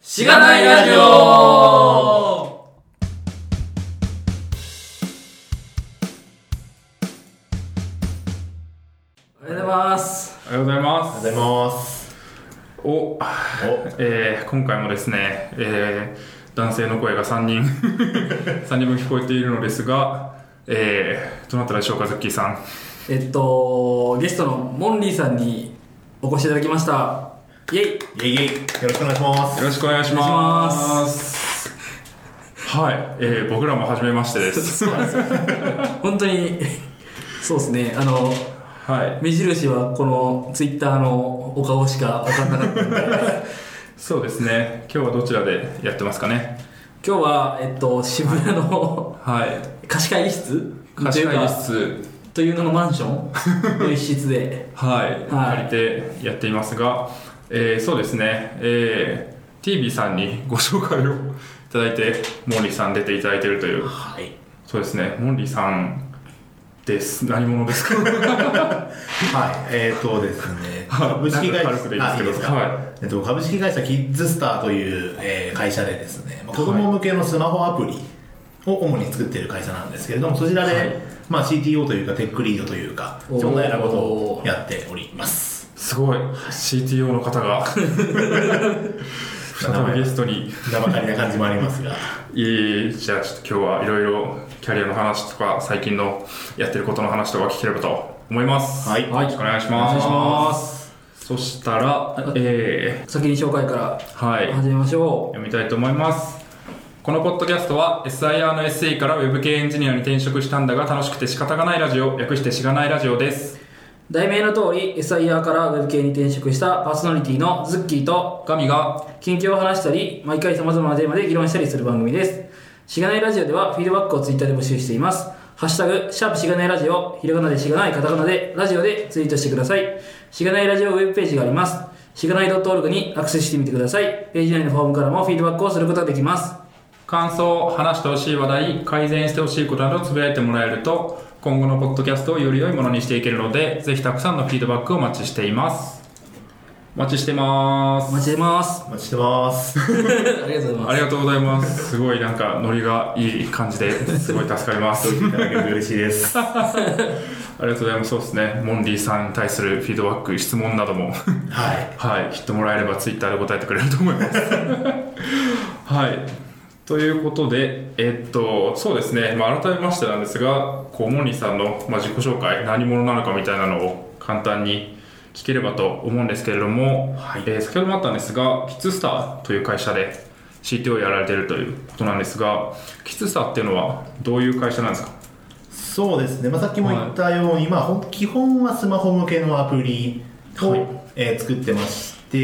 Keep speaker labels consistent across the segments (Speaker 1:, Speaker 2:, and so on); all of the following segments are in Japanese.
Speaker 1: しがないラジオおはようございます。
Speaker 2: おはようございます。
Speaker 3: ございます。
Speaker 2: お、えー、今回もですね、えー、男性の声が3人、3人分聞こえているのですが、えー、どなたでしょうか、ズッキーさん。
Speaker 1: えっと、ゲストのモンリーさんにお越しいただきました。イ ェイ
Speaker 3: お、イェイイェイ、よろしくお願いします。
Speaker 2: よろしくお願いし
Speaker 1: ま
Speaker 2: ますす。はい、えー、僕らも初めましてです。
Speaker 1: 本当に、そうですね、あの、
Speaker 2: はい、
Speaker 1: 目印はこのツイッターのお顔しか分かんなかったんで、
Speaker 2: そうですね、今日はどちらでやってますかね。
Speaker 1: 今日は、えっと、渋谷の
Speaker 2: はい、
Speaker 1: 貸し会議室
Speaker 2: 貸し会
Speaker 1: と
Speaker 2: 議
Speaker 1: いうか
Speaker 2: 室、
Speaker 1: という名のマンシ ョンの一室で。
Speaker 2: はい、
Speaker 1: はい
Speaker 2: 借りてやっていますが、えーそうですね、えー、TV さんにご紹介をいただいて、モンリーさん出ていただいているという、
Speaker 3: はい。
Speaker 2: そうですね、モンリーさんです。何者ですか
Speaker 3: はい、えーとですね、株式会社、
Speaker 2: 軽くでいいですけど
Speaker 3: あか
Speaker 2: は
Speaker 3: えっと、株式会社キッズスターという、えー会社でですね、まあ子供向けのスマホアプリを主に作っている会社なんですけれども、そちらで、
Speaker 2: はい
Speaker 3: まあ、CTO というか、テックリードというか、
Speaker 1: おー
Speaker 3: そんなようなことをやっております。
Speaker 2: すごい、CTO の方が、 再びゲストに、
Speaker 3: 名ばかりな感じもありますが、
Speaker 2: いえいえじゃあちょっと今日はいろいろキャリアの話とか、最近のやってることの話とか聞ければと思います。
Speaker 3: はい
Speaker 2: よろしくお願いします。
Speaker 1: お願いします
Speaker 2: そしたら、え
Speaker 1: 先に紹介から
Speaker 2: ー、はい。
Speaker 1: 始めましょう、
Speaker 2: 読みたいと思いますこのポッドキャストは SIR の SE から Web 系エンジニアに転職したんだが楽しくて仕方がないラジオ略してしがないラジオです
Speaker 1: 題名の通り SIR から Web 系に転職したパーソナリティのズッキーと
Speaker 2: 神が
Speaker 1: 近況を話したり毎回様々なテーマで議論したりする番組ですしがないラジオではフィードバックをツイッターで募集していますハッシュタグ、シャープしがないラジオ、ひらがなでしがない、カタカナで、ラジオでツイートしてください。しがないラジオウェブページがあります。しがない .org にアクセスしてみてください。ページ内のフォームからもフィードバックをすることができます。
Speaker 2: 感想話してほしい話題改善してほしいことなどつぶやいてもらえると今後のポッドキャストをより良いものにしていけるのでぜひたくさんのフィードバックをお待ちしていますお待ちしてま
Speaker 1: お
Speaker 2: す
Speaker 1: 待ちしてます。
Speaker 3: お待ちしてます。
Speaker 1: ありがとうござい
Speaker 2: あ
Speaker 1: ます。
Speaker 2: りがとうございますすごいなんかノリがいい感じですごい助かります
Speaker 3: いただけると嬉しいです。は
Speaker 2: ありがとうございます。そうですね。モンディさんに対するフィードバック、質問なども、
Speaker 3: い。
Speaker 2: はい、きっともらえればツイッターで答えてくれると思います。はい。ということで、えっと、そうですね。まあ、改めましてなんですが、こう、モンディさんの、まあ、自己紹介、何者なのかみたいなのを簡単に聞ければと思うんですけれども、
Speaker 3: はい
Speaker 2: えー先ほどもあったんですが、キッズスターという会社で CTO をやられているということなんですが、キッズスターっていうのはどういう会社なんですか
Speaker 3: そうですね、まあ、さっきも言ったように、まあ、ほんと基本はスマホ向けのアプリを、
Speaker 2: はい
Speaker 3: えー作ってまして、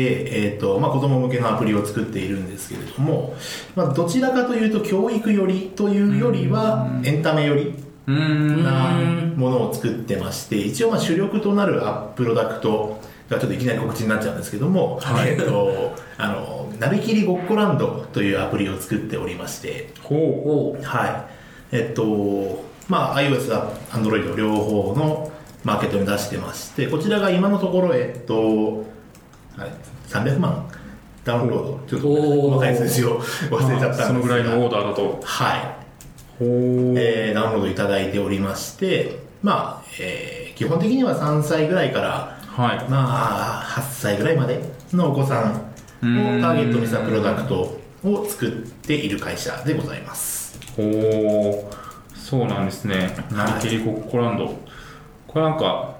Speaker 3: えーとまあ、子供向けのアプリを作っているんですけれども、まあ、どちらかというと教育よりというよりはエンタメより
Speaker 2: うーん。
Speaker 3: な
Speaker 1: うん
Speaker 3: ものを作ってまして一応まあ主力となるアプロダクトがちょっといきなり告知になっちゃうんですけども、えー、とあのなびきりごっこランドというアプリを作っておりまして。
Speaker 2: ほ
Speaker 1: おう
Speaker 3: はい。えっと、まあ、iOS や Android 両方のマーケットに出してまして、こちらが今のところ、えっと、あれ300万ダウンロード、ちょっとごめんなさ
Speaker 1: おー
Speaker 3: い細かい数字を忘れちゃったんですが、
Speaker 2: そのぐらいのオーダーだと。
Speaker 3: はい。
Speaker 2: ほー
Speaker 3: えーダウンロードいただいておりまして、まあ、えー基本的には3歳ぐらいから、
Speaker 2: はい。
Speaker 3: まあ、8歳ぐらいまでのお子さんをターゲットにしたプロダクトを作っている会社でございます。
Speaker 2: ほーそうなんですね。なりきりごっこランド。これなんか、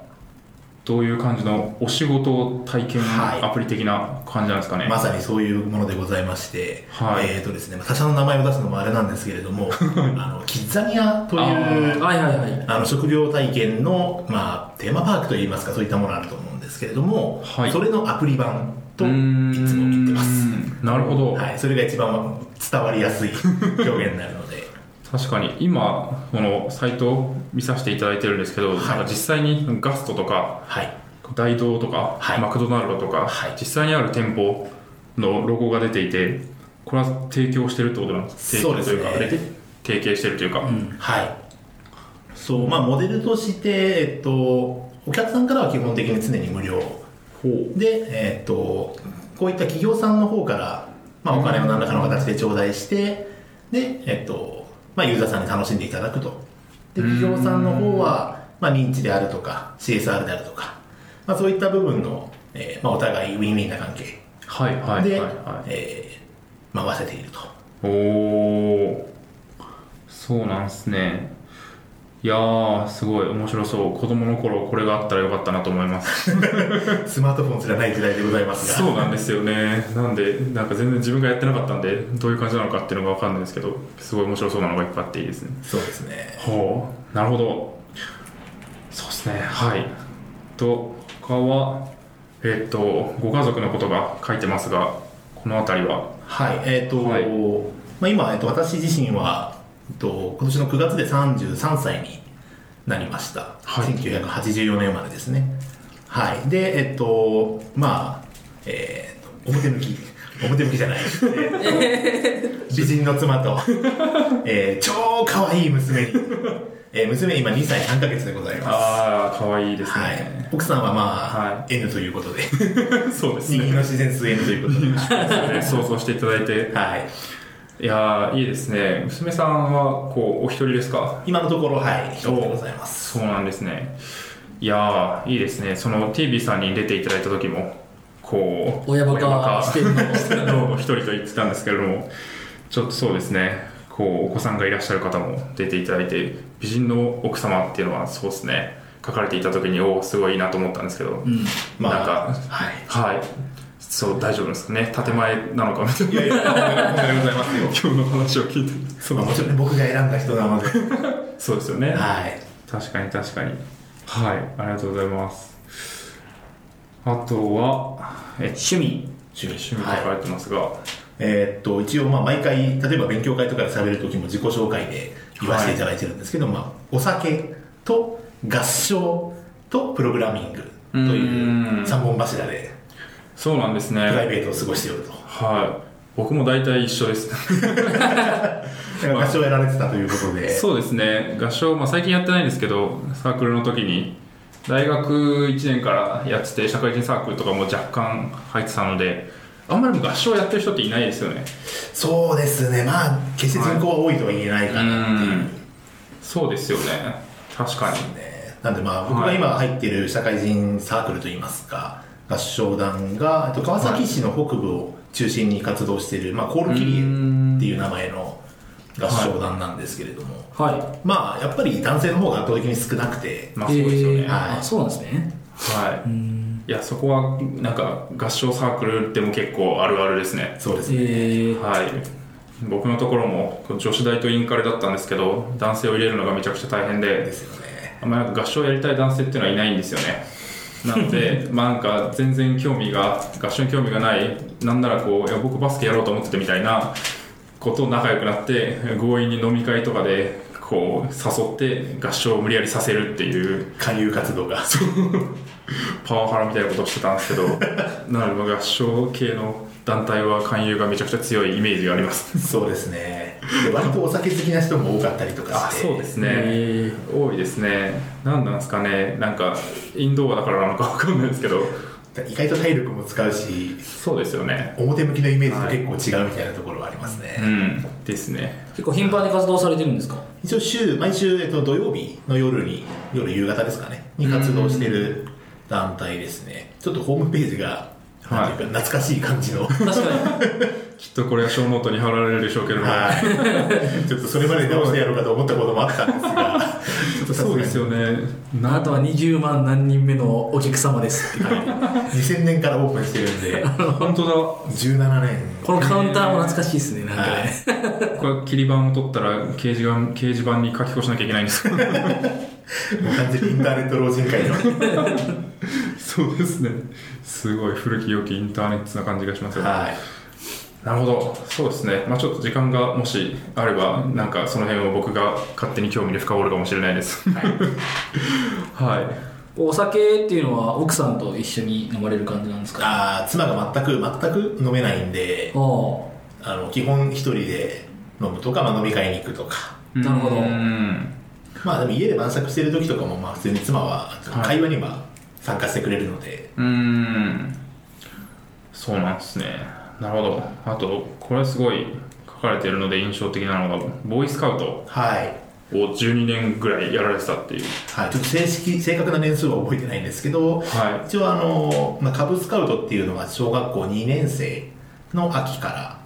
Speaker 2: どういう感じのお仕事体験
Speaker 3: はい
Speaker 2: アプリ的な感じなんですかね。
Speaker 3: まさにそういうものでございまして、
Speaker 2: はい
Speaker 3: えーとですね、まあ他社の名前を出すのもあれなんですけれど も、あのキッザニアというあ
Speaker 1: はいはいはい。
Speaker 3: の職業体験の、まあ、テーマパークといいますか、そういったものあると思うんですけれども、
Speaker 2: はい
Speaker 3: それのアプリ版と
Speaker 2: う
Speaker 3: い
Speaker 2: ーん
Speaker 3: つも言ってます。
Speaker 2: なるほど。
Speaker 3: はい、それが一番伝わりやすい表現になるので、
Speaker 2: 確かに今、このサイトを見させていただいてるんですけど、
Speaker 3: い
Speaker 2: なんか実際にガストとか、
Speaker 3: はい、
Speaker 2: 大道とか、
Speaker 3: はい
Speaker 2: マクドナルドとか、
Speaker 3: はい
Speaker 2: 実際にある店舗のロゴが出ていてこれは提供してるってことなんです
Speaker 3: そう
Speaker 2: 提
Speaker 3: で
Speaker 2: 供と
Speaker 3: す
Speaker 2: い
Speaker 3: ね
Speaker 2: うか、れ提携してるというか、
Speaker 3: はい。そう、まあ、モデルとして、えっと、お客さんからは基本的に常に無料
Speaker 2: ほう
Speaker 3: で、えーっとこういった企業さんの方からまあ、お金を何らかの形で頂戴して、で、えっと、まあ、ユーザーさんに楽しんでいただくと。で、企業さんの方は、まあ、認知であるとか、CSR であるとか、まあ、そういった部分の、えーまあ、お互いウィンウィンな関係
Speaker 2: はいはい
Speaker 3: で、
Speaker 2: はいはい
Speaker 3: えー回せていると。
Speaker 2: おおそうなんすねいやーすごい面白そう子供の頃これがあったらよかったなと思います
Speaker 3: スマートフォンすらない時代でございますが。
Speaker 2: そうなんですよねなんでなんか全然自分がやってなかったんでどういう感じなのかっていうのが分かんないですけどすごい面白そうなのがいっぱいあっていいですね
Speaker 3: そうですね。
Speaker 2: ほうなるほどそうですねはいと他はえっとご家族のことが書いてますがこの辺りは
Speaker 3: はい、えっ、と、
Speaker 2: はい
Speaker 3: まあ、今、えっと私自身は、えっと今年の9月で33歳になりました。
Speaker 2: はい
Speaker 3: 1984年生まれですね。はい。で、えっ、と、まあ、えーと表向き、表向きじゃない。えっと美人の妻と、えー超可愛い娘に、えー娘今2歳3ヶ月でございます。
Speaker 2: ああかわいいです
Speaker 3: はい
Speaker 2: ね、。
Speaker 3: 奥さんはまあ、
Speaker 2: は
Speaker 3: N ということで、
Speaker 2: そう です
Speaker 3: 人
Speaker 2: ね
Speaker 3: 間の自然数 N ということで。
Speaker 2: 想像していただいて
Speaker 3: はい。
Speaker 2: いやーいいですね娘さんはこうお一人ですか
Speaker 3: 今のところ、はい、一緒でございます。
Speaker 2: そうなんですねいやーいいですねその TV さんに出ていただいた時もこう
Speaker 1: 親バカしてるの
Speaker 2: の一人と言ってたんですけれどもちょっとそうですねこうお子さんがいらっしゃる方も出ていただいて美人の奥様っていうのはそうですね書かれていた時におおすごいいいなと思ったんですけど、
Speaker 1: うん
Speaker 3: まあ、
Speaker 2: なんか
Speaker 3: はい。
Speaker 2: はいそう大丈夫ですかね建前なのかみたい
Speaker 3: いやいや、おめでとうございますよ。
Speaker 2: な今日の話を聞いてそう
Speaker 3: まあもちろんね僕が選んだ人なので。
Speaker 2: そうですよね
Speaker 3: はい。
Speaker 2: 確かに確かにはいありがとうございますあとはえ
Speaker 1: 趣味
Speaker 2: 趣味趣味と書かれてますが、
Speaker 3: えーっと、一応、まあ、毎回、例えば勉強会とかで喋るときも自己紹介で言わせていただいてるんですけど、まあ、お酒と合唱とプログラミングと
Speaker 2: う
Speaker 3: い
Speaker 2: ん
Speaker 3: う三本柱で
Speaker 2: そうなんです
Speaker 3: プライ
Speaker 2: ね
Speaker 3: ベートを過ごしておると。
Speaker 2: はい僕も大体一緒です
Speaker 3: だから合唱をやられてたということで。
Speaker 2: そうですね合唱、まあ、最近やってないんですけどサークルの時に大学1年からやってて社会人サークルとかも若干入ってたのであんまり合唱やってる人っていないですよね
Speaker 3: そうですね。まあ、決して人口は多いとは言えないかなっていう。
Speaker 2: そうですよね確かに
Speaker 3: ねなんでまあ僕が今入ってる社会人サークルといいますか合唱団がえっと川崎市の北部を中心に活動している、まあ、コールキリエっていう名前の合唱団なんですけれども、
Speaker 1: は
Speaker 3: まあやっぱり男性の方が圧倒的に少なくて
Speaker 2: まあ
Speaker 1: い
Speaker 2: そうですよね、
Speaker 1: えー
Speaker 3: はい
Speaker 1: あそうなんですね
Speaker 2: は
Speaker 1: う
Speaker 2: い
Speaker 1: ん
Speaker 2: いやそこはなんか合唱サークルでも結構あるあるですね
Speaker 3: そうですね、
Speaker 1: えー、
Speaker 2: はい僕のところも女子大とインカレだったんですけど男性を入れるのがめちゃくちゃ大変で
Speaker 3: ですよね
Speaker 2: あんまりなんか合唱やりたい男性っていうのはいないんですよねなの でまあなんか全然興味が合唱に興味がないなんならこういや僕バスケやろうと思っててみたいなことを仲良くなって強引に飲み会とかでこう誘って合唱を無理やりさせるっていう
Speaker 3: 勧誘活動が
Speaker 2: パワハラみたいなことをしてたんですけ どなので合唱系の団体は勧誘がめちゃくちゃ強いイメージがあります
Speaker 3: そうですねで割とお酒好きな人も多かったりとかして
Speaker 2: す
Speaker 1: え
Speaker 2: 多いですね何なんですかねなんかインドアだからなのか分かんないですけど
Speaker 3: 意外と体力も使うし
Speaker 2: そうですよね
Speaker 3: 表向きのイメージと結構違うみたいなところはありますね、
Speaker 2: うんですね
Speaker 1: 結構頻繁に活動されてるん ですか
Speaker 3: 一応週毎週、えっと、土曜日の夜に夜夕方ですかねに活動してる団体ですねちょっとホームページが、
Speaker 2: はい
Speaker 3: なんていうか懐かしい感じのはい
Speaker 1: 確かに
Speaker 2: きっとこれは小ノートに貼られるでしょうけれども、
Speaker 3: ちょっとそれまで直してやろうかと思ったこともあったんですがちょっとさ
Speaker 2: そうです
Speaker 3: が
Speaker 2: よね
Speaker 1: あとは20万何人目のお客様ですって
Speaker 3: に、はい、2000年からオープンしてるんで
Speaker 2: 本当
Speaker 3: 17年
Speaker 1: このカウンターも懐かしいですねなんかね、
Speaker 2: だこれ切り板を取ったら掲示板掲示板に書き越しなきゃいけないんですよ
Speaker 3: もう完全にインターネット老人会の
Speaker 2: そうですねすごい古き良きインターネットな感じがしますよね
Speaker 3: はい
Speaker 2: なるほどそうですねまあちょっと時間がもしあればなんかその辺を僕が勝手に興味で深掘るかもしれないですはい、
Speaker 1: お酒っていうのは奥さんと一緒に飲まれる感じなんですかあ
Speaker 3: あー妻が全く全く飲めないんで
Speaker 1: あー
Speaker 3: あの基本一人で飲むとか、まあ、飲み会に行くとか
Speaker 1: なるほど
Speaker 2: うん
Speaker 3: まあでも家で晩酌してる時とかもまあ普通に妻は
Speaker 2: はい
Speaker 3: 会話には参加してくれるので、
Speaker 2: うーんそうなんですねなるほどあとこれすごい書かれているので印象的なのがボーイスカウト
Speaker 3: はい
Speaker 2: を12年ぐらいやられてたっていう
Speaker 3: はい、ちょっと正式正確な年数は覚えてないんですけど、
Speaker 2: は
Speaker 3: 一応あの、まあ、カブスカウトっていうのが小学校2年生の秋から、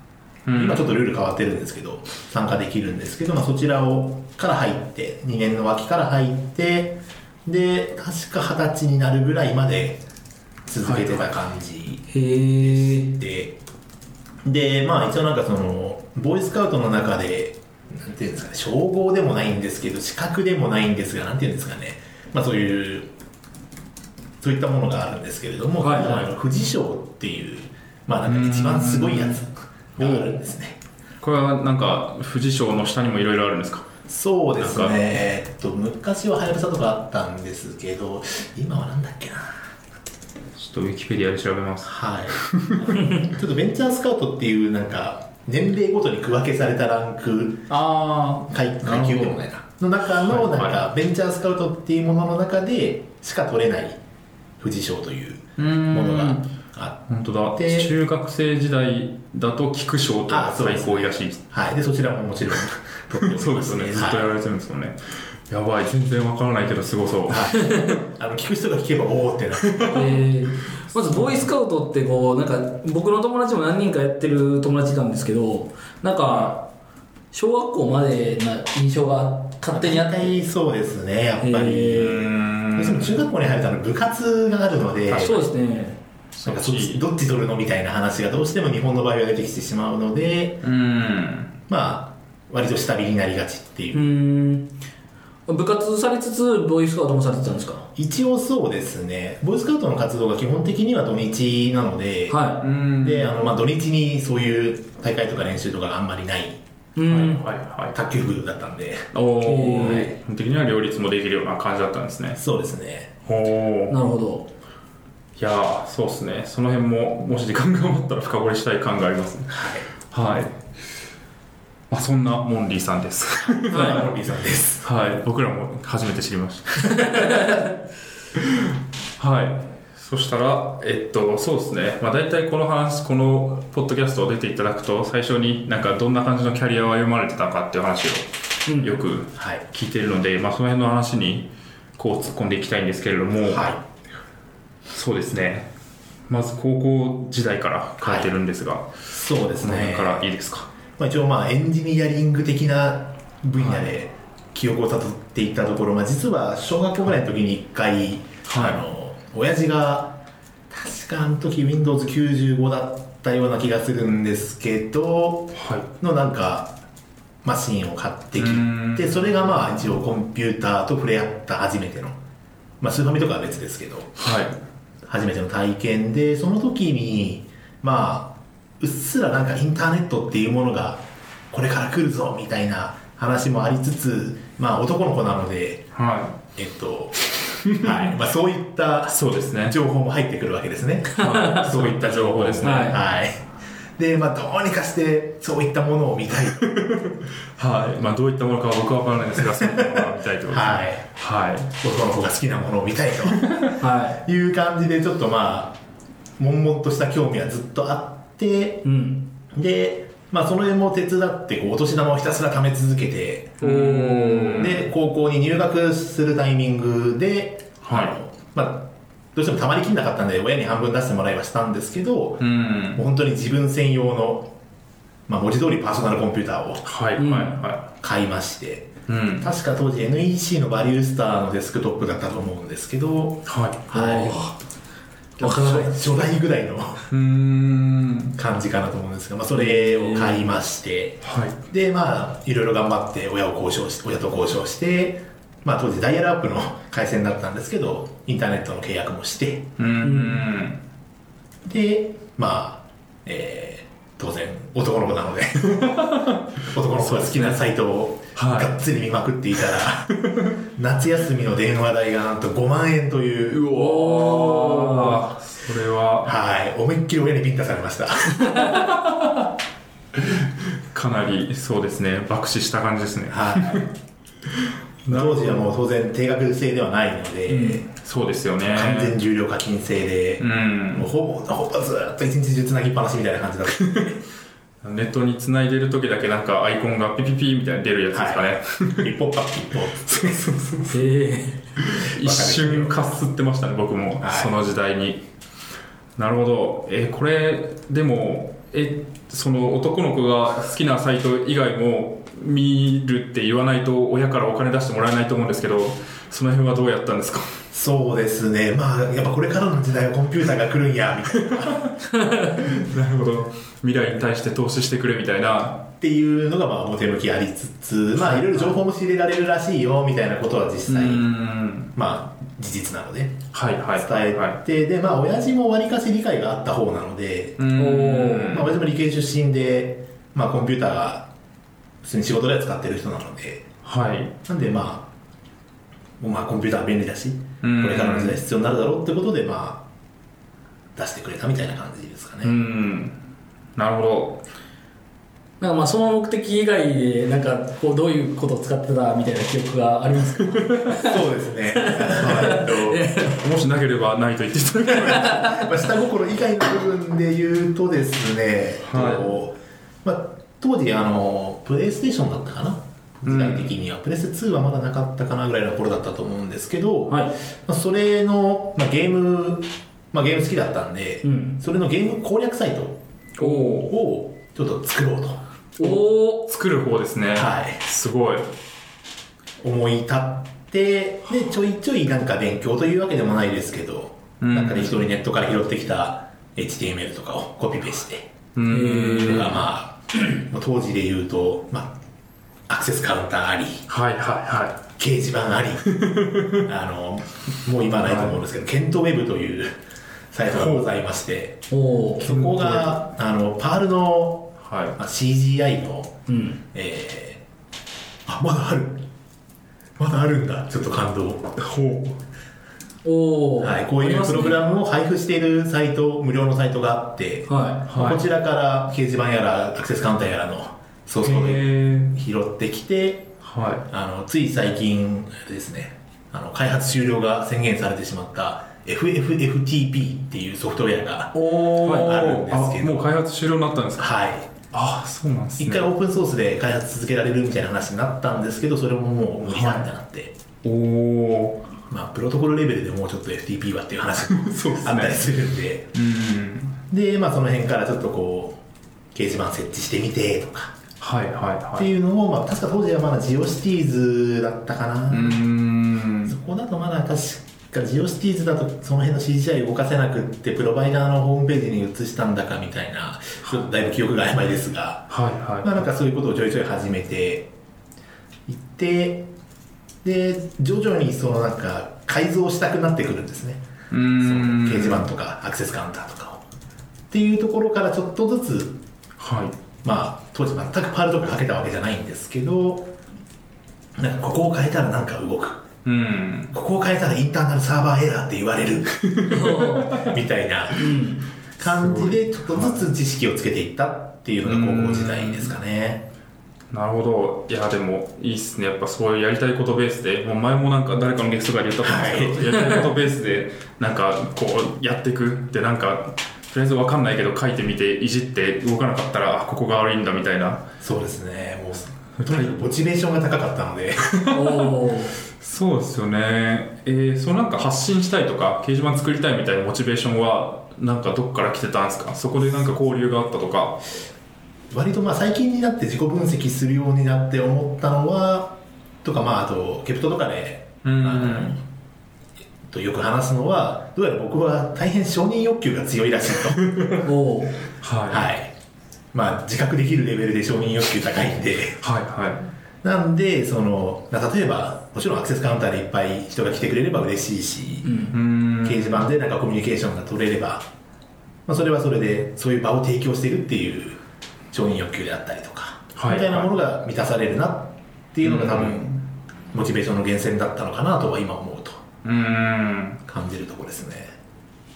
Speaker 2: うん
Speaker 3: 今ちょっとルール変わってるんですけど参加できるんですけど、まあ、そちらをから入って2年の秋から入ってで確か20歳になるぐらいまで続けてた感じ
Speaker 1: へえ。
Speaker 3: で、でまあ一応なんかそのボーイスカウトの中でなんていうんですかね称号でもないんですけど資格でもないんですがなんていうんですかねまあそういうそういったものがあるんですけれども、
Speaker 1: はいはい
Speaker 3: あの富士賞っていうまあなんか一番すごいやつがあるんですね
Speaker 2: これはなんか富士賞の下にもいろいろあるんですか
Speaker 3: そうです
Speaker 2: なんか
Speaker 3: ね、えっと、昔ははやぶさとかあったんですけど今はなんだっけな
Speaker 2: ちょっとウィキペディアで調べます
Speaker 3: はい ちょっとベンチャースカウトっていうなんか年齢ごとに区分けされたランク
Speaker 2: あ
Speaker 3: 階階級でもないなの中の
Speaker 2: はい
Speaker 3: なんかベンチャースカウトっていうものの中でしか取れない富士賞という
Speaker 2: うーん
Speaker 3: ものがあ
Speaker 2: 本当だ
Speaker 3: で
Speaker 2: 中学生時代だと菊賞とか
Speaker 3: あそうで
Speaker 2: 最
Speaker 3: す
Speaker 2: 高位らしいです
Speaker 3: はいでそちらももちろん取って
Speaker 2: そ
Speaker 3: お
Speaker 2: う
Speaker 3: ります
Speaker 2: でよね、ずっとや
Speaker 3: は
Speaker 2: られてるんですもんね。やばい、全然わからないけど、すごそう。
Speaker 3: い、はいあの聞く人が聞けばおおってな る
Speaker 1: えーまずボーイスカウトってこうなんか僕の友達も何人かやってる友達なんですけどなんか小学校までな印象が勝手にあっ
Speaker 3: 大
Speaker 1: て
Speaker 3: 体そうですねやっぱ
Speaker 1: へ
Speaker 3: り
Speaker 1: ー
Speaker 3: どうしても中学校に入るとあの部活があるので
Speaker 1: あそうですね
Speaker 3: なんかそっちどっち取るのみたいな話がどうしても日本の場合は出てきてしまうので
Speaker 2: うん。
Speaker 3: まあ割と下火になりがちっていう
Speaker 1: うーん部活されつつボーイスカウトもされてたんですか
Speaker 3: 一応そうですねボーイスカウトの活動が基本的には土日なので,、
Speaker 1: は
Speaker 2: うん
Speaker 3: であのまあ、土日にそういう大会とか練習とかがあんまりない
Speaker 1: いうん
Speaker 2: はいはい。
Speaker 3: 卓球部だったんで
Speaker 2: おお
Speaker 1: は
Speaker 2: ー、
Speaker 1: い
Speaker 2: 基本的には両立もできるような感じだったんですね。
Speaker 3: そうですね
Speaker 2: おお。
Speaker 1: なるほど
Speaker 2: いやー、そうですね。その辺も、もし時間が余ったら深掘りしたい感がありますね。
Speaker 3: はい
Speaker 2: はい。まあ、そんなモンリーさんです。
Speaker 3: はいモンリーさんです
Speaker 2: はい、僕らも初めて知りました。はい。そしたら、えっと、そうですね。まあ、大体この話、このポッドキャストを出ていただくと、最初になんかどんな感じのキャリアを歩まれてたかっていう話を
Speaker 1: うん
Speaker 2: よく
Speaker 3: はい
Speaker 2: 聞いてるので、まあ、その辺の話にこう突っ込んでいきたいんですけれども、
Speaker 3: は
Speaker 2: そうですね。まず高校時代から書いてるんですが、
Speaker 3: いそうです
Speaker 2: その辺
Speaker 3: ね
Speaker 2: からいいですか。
Speaker 3: まあ、一応まあエンジニアリング的な分野で記憶をたどっていったところ、まあ、実は小学校ぐらいの時に一回、
Speaker 2: はい
Speaker 3: あの親父が確かあの時 Windows95 だったような気がするんですけど
Speaker 2: はい。
Speaker 3: のなんかマシンを買ってき
Speaker 2: うん
Speaker 3: てそれがまあ一応コンピューターと触れ合った初めての、まあ、スーファミとかは別ですけど
Speaker 2: はい。
Speaker 3: 初めての体験でその時にまあうっすらなんかインターネットっていうものがこれから来るぞみたいな話もありつつまあ男の子なので
Speaker 2: は
Speaker 3: えっ とはいまあそういった
Speaker 2: い。そうです ね。
Speaker 3: 情報も入ってくるわけですね
Speaker 2: はいそういった情報ですね。
Speaker 1: はい
Speaker 3: はいでまあどうにかしてそういったものを見たい
Speaker 2: はい、まあ、どういったものかは僕は分からないですが、そういったものが見たいということですね。
Speaker 3: はい
Speaker 2: はい。
Speaker 3: 男の子が好きなものを見たい
Speaker 1: は
Speaker 3: という感じでちょっとまあ悶々とした興味はずっとあって
Speaker 1: いうん
Speaker 3: で、まあ、その辺も手伝ってこうお年玉をひたすら貯め続けて、
Speaker 2: おー
Speaker 3: で高校に入学するタイミングで、
Speaker 2: はい
Speaker 3: あのまあ、どうしてもたまりきんなかったんで親に半分出してもらいはしたんですけど、
Speaker 2: う
Speaker 3: も
Speaker 2: ん。
Speaker 3: う本当に自分専用の、まあ、文字通りパーソナルコンピューターを
Speaker 2: はい、はい、
Speaker 1: ん
Speaker 2: は
Speaker 3: 買いまして
Speaker 2: い。うん。
Speaker 3: 確か当時 NEC のバリュースターのデスクトップだったと思うんですけど、
Speaker 2: はい。
Speaker 3: はい、
Speaker 1: わからない
Speaker 3: 初初代ぐらいの
Speaker 2: うーん。
Speaker 3: 感じかなと思うんですが、まあ、それを買いまして、
Speaker 2: はい。
Speaker 3: でまあいろいろ頑張って親を交渉し親と交渉して、まあ、当時ダイヤルアップの回線だったんですけどインターネットの契約もして
Speaker 2: うーん。
Speaker 3: でまあえー当然男の子なので男の子が好きなサイトを
Speaker 2: はい
Speaker 3: がっつり見まくっていたら、夏休みの電話代がなんと5万円という
Speaker 2: うおー。それは、
Speaker 3: はい思いっきり親にビンタされました
Speaker 2: かなり、そうですね、爆死し た感じですね。
Speaker 3: はい当時はもう当然定額制ではないので、
Speaker 2: そうですよね
Speaker 3: 完全重量課金制で、
Speaker 2: うん
Speaker 3: もうほぼほぼずーっと一日中つなぎっぱなしみたいな感じだ った
Speaker 2: ネットに繋いでる時だけなんかアイコンがピピピみたいに出るやつですかね、
Speaker 3: 一歩パッ一歩
Speaker 2: そうそうそう
Speaker 1: ええ
Speaker 2: 一瞬かすってましたね僕も、
Speaker 3: はい
Speaker 2: その時代になるほどえこれでもえその男の子が好きなサイト以外も見るって言わないと親からお金出してもらえないと思うんですけどその辺はどうやったんですか
Speaker 3: そうですねまあやっぱこれからの時代はコンピューターが来るんやみたいなっ
Speaker 2: なるほど未来に対して投資してくれみたいな
Speaker 3: ていうのがまあ表向きありつつまあいろいろ情報も仕入れられるらしいよみたいなことは実際、
Speaker 2: ん
Speaker 3: まあ事実なので伝
Speaker 2: はいはい
Speaker 3: えて、
Speaker 2: はい
Speaker 3: でまあ親父もわりかし理解があった方なので、
Speaker 2: うーん
Speaker 3: まあ、親父も理系出身で、まあ、コンピューターが普通に仕事では使ってる人なので
Speaker 2: はい
Speaker 3: なんでまあ、もうまあコンピューターは便利だし、
Speaker 2: うん
Speaker 3: これからの時代必要になるだろうってことで、まあ、出してくれたみたいな感じですかね。
Speaker 2: うんなるほ ど
Speaker 1: なんかまあその目的以外でなんかこうどういうことを使ってたみたいな記憶がありますか
Speaker 3: そうです ね。はい
Speaker 2: もしなければないと言っていただければ
Speaker 3: まあ、下心以外の部分で言うとですね、
Speaker 2: はい
Speaker 3: とまあ、当時あの、プレイステーションだったかな。時代的には、プレステ2はまだなかったかなぐらいの頃だったと思うんですけど、
Speaker 1: はい
Speaker 3: まあ、それの、まあ、ゲーム、まあ、ゲーム好きだったんで、
Speaker 1: うん
Speaker 3: それのゲーム攻略サイト
Speaker 2: おお
Speaker 3: をちょっと作ろうと、は
Speaker 1: おお
Speaker 2: 作る方ですね
Speaker 3: い、
Speaker 2: すごい
Speaker 3: 思い立ってでちょいちょいなんか勉強というわけでもないですけど、
Speaker 2: うん
Speaker 3: なんか適当にネットから拾ってきた HTML とかをコピペして、
Speaker 2: うーん
Speaker 3: だから まあもう当時で言うと、まあ、アクセスカウンターあり
Speaker 2: はいはいは
Speaker 3: 掲示板あり あのもう今はないと思うんですけど、ケントウェブというサイトがございまして
Speaker 1: おお
Speaker 3: そこがあのパールの
Speaker 2: いはい
Speaker 3: まあ CGI の
Speaker 1: うん
Speaker 3: えー、あまだあるまだあるんだちょっと感動
Speaker 2: ほ
Speaker 1: おお
Speaker 3: はい、こういうプログラムを配布しているサイト、無料のサイトがあって、
Speaker 1: は
Speaker 2: は い
Speaker 3: こちらから掲示板やらアクセスカウンターやらのソースコー
Speaker 2: へえ
Speaker 3: ド拾ってきて
Speaker 2: は
Speaker 3: あのつい最近あれですねあの開発終了が宣言されてしまった FFFTP っていうソフトウェアが
Speaker 2: いお
Speaker 3: はい
Speaker 2: あ
Speaker 3: あるんですけど
Speaker 2: もう開発終了になったんですか
Speaker 3: はい
Speaker 2: あそうなんですね
Speaker 3: 一回オープンソースで開発続けられるみたいな話になったんですけどそれももう無理だってなって、
Speaker 2: おお
Speaker 3: まあ、プロトコルレベルでもうちょっと FTP はっていう話も
Speaker 2: そうですね
Speaker 3: あったりするんで
Speaker 2: うん
Speaker 3: で、まあ、その辺からちょっとこう掲示板設置してみてとか
Speaker 2: はいはいは
Speaker 3: っ
Speaker 2: い
Speaker 3: ていうのを、まあ、確か当時はまだジオシティーズだったかな、
Speaker 2: うーん
Speaker 3: そこだとまだ確かジオシティーズだとその辺の CGI 動かせなくってプロバイダーのホームページに移したんだかみたいなちょっとだいぶ記憶が曖昧ですが、
Speaker 2: はいはい
Speaker 3: まあ、なんかそういうことをちょいちょい始めていってで徐々にそのなんか改造したくなってくるんですね
Speaker 2: うーん
Speaker 3: 掲示板とかアクセスカウンターとかをっていうところからちょっとずつ
Speaker 2: はい
Speaker 3: まあ当時全くパールとかかけたわけじゃないんですけどなんかここを変えたらなんか動く
Speaker 2: うん
Speaker 3: ここを変えたらインターナルサーバーエラーって言われ る
Speaker 1: い
Speaker 3: みたいな感じでちょっとずつ知識をつけていったっていうのが高校時代ですかね
Speaker 2: なるほどいやでもいいっすねやっぱそういうやりたいことベースでもう前もなんか誰かのゲストが言ったと思うんですけど、やりたいことベースでなんかこうやっていくってなんかとりあえずわかんないけど書いてみていじって動かなかったらあここが悪いんだみたいな
Speaker 3: そうですねもうとにかくモチベーションが高かったので
Speaker 1: おお
Speaker 2: そうですよねえー、そうなんか発信したいとか掲示板作りたいみたいなモチベーションはなんかどこから来てたんですかそこでなんか交流があったとか
Speaker 3: 割とまあ最近になって自己分析するようになって思ったのはとかまああとケプトとかで、
Speaker 2: うん
Speaker 3: あのとよく話すのはどうやら僕は大変承認欲求が強いらしいと。
Speaker 1: おお
Speaker 2: はいはい
Speaker 3: はい。まあ、自覚できるレベルで承認欲求高いんで。
Speaker 2: は
Speaker 3: なんで、その、まあ例えば、もちろんアクセスカウンターでいっぱい人が来てくれれば嬉しいし、
Speaker 2: いうーん
Speaker 3: 掲示板でなんかコミュニケーションが取れれば、まあ、それはそれで、そういう場を提供してるっていう承認欲求であったりとか、
Speaker 2: はい
Speaker 3: みたいなものが満たされるなっていうのが多分、
Speaker 2: うん
Speaker 3: モチベーションの源泉だったのかなとは今思うと
Speaker 2: うーん
Speaker 3: 感じるところですね。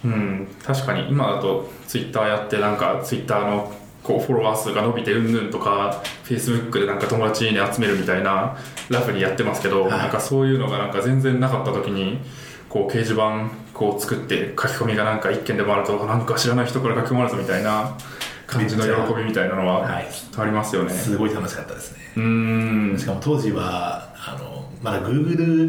Speaker 2: うん、確かに今だとツイッターやってなんかツイッターのこうフォロワー数が伸びてうんぬんとかフェイスブックでなんか友達に集めるみたいなラフにやってますけど、
Speaker 3: はい
Speaker 2: なんかそういうのがなんか全然なかった時にこう掲示板こう作って書き込みがなんか一件でもあるとあなんか知らない人から書き込まれたみたいな感じの喜びみたいなのは
Speaker 3: はい
Speaker 2: きっとありますよね、
Speaker 3: すごい楽しかったですね
Speaker 2: うーん
Speaker 3: しかも当時はあのまだ Google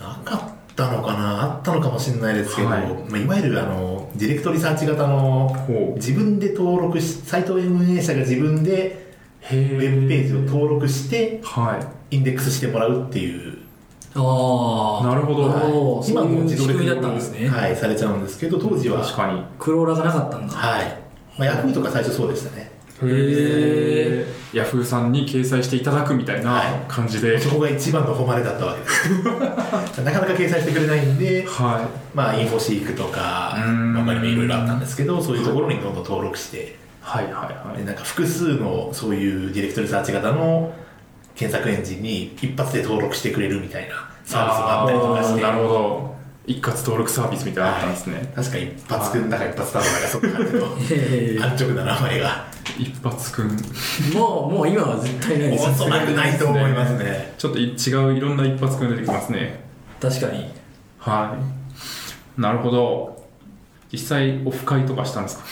Speaker 3: なかったのかなあったのかもしれないですけど、
Speaker 2: はい
Speaker 3: いまあ、いわゆるあのディレクトリサーチ型の
Speaker 2: ほう
Speaker 3: 自分で登録しサイト運営者が自分で
Speaker 2: へ
Speaker 3: ウ
Speaker 2: え
Speaker 3: ェブページを登録して
Speaker 2: はい
Speaker 3: インデックスしてもらうっていう、
Speaker 1: ああ
Speaker 2: なるほど
Speaker 1: おー
Speaker 3: 今
Speaker 1: そう
Speaker 3: も
Speaker 1: いう
Speaker 3: 自動
Speaker 1: 仕
Speaker 3: で
Speaker 1: 組みだったんですね、
Speaker 3: はい、されちゃうんですけど当時は
Speaker 2: 確かに
Speaker 1: クローラーがなかった んだ
Speaker 3: はい、まあ、ヤフーとか最初そうでしたね
Speaker 1: へ
Speaker 2: ヤフーさんに掲載していただくみたいな感じで、
Speaker 3: そこが一番の誉れだったわけです なかなか掲載してくれないんで
Speaker 2: は
Speaker 3: まあインフォシークとか
Speaker 2: うん
Speaker 3: まあ他にもいろいろあったんですけどそういうところにどんどん登録して
Speaker 2: い、はいはいは
Speaker 3: で
Speaker 2: い
Speaker 3: なんか複数のそういうディレクトリサーチ型の検索エンジンに一発で登録してくれるみたいなサービスがあったりとかして
Speaker 2: なるほど一括登録サービスみたいなのあったんですね、
Speaker 3: 確か一発くんだか一発だかそっか
Speaker 1: へえ
Speaker 3: の安直な名前が
Speaker 2: 一発くん
Speaker 1: もうもう今は絶対ないです
Speaker 3: おそらくないと思いますね
Speaker 2: ちょっとい違ういろんな一発くん出てきますね
Speaker 1: 確かに
Speaker 2: はいなるほど実際オフ会とかしたんですか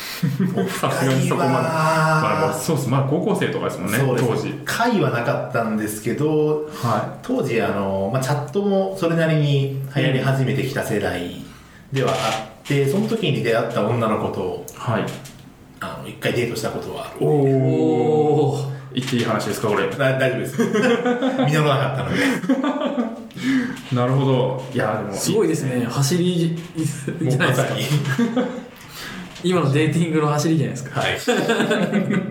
Speaker 2: さすがにそこま
Speaker 3: オフ会は
Speaker 2: で、まあ、もうそうですまだ高校生とかですもんね
Speaker 3: そうです
Speaker 2: 当時
Speaker 3: 会はなかったんですけど
Speaker 2: は
Speaker 3: 当時あの、まあ、チャットもそれなりに流行り始めてきた世代ではあってその時に出会った女の子と
Speaker 2: いはい
Speaker 3: あの一回デートしたことはある
Speaker 2: お
Speaker 1: お
Speaker 2: お
Speaker 1: お
Speaker 2: 言っていい話ですかこれ
Speaker 3: な大丈夫 です実らなかったので
Speaker 2: なるほどいやでも
Speaker 1: すごいですね走りじゃないですか今のデーティングの走りじゃないですか
Speaker 3: はい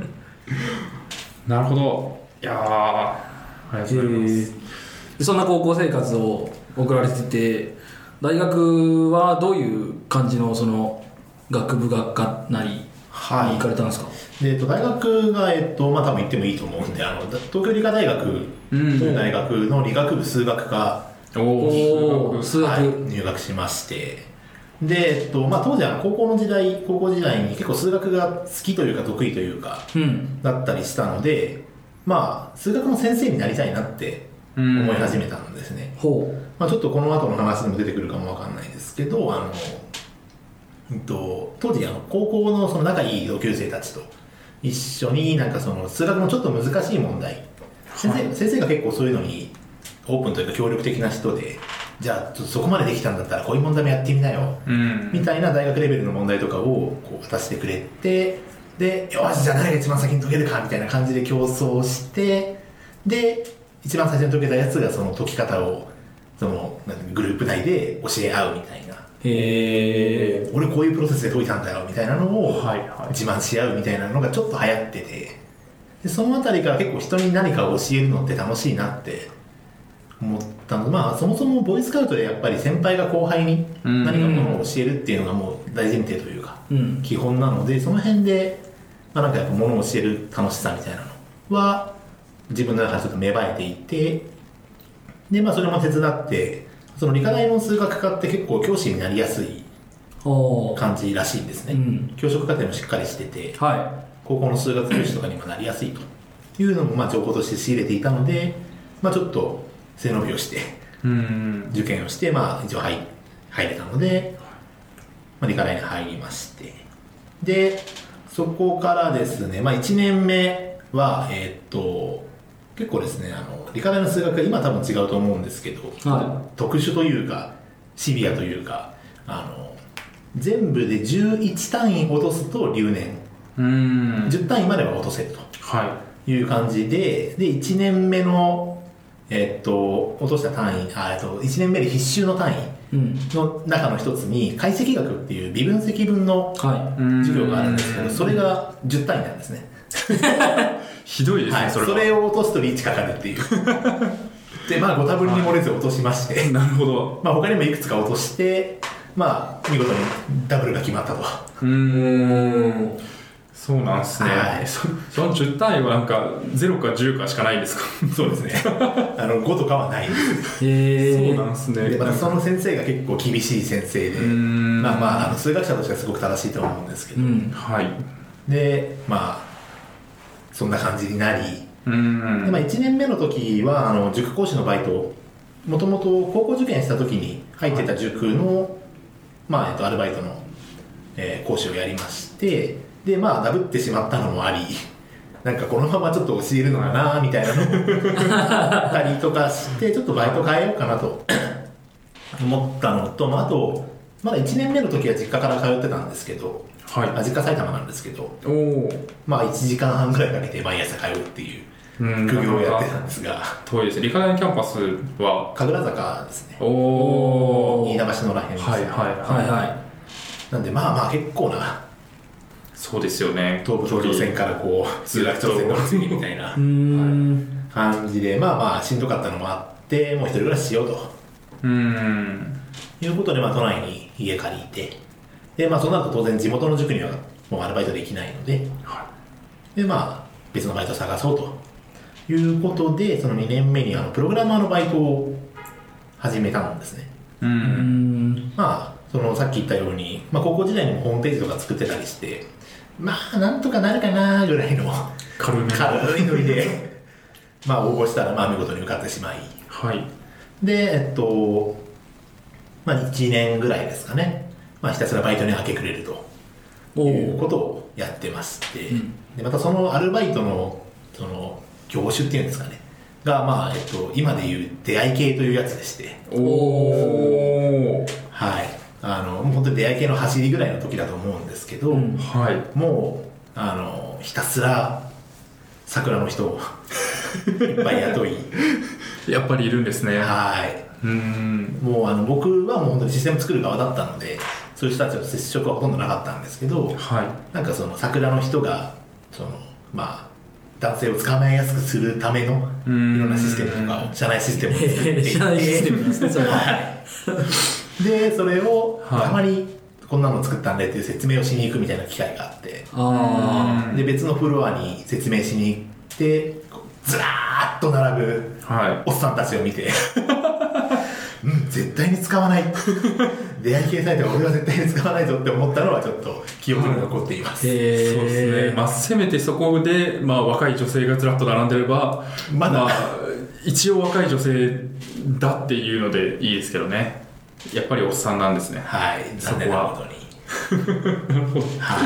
Speaker 2: なるほどいやーありがとうございます、
Speaker 1: でそんな高校生活を送られてて大学はどういう感じのその学部学科なりに
Speaker 3: はい
Speaker 1: 行かれたんですか、
Speaker 3: でえっと大学が、えっとまあ、多分行ってもいいと思うんであのだ東京理科大学という大学の理学部数学科、
Speaker 2: お
Speaker 1: お
Speaker 2: お
Speaker 1: ー数
Speaker 2: 数学
Speaker 1: 学、
Speaker 3: はい、入学しましてで、えっとまあ、当時は高校の時代高校時代に結構数学が好きというか得意というか
Speaker 1: うん
Speaker 3: だったりしたのでまあ数学の先生になりたいなって思い始めたんですね、
Speaker 1: ほ
Speaker 3: まあ、ちょっとこの後の話でも出てくるかもわかんないですけどあの、うんと、当時あの高校のその仲いい同級生たちと一緒になんかその数学のちょっと難しい問題先生,、先生が結構そういうのにオープンというか協力的な人でじゃあちょっとそこまでできたんだったらこういう問題もやってみなよ
Speaker 2: うん
Speaker 3: みたいな大学レベルの問題とかをこう渡してくれてでよしじゃあ誰が一番先に解けるかみたいな感じで競争してで一番最初に解けたやつがその解き方をそのなんていうのグループ内で教え合うみたい
Speaker 1: う
Speaker 3: な
Speaker 1: へえ
Speaker 3: 俺こういうプロセスで解いたんだよみたいなのを
Speaker 2: はいはい
Speaker 3: 自慢し合うみたいなのがちょっと流行っててでその辺りから結構人に何かを教えるのって楽しいなって思ったのまあそもそもボーイスカウトでやっぱり先輩が後輩に
Speaker 2: うん
Speaker 3: 何かものを教えるっていうのがもう大前提というか
Speaker 1: うん
Speaker 3: 基本なのでその辺で、まあ、なんかやっぱものを教える楽しさみたいなのは自分の中でちょっと芽生えていてでまあそれも手伝ってその理科大の数学科って結構教師になりやすい
Speaker 1: ほ
Speaker 3: 感じらしいんですね、
Speaker 1: うん
Speaker 3: 教職課程もしっかりしてて
Speaker 1: うは
Speaker 3: 高校の数学教師とかにもなりやすいというのもまあ情報として仕入れていたので、まあ、ちょっと背伸びをして
Speaker 2: うん
Speaker 3: 受験をして、まあ、一応入入れたので、まあ、理科大に入りましてでそこからですね、まあ、1年目はえーっと結構ですねあの理科大の数学が今多分違うと思うんですけど、
Speaker 1: いは
Speaker 3: 特殊というかシビアというかあの全部で11単位落とすと留年
Speaker 2: うん
Speaker 3: 10単位までは落とせると
Speaker 2: は
Speaker 3: いう感じでで1年目のえっと落とした単位あえっと1年目で必修の単位
Speaker 1: いうん
Speaker 3: の中の一つに解析学っていう微分積分の
Speaker 1: はい
Speaker 2: いうん
Speaker 3: 授業があるんですけどそれが10単位なんですね
Speaker 2: ひどいですね、
Speaker 3: はい、
Speaker 2: そ
Speaker 3: そ
Speaker 2: れ
Speaker 3: れ
Speaker 2: は
Speaker 3: を落とすとリーチかかるって いうでまあご多分に漏れず落としまして、
Speaker 2: なるほど
Speaker 3: まあ、他にもいくつか落として、まあ、見事にダブルが決まったと。
Speaker 2: うーんそうなんですね、
Speaker 3: はい
Speaker 2: そその10単位はなんか0か10かしかないんで すかそうですね
Speaker 3: あの5とかはないです。
Speaker 1: へ
Speaker 2: そう
Speaker 1: え
Speaker 2: なんです ね
Speaker 3: でまたその先生が結構厳しい先生で、
Speaker 2: ん
Speaker 3: まあまあ、あの数学者としてはすごく正しいと思うんですけ
Speaker 1: う
Speaker 3: ど、
Speaker 1: ん
Speaker 2: はい
Speaker 3: で、まあ、そんな感じになり、
Speaker 2: うーん
Speaker 3: でまあ、1年目の時はあの塾講師のバイトもともと高校受験した時に入ってた塾の、まあ、えっと、アルバイトの、えー講師をやりまして、で、まあ、ダブってしまったのもあり、なんかこのままちょっと教えるのかな、みたいなのをあったりとか して、ちょっとバイト変えようかなと思ったのと、まあ、あと、まだ1年目の時は実家から通ってたんですけど、
Speaker 2: はい
Speaker 3: あ実家埼玉なんですけど、
Speaker 2: おお
Speaker 3: まあ、1時間半ぐらいかけて毎朝通うっていう
Speaker 2: うん
Speaker 3: 苦行をやってたんですが、
Speaker 2: 遠いですね理科大キャンパスは
Speaker 3: 神楽坂ですね。
Speaker 2: おお
Speaker 3: 飯田橋のらへんですね
Speaker 2: はいはい
Speaker 1: はいは。
Speaker 3: なんでまあまあ結構な
Speaker 2: そうですよね
Speaker 3: 東武東京線からこう通学朝鮮の次みたいない
Speaker 1: うーん。
Speaker 3: 感じでまあまあしんどかったのもあってもう一人暮らししようと
Speaker 2: うん
Speaker 3: いうことでまあ都内に家借りてでまあその後当然地元の塾にはもうアルバイトできないので
Speaker 2: は
Speaker 3: でまあ別のバイトを探そうということでその2年目にあのプログラマーのバイトを始めたんですね
Speaker 2: い
Speaker 1: ー
Speaker 2: うん
Speaker 1: ん。
Speaker 3: まあ、そのさっき言ったように、まあ、高校時代にもホームページとか作ってたりして、まあ、なんとかなるかなぐらいの
Speaker 2: 軽め
Speaker 3: 軽いノリで、まあ、応募したら、まあ、見事に受かってしまい、
Speaker 2: はい
Speaker 3: で、えっと、まあ、1年ぐらいですかね、まあ、ひたすらバイトに明け暮れると
Speaker 1: お
Speaker 3: いう
Speaker 1: お。
Speaker 3: ことをやってまして、
Speaker 1: うん
Speaker 3: でまたそのアルバイトの、その、業種っていうんですかね、が、まあ、えっと、今でいう出会い系というやつでして、
Speaker 2: おお
Speaker 3: はい、あのもう本当に出会い系の走りぐらいの時だと思うんですけど、
Speaker 1: うん
Speaker 2: はい
Speaker 3: もうあのひたすら桜の人をいっぱい雇い
Speaker 2: やっぱりいるんですね
Speaker 3: はい
Speaker 2: うん
Speaker 3: もうあの僕はもう本当にシステム作る側だったのでそういう人たちと接触はほとんどなかったんですけど
Speaker 2: は
Speaker 3: なんかその桜の人がそのまあ男性を捕まえやすくするためのいろ
Speaker 2: うん
Speaker 3: んなシステムとかを社内システムを作ってい
Speaker 1: え
Speaker 3: て
Speaker 1: ー、知らないシステムなんですね、それは。
Speaker 3: はい、でそれを
Speaker 2: はい
Speaker 3: たまにこんなの作ったんでっていう説明をしに行くみたいな機会があって
Speaker 1: あ
Speaker 2: うん
Speaker 3: で別のフロアに説明しに行ってこうずらーっと並ぶ
Speaker 2: いは
Speaker 3: おっさんたちを見て うん絶対に使わない 出会い系サイトは俺は絶対に使わないぞって思ったのはちょっと記憶に残っていま
Speaker 1: ー。
Speaker 3: す、
Speaker 2: い
Speaker 1: へー。
Speaker 2: そうですねまあせめてそこでまあ若い女性がずらっと並んでれば
Speaker 3: まだ
Speaker 2: あ一応若い女性だっていうのでいいですけどねやっぱりおっさんなんですね
Speaker 3: はい残念なことに はい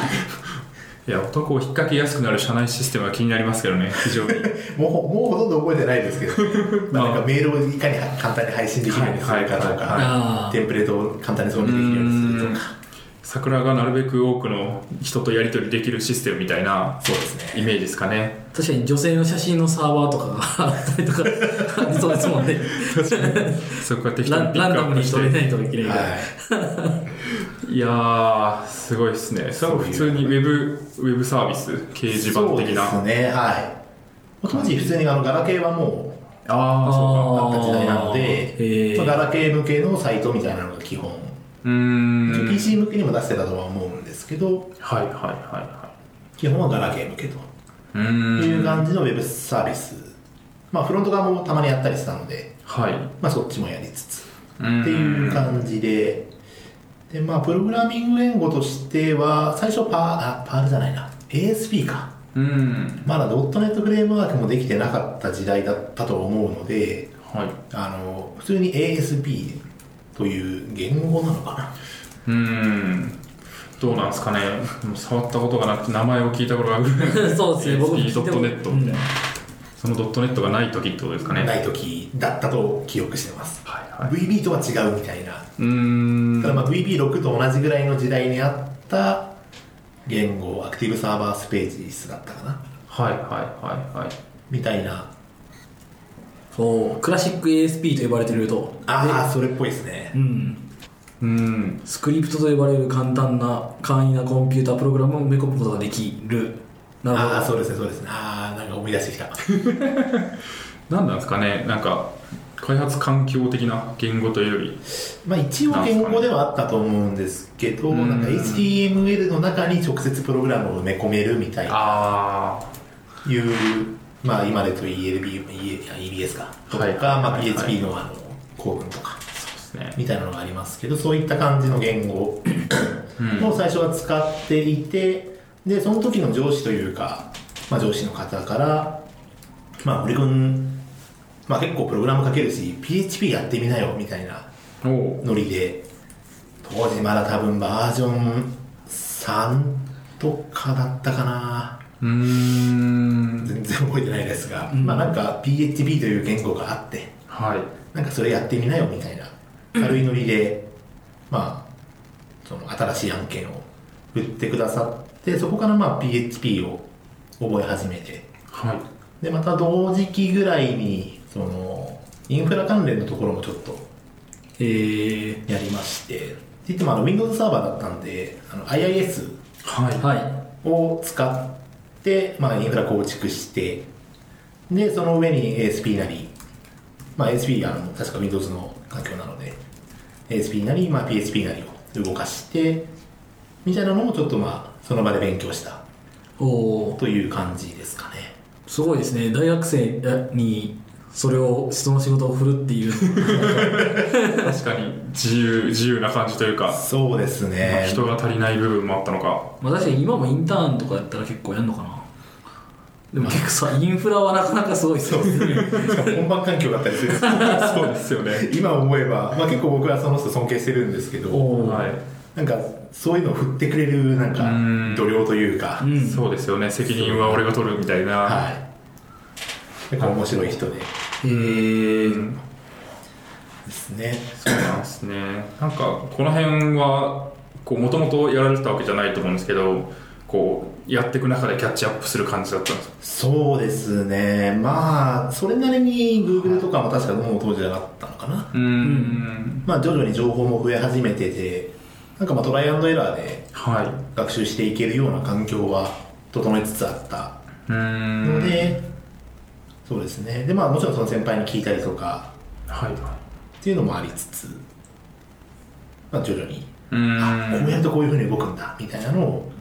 Speaker 2: いや男を引っ掛けやすくなる社内システムは気になりますけどね非常に
Speaker 3: もうもうほとんど覚えてない ですけど、まあ、なんかメールをいかに簡単に配信できるようにするかとか、
Speaker 2: はいはい
Speaker 1: あー
Speaker 3: テンプレートを簡単に挿入できるようにするとか
Speaker 2: 桜がなるべく多くの人とやり取りできるシステムみたいな
Speaker 3: そうです
Speaker 2: イ
Speaker 3: ね
Speaker 2: メージですかね
Speaker 1: 確かに女性の写真のサーバーとかがあったりとか、ありそうですもんね。
Speaker 2: そこが適当
Speaker 1: ラ
Speaker 2: に
Speaker 1: ン
Speaker 2: ピッ
Speaker 1: ラン
Speaker 2: クア
Speaker 1: ダ
Speaker 2: ッ
Speaker 1: ム
Speaker 2: プ
Speaker 1: に
Speaker 2: し
Speaker 1: 人入れな
Speaker 2: て
Speaker 1: いといけないから。
Speaker 3: はい
Speaker 2: いやーすごいですねそれは普通にウェブウェブサービス掲示板的な
Speaker 3: そうですねはい当時普通にあのガラケーはもう
Speaker 2: ああそうか
Speaker 3: あった時代なので、
Speaker 1: へー
Speaker 3: まあ、ガラケー向けのサイトみたいなのが基本、
Speaker 2: うーん
Speaker 3: PC 向けにも出してたとは思うんですけど
Speaker 2: はいはいはいは
Speaker 3: 基本はガラケー向けと
Speaker 2: いうーん
Speaker 3: いう感じのウェブサービス、まあフロント側もたまにやったりしたので、
Speaker 2: はい
Speaker 3: まあ、そっちもやりつつ
Speaker 2: っ
Speaker 3: っていう感じでで、まあ、プログラミング言語としては最初パーあパールじゃないな ASP か
Speaker 2: うん
Speaker 3: まだドットネットフレームワークもできてなかった時代だったと思うので
Speaker 2: はい
Speaker 3: あの普通に ASP という言語なのかな
Speaker 2: うーんどうなんですかねもう触ったことがなくて名前を聞いたことがあるぐら い
Speaker 1: そうですね僕も聞いても
Speaker 2: ASP.net みたいなそのドットネットがない時ってことですかね
Speaker 3: ないい時だったと記憶してます、
Speaker 2: はいはい
Speaker 3: VB とは違うみたいな、
Speaker 2: うーん
Speaker 3: ただまあ VB6 と同じぐらいの時代にあった言語アクティブサーバースページスだったかな
Speaker 2: はいはいはいはい
Speaker 3: みたいな
Speaker 1: そうクラシック ASP と呼ばれてると。
Speaker 3: ああそれっぽいですね
Speaker 1: うん。
Speaker 2: うん
Speaker 1: スクリプトと呼ばれる簡単な簡易なコンピュータープログラムを埋め込むことができる。なるほど。
Speaker 3: ああーそうですねそうですねああなんか思い出してきた
Speaker 2: 何なんですかねなんか開発環境的な言語というより
Speaker 3: まあ一応言語ではあったと思うんですけど
Speaker 2: うん
Speaker 3: なんか HTML の中に直接プログラムを埋め込めるみたいな
Speaker 2: あ
Speaker 3: いう、まあ、今でと ELB、EL あ EBS か、とか、
Speaker 2: はい
Speaker 3: ま
Speaker 2: は
Speaker 3: あ、
Speaker 2: い
Speaker 3: PHP のあの構文とか、
Speaker 2: あそうですね
Speaker 3: みたいなのがありますけど、そういった感じの言語
Speaker 2: うん
Speaker 3: を最初は使っていて、で、その時の上司というか、まあ、上司の方から、まあ、俺君、まあ、結構プログラム書けるし PHP やってみなよみたいな
Speaker 2: おおう
Speaker 3: ノリで当時まだ多分バージョン3とかだったかな
Speaker 2: ーん
Speaker 3: 全然覚えてないですが、
Speaker 1: うん
Speaker 3: まあなんか PHP という言語があって
Speaker 2: はい
Speaker 3: なんかそれやってみなよみたいな軽いノリで、まあその新しい案件を振ってくださってそこからまあ PHP を覚え始めて
Speaker 2: はい
Speaker 3: でまた同時期ぐらいにそのインフラ関連のところもちょっと
Speaker 1: えー、
Speaker 3: やりましてって言ってもあの Windows サーバーだったんであの IIS
Speaker 2: はい
Speaker 1: はい。
Speaker 3: を使って、まあ、インフラ構築してでその上に ASP なり、まあ、ASP あの確か Windows の環境なので ASP なり、まあ、PHP なりを動かしてみたいなのもちょっとまあその場で勉強した
Speaker 1: おおー、
Speaker 3: という感じですかね
Speaker 1: すごいですね。大学生に、それを、その仕事を振るって いう。
Speaker 2: 確かに自由自由な感じというか、
Speaker 3: そうです
Speaker 2: まあ
Speaker 3: ね
Speaker 2: 人が足りない部分もあったのか
Speaker 1: まあ確かに今もインターンとかやったら結構やんのかな。でも結構さ、インフラはなかなかすごいです
Speaker 3: そう
Speaker 1: ね。
Speaker 3: ですねしかも 本番環境だったりする
Speaker 2: そうですよね
Speaker 3: 今思えば、まあ、結構僕はその人尊敬してるんですけ
Speaker 1: お
Speaker 3: ど
Speaker 1: おー、
Speaker 2: はい
Speaker 3: なんかそういうのを振ってくれるなんか
Speaker 2: うん
Speaker 3: 度量というか
Speaker 1: うん。
Speaker 2: そうですよね責任は俺が取るみたいな、
Speaker 3: はい。結構面白い人で
Speaker 1: えー、
Speaker 2: ん
Speaker 3: ですね。
Speaker 2: そうなんですねなんかこの辺はもともとやられてたわけじゃないと思うんですけどこうやっていく中でキャッチアップする感じだったんですか
Speaker 3: そうですね。まあ、それなりに Google とかも確かもう当時なかったのかな。
Speaker 2: うーん
Speaker 3: まあ、徐々に情報も増え始めてて、なんかまあトライアンドエラーで
Speaker 2: はい
Speaker 3: 学習していけるような環境は整えつつあった
Speaker 2: うーん
Speaker 3: ので、そうですね。で、まあ、もちろんその先輩に聞いたりとか
Speaker 2: はい
Speaker 3: っていうのもありつつ、まあ、徐々に
Speaker 2: うーん
Speaker 3: あこうやるとこういうふうに動くんだみたいなのを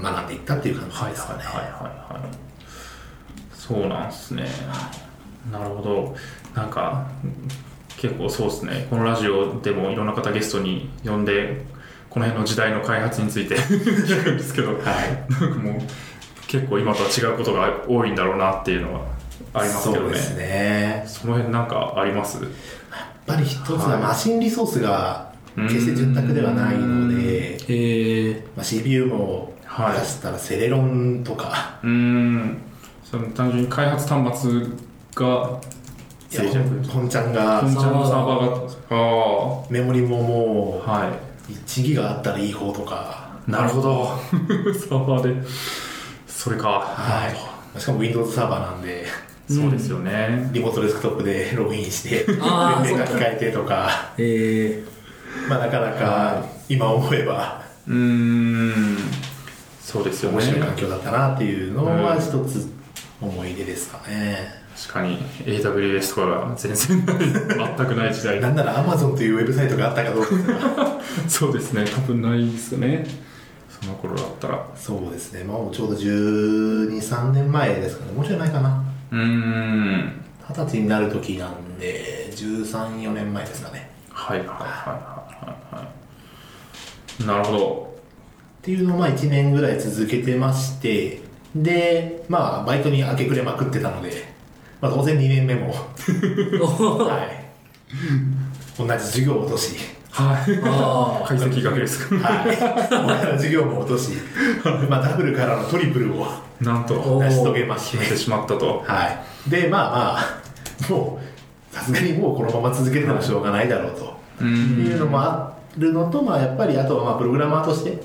Speaker 3: まあ学んでいったっていう感じですかね、
Speaker 2: はいはいはいはいそうなんですねなるほどなんか結構そうですねこのラジオでもいろんな方ゲストに呼んでこの辺の時代の開発について 聞くんですけど、なんかもう結構今とは違うことが多いんだろうなっていうのはありますけ
Speaker 3: そ
Speaker 2: ど
Speaker 3: うで
Speaker 2: ね
Speaker 3: すね
Speaker 2: その辺なんかあります
Speaker 3: やっぱり一つ
Speaker 2: は
Speaker 3: はいマシンリソースが決して潤沢ではないので、
Speaker 1: えー、
Speaker 3: まあ、CPU も
Speaker 2: はい
Speaker 3: 出したらセレロンとか、
Speaker 2: うーんその単純に開発端末が
Speaker 3: いや本ちゃんが
Speaker 2: 本ちゃんのサーバーがあったあ
Speaker 3: メモリも
Speaker 2: あ
Speaker 3: も
Speaker 2: はいう
Speaker 3: 1ギガあったらいい方とか
Speaker 2: なるほど サーバーでそれか
Speaker 3: は
Speaker 2: なるほ
Speaker 3: いしかも Windows サーバーなんで
Speaker 2: どそうですよね
Speaker 3: リモートデスクトップで ログインして電
Speaker 1: あー
Speaker 3: 源が控えてとか
Speaker 1: え
Speaker 3: まあ、なかなか今思えば
Speaker 2: うーんそうですよ
Speaker 3: 面
Speaker 2: ね
Speaker 3: 白い環境だったなっていうの
Speaker 2: うん
Speaker 3: は一つ思い出ですかね、
Speaker 2: 確かに AWS とかが全然ない全くない時代
Speaker 3: なんなら Amazon というウェブサイトがあったかどうかっていう のは
Speaker 2: そうですね多分ないですよねその頃だったら
Speaker 3: そうですねもうちょうど123年前ですかねもうちょい前かな
Speaker 2: うーん
Speaker 3: 二十歳になる時なんで134年前ですかね
Speaker 2: はいはいはいはいはいはいなるほど
Speaker 3: っていうのをまあ1年ぐらい続けてましてでまあバイトに明け暮れまくってたので、まあ、当然2年目も
Speaker 1: ー、おー
Speaker 3: はい同じ授業を落とし
Speaker 2: はい
Speaker 1: あ
Speaker 2: 解析がけです か
Speaker 3: はい、俺らの授業も落とし、まあ、ダブルからのトリプルを
Speaker 2: なんと
Speaker 1: お
Speaker 3: 成し遂げまし
Speaker 2: 決めて
Speaker 3: て、
Speaker 2: しまったと
Speaker 3: はい、でまあまあもうさすがにもうこのまま続けてもしょうがないだろうと、
Speaker 2: う
Speaker 3: い、
Speaker 2: ー
Speaker 3: うんのもあるのと、まあ、やっぱりあとはまあプログラマーとして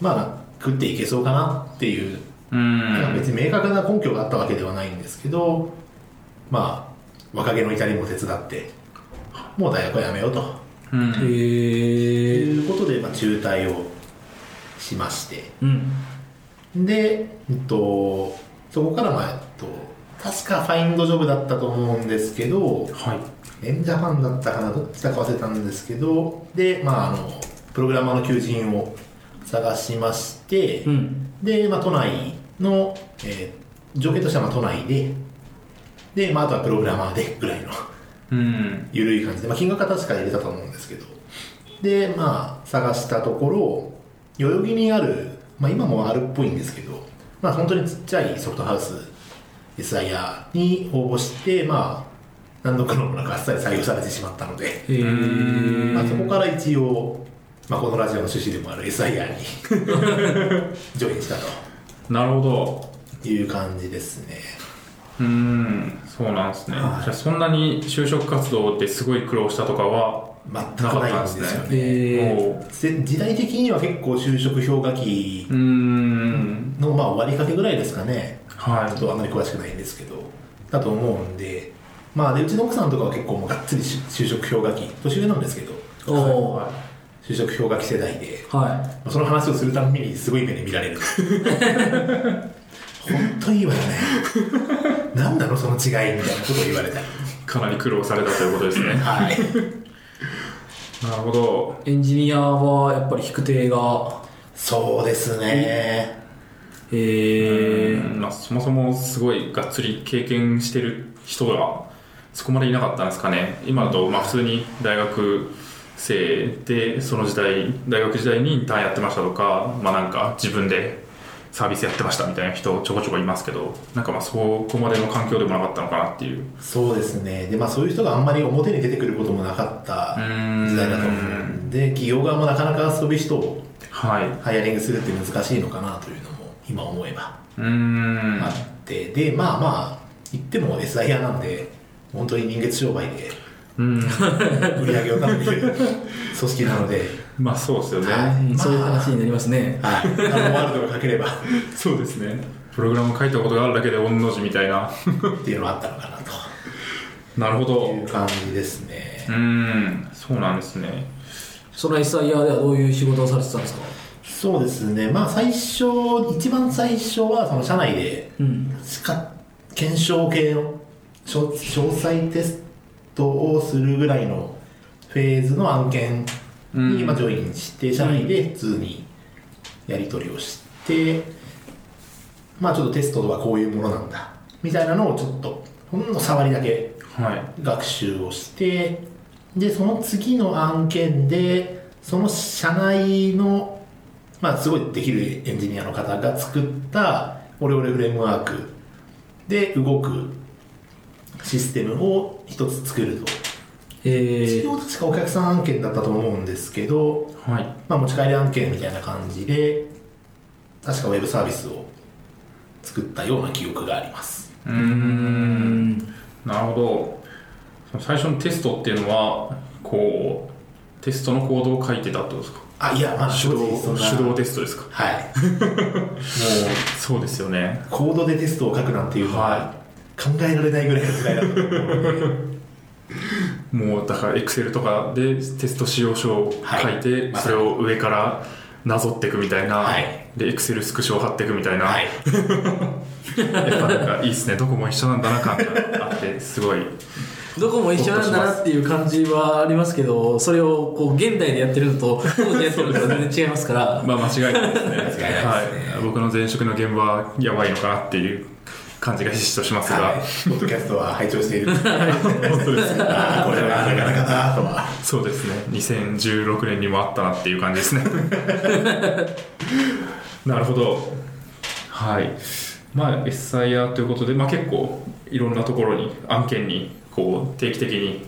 Speaker 3: まあ食っていけそうかなっていう、
Speaker 2: うーん
Speaker 3: 別に明確な根拠があったわけではないんですけどまあ若気の至りも手伝ってもう大学はやめようと。
Speaker 2: うん
Speaker 1: えー、
Speaker 3: いうことで、まあ、中退をしまして
Speaker 1: うん。
Speaker 3: で、えっと、そこから、まあ、えっと、確かファインドジョブだったと思うんですけど、
Speaker 2: はい
Speaker 3: エンジャパンだったかな、どっちだか忘れたんですけど、で、まあ、あの、プログラマーの求人を探しまして、
Speaker 1: うん。
Speaker 3: で、まあ、都内の、えー条件としてはまあ都内で、で、まあ、あとはプログラマーでぐらいの
Speaker 2: うん
Speaker 3: 緩い感じで、まあ、金額は確か入れたと思うんですけど、で、まあ、探したところ、代々木にある、まあ、今もあるっぽいんですけど、まあ、本当にちっちゃいソフトハウス SIR に応募して、まあ、何度かのもなくあっさり採用されてしまったので、
Speaker 1: へ
Speaker 2: うん
Speaker 1: ー
Speaker 3: まあ、そこから一応、まあ、このラジオの趣旨でもある SIR に ジョインした
Speaker 2: なるほど
Speaker 3: という感じですね。
Speaker 2: うーんそうなんですね、
Speaker 3: はい
Speaker 2: じゃあそんなに就職活動ってすごい苦労したとかは
Speaker 3: 全くないんですよね。
Speaker 1: え
Speaker 2: おう
Speaker 3: せ時代的には結構就職氷河期
Speaker 2: うーん
Speaker 3: のまあ終わりかけぐらいですかね。
Speaker 2: は
Speaker 3: ちょっ
Speaker 2: い
Speaker 3: とあんまり詳しくないんですけど、だと思うんで、まあ、でうちの奥さんとかは結構もうがっつり就就職氷河期、年上なんですけど、
Speaker 1: ー、おー
Speaker 2: は
Speaker 3: 就職氷河期世代で、
Speaker 1: は
Speaker 3: その話をするたんびにすごい目で見られる。本当にいいわよね。なんなのその違いみたいなことを言われたり。
Speaker 2: いかなり苦労されたということですね
Speaker 3: はい。
Speaker 2: なるほど
Speaker 1: いエンジニアはやっぱり引く手が
Speaker 3: そうですね。
Speaker 1: へえ
Speaker 2: うーんまあ、そもそもすごいがっつり経験してる人がそこまでいなかったんですかね今だとまあ普通に大学生でその時代大学時代にインターンやってましたとかまあなんか自分でサービスやってましたみたいな人ちょこちょこいますけどなんかまあそこまでの環境でもなかったのかなっていう
Speaker 3: そうですね。で、まあそういう人があんまり表に出てくることもなかった時代だと思うんで、企業側もなかなかそういう人を
Speaker 2: はい
Speaker 3: ハイアリングするって難しいのかなというのも今思えば
Speaker 2: うーん
Speaker 3: あって、で、まあまあ、言っても SIR なんで、本当に人月商売で
Speaker 2: うん
Speaker 3: 売り上げを立ててる組織なので、
Speaker 2: まあそうですよね、
Speaker 3: はい
Speaker 1: うんそういう話になりますね
Speaker 3: はい、あのワールドがかければ
Speaker 2: そうですねプログラム書いたことがあるだけで御の字みたい な
Speaker 3: っていうのはあったのかなと
Speaker 2: なるほど
Speaker 3: いう
Speaker 2: う
Speaker 3: 感じですね。
Speaker 2: ーんそうなんですね
Speaker 1: その SIR ではどういう仕事をされてたんですか
Speaker 3: そうですね、まあ最初、一番最初はその社内で、
Speaker 1: うん
Speaker 3: か検証系の詳詳細テストをするぐらいのフェーズの案件
Speaker 2: うん
Speaker 3: に今ジョインして、社内で普通にやり取りをして、まあちょっとテストとはこういうものなんだみたいなのをちょっとほんの触りだけ
Speaker 2: はい
Speaker 3: 学習をしてでその次の案件でその社内のまあすごいできるエンジニアの方が作ったオレオレフレームワークで動くシステムを一つ作ると
Speaker 1: へ
Speaker 3: 一
Speaker 1: え
Speaker 3: 応確かお客さん案件だったと思うんですけど、
Speaker 2: はい
Speaker 3: まあ、持ち帰り案件みたいな感じで確かウェブサービスを作ったような記憶があります
Speaker 2: うーんなるほどその最初のテストっていうのはこうテストのコードを書いてたってことですか
Speaker 3: あいやまあ
Speaker 2: 手
Speaker 3: 正直そん
Speaker 2: 動
Speaker 3: な
Speaker 2: 手動テストですか
Speaker 3: はい もう
Speaker 2: そうですよね
Speaker 3: コードでテストを書くなんていうのは
Speaker 2: は
Speaker 3: 考えられないぐらいの時代だったと思うので
Speaker 2: もうだからエクセルとかでテスト使用書を書いて、
Speaker 3: はい
Speaker 2: それを上からなぞっていくみたいな、
Speaker 3: はい
Speaker 2: でエクセルスクショを貼っていくみたいな、
Speaker 3: はい
Speaker 2: やっぱなんかいいですねどこも一緒なんだな感があってすごい
Speaker 1: どこも一緒なんだなっていう感じはありますけどそれをこう現代でやってるのと当時やってるのとは全然違います から
Speaker 2: まあ間違いないですね
Speaker 3: 間違いないですね
Speaker 2: はい、僕の前職の現場はやばいのかなっていう感じがひしひしとしますが、
Speaker 3: はいポッドキャストは拝聴しているあ
Speaker 2: 本当ですね
Speaker 3: あこれはなかなかなとは
Speaker 2: そうですね2016年にもあったなっていう感じですね なるほどはいまあ SIR ということで、まあ、結構いろんなところに案件にこう定期的に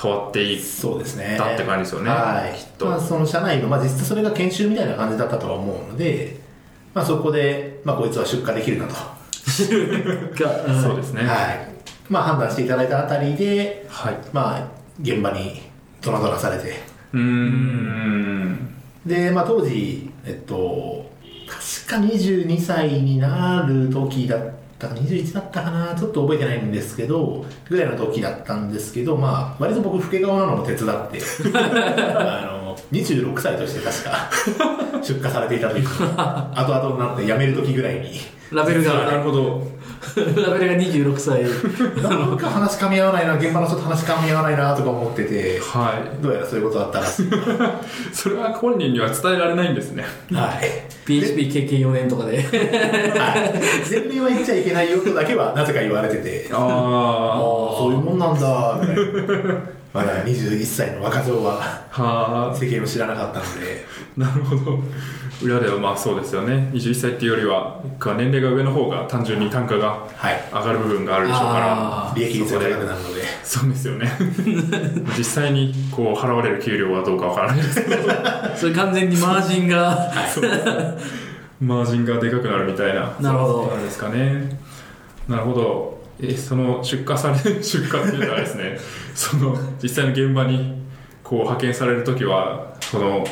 Speaker 2: 変わっていっ
Speaker 3: そうですね
Speaker 2: だって感じですよね
Speaker 3: はい
Speaker 2: きっと
Speaker 3: まあ、その社内の、まあ、実質それが研修みたいな感じだったとは思うので、まあ、そこで、まあ、こいつは出荷できるなと、
Speaker 1: がうん
Speaker 2: そうですね
Speaker 3: はいまあ、判断していただいたあたりで、
Speaker 2: はい、
Speaker 3: まあ、現場にドラドラされて
Speaker 2: うーん
Speaker 3: で、まあ、当時、えっと、確か22歳になる時だったか21だったかなちょっと覚えてないんですけどぐらいの時だったんですけどまあ割と僕老け顔なのも手伝ってあの26歳として確か出荷されていたというか後々になって辞める時ぐらいに
Speaker 1: ラベル
Speaker 2: あなる
Speaker 1: が
Speaker 2: ほど
Speaker 1: ラベルが26歳
Speaker 3: なんか話噛み合わないな現場の人と話噛み合わないなとか思ってて
Speaker 2: は
Speaker 3: どうやらそういうことだったらしい
Speaker 2: いそれは本人には伝えられないんですね
Speaker 3: はい
Speaker 1: PHP 経験4年とかで
Speaker 3: はい前面は言っちゃいけないよとだけはなぜか言われてて
Speaker 2: あ
Speaker 3: ああそういうもんなんだみたいなまだ21歳の若造は
Speaker 2: は
Speaker 3: 世間を知らなかったので、
Speaker 2: あなるほど裏ではまあそうですよね21歳っていうよりは年齢が上の方が単純に単価が
Speaker 3: はい、
Speaker 2: 上がる部分があるでしょうから
Speaker 1: あ
Speaker 3: 利益率
Speaker 2: そ
Speaker 3: が
Speaker 2: こで
Speaker 3: 高くなるので、
Speaker 2: そうで すよね実際にこう払われる給料はどうかわからないですけど
Speaker 1: それ完全にマージンが
Speaker 2: マージンがでかくなるみたいな
Speaker 1: なるほど
Speaker 2: そうなんですかねなるほどえその出荷され 出荷っていうのはですねその実際の現場にこう派遣される時はその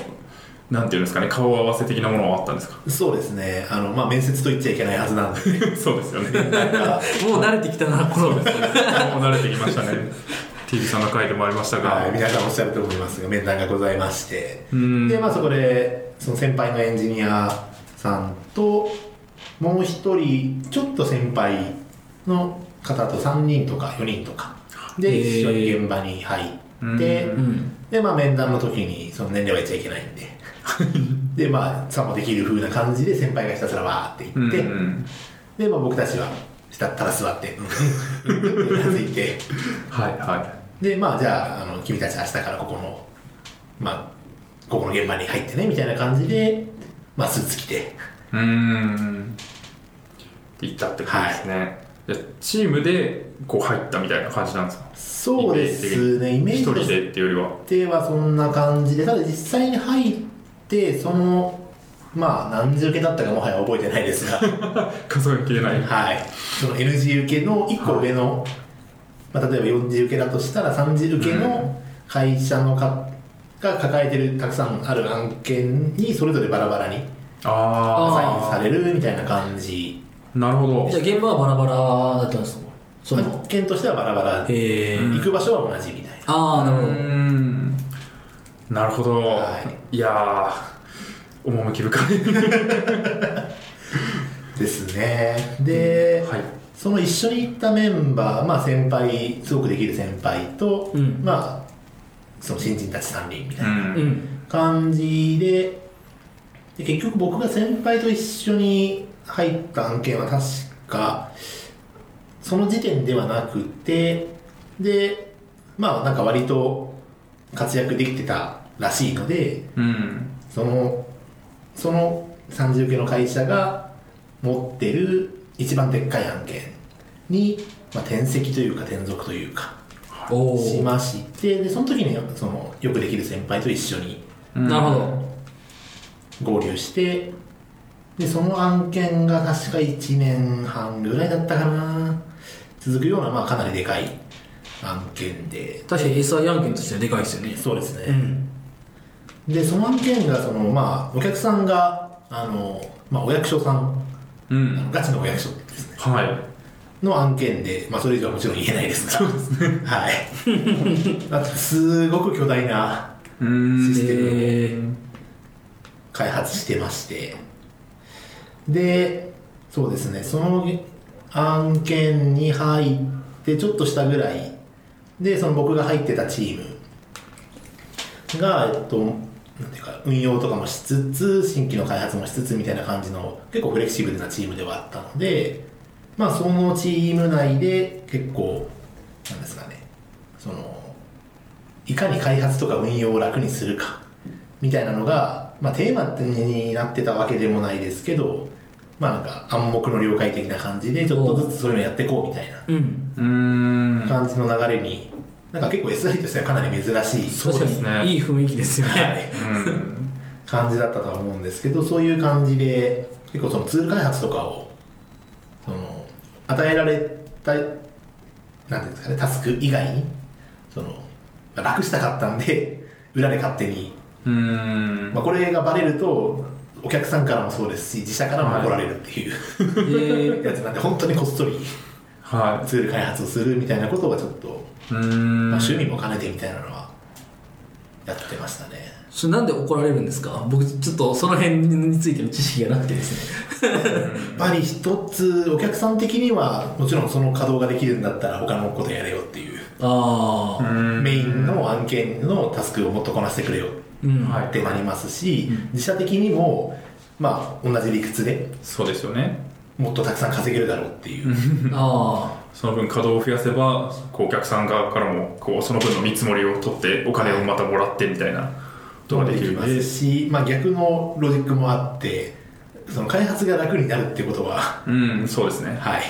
Speaker 2: なんていうんですかね顔合わせ的なものはあったんですか
Speaker 3: そうですね、あのまあ、面接と言っちゃいけないはずなんで、
Speaker 2: そうですよね
Speaker 3: なんか
Speaker 1: もう慣れてきたなこの
Speaker 2: もう慣れてきましたね TV さんの回でもありましたが、
Speaker 3: はい、皆さんおっしゃると思いますが面談がございまして
Speaker 2: うん
Speaker 3: で、まあ、そこでその先輩のエンジニアさんともう一人ちょっと先輩の方と3人とか4人とかで
Speaker 1: へー
Speaker 3: 一緒に現場に入って
Speaker 2: う
Speaker 1: うん
Speaker 3: で、まあ、面談の時にその年齢は言っちゃいけないんででまあさもできる風な感じで先輩がひたすらわーって
Speaker 2: うん
Speaker 3: 言って、
Speaker 2: うん
Speaker 3: で、まあ、僕たちはたたら座ってうんうんうんうんってうなずいて。
Speaker 2: はいは
Speaker 3: でまあじゃああの君たち明日からここのまあここの現場に入ってねみたいな感じでまあスーツ着て
Speaker 2: いうーん行ったって感じですね、でチームでこう入ったみたいな感じなんですか
Speaker 3: そうですねイメージ
Speaker 2: 一
Speaker 3: と
Speaker 2: 人
Speaker 3: し
Speaker 2: でっていうよりは
Speaker 3: てはそんな感じでただ実際に入ってそのまあ何時受けだったかもはや覚えてないですが
Speaker 2: 数えきれない
Speaker 3: はいその N 字受けの1個上の、まあ、例えば4時受けだとしたら3時受けの会社のかが抱えてるたくさんある案件にそれぞれバラバラにアサイン
Speaker 2: ああ
Speaker 3: されるみたいな感じ
Speaker 2: なるほど
Speaker 1: じゃあ現場はバラバラだったんですかその
Speaker 3: 案件としてはバラバラで
Speaker 1: へえ
Speaker 3: 行く場所は同じみたいな
Speaker 1: ああなる
Speaker 2: う
Speaker 1: ほど
Speaker 2: ーんなるほど、、
Speaker 3: はい
Speaker 2: やー趣深い
Speaker 3: ですねで、
Speaker 2: はい
Speaker 3: その一緒に行ったメンバー、まあ、先輩すごくできる先輩と、
Speaker 1: うん
Speaker 3: まあその新人たち3人みた
Speaker 2: う、
Speaker 3: いなん
Speaker 1: うん
Speaker 3: 感じでで結局僕が先輩と一緒に入った案件は確かその時点ではなくてでまあなんか割と活躍できてたらしいので
Speaker 2: うん
Speaker 3: そのその三次受けの会社が持ってる一番でっかい案件に、まあ、転籍というか転属というか
Speaker 1: お
Speaker 3: し
Speaker 1: お
Speaker 3: ましてでその時にそのよくできる先輩と一緒に
Speaker 2: うん
Speaker 1: なるほど
Speaker 3: 合流してでその案件が確か1年半ぐらいだったかな続くような、まあ、かなりでかい案件で
Speaker 1: 確かに SI 案件としてはでかいですよね
Speaker 3: そうですね、
Speaker 1: うん
Speaker 3: でその案件がその、まあ、お客さんがあの、まあ、お役所さん
Speaker 2: う
Speaker 3: あの
Speaker 2: ん
Speaker 3: ガチのお役所ですね
Speaker 2: はい
Speaker 3: の案件で、まあ、それ以上はもちろん言えないですがそうですね はいだってすごく巨大な
Speaker 2: うーん
Speaker 3: システム
Speaker 1: へえ
Speaker 3: 開発してましてでそうですねその案件に入ってちょっとしたぐらいでその僕が入ってたチームがえっとなんていうか運用とかもしつつ新規の開発もしつつみたいな感じの結構フレキシブルなチームではあったのでまあそのチーム内で結構なんですかねそのいかに開発とか運用を楽にするかみたいなのが、まあ、テーマになってたわけでもないですけど、まあ、なんか暗黙の了解的な感じでちょっとずつそういうのやっていこうみたいな
Speaker 1: うん
Speaker 2: うーん
Speaker 3: 感じの流れになんか結構 SI としてはかなり珍しい
Speaker 2: そうです
Speaker 1: 確
Speaker 2: ね
Speaker 1: かにいい雰囲気ですよ
Speaker 3: は
Speaker 1: ね
Speaker 3: い
Speaker 2: うん
Speaker 3: 感じだったとは思うんですけどそういう感じで結構そのツール開発とかをその与えられたなんていうんですかねタスク以外にそのまあ楽したかったんで裏で勝手に
Speaker 2: うーん
Speaker 3: まあ、これがバレるとお客さんからもそうですし自社からも怒られるっていう、
Speaker 1: へえ
Speaker 3: やつなんで本当にこっそり
Speaker 2: は
Speaker 3: ツール開発をするみたいなことはちょっと、
Speaker 2: いうーん
Speaker 3: まあ、趣味も兼ねてみたいなのはやってましたね
Speaker 1: それなんで怒られるんですか僕ちょっとその辺についての知識がなくてですね
Speaker 3: やっぱり一つお客さん的にはもちろんその稼働ができるんだったら他のことやれよっていう
Speaker 1: ああ
Speaker 3: メインの案件のタスクをもっとこなしてくれよ
Speaker 1: うん
Speaker 2: はい
Speaker 3: ってなりますし自社的にもまあ同じ理屈で
Speaker 2: そうですよね
Speaker 3: もっとたくさん稼げるだろうっていう、
Speaker 1: あ
Speaker 2: その分稼働を増やせばこうお客さん側からもこうその分の見積もりを取ってお金をまたもらってみたいなことができるの
Speaker 3: で
Speaker 2: です
Speaker 3: し、まあ、逆のロジックもあってその開発が楽になるってことは
Speaker 2: うんそうですね
Speaker 3: はい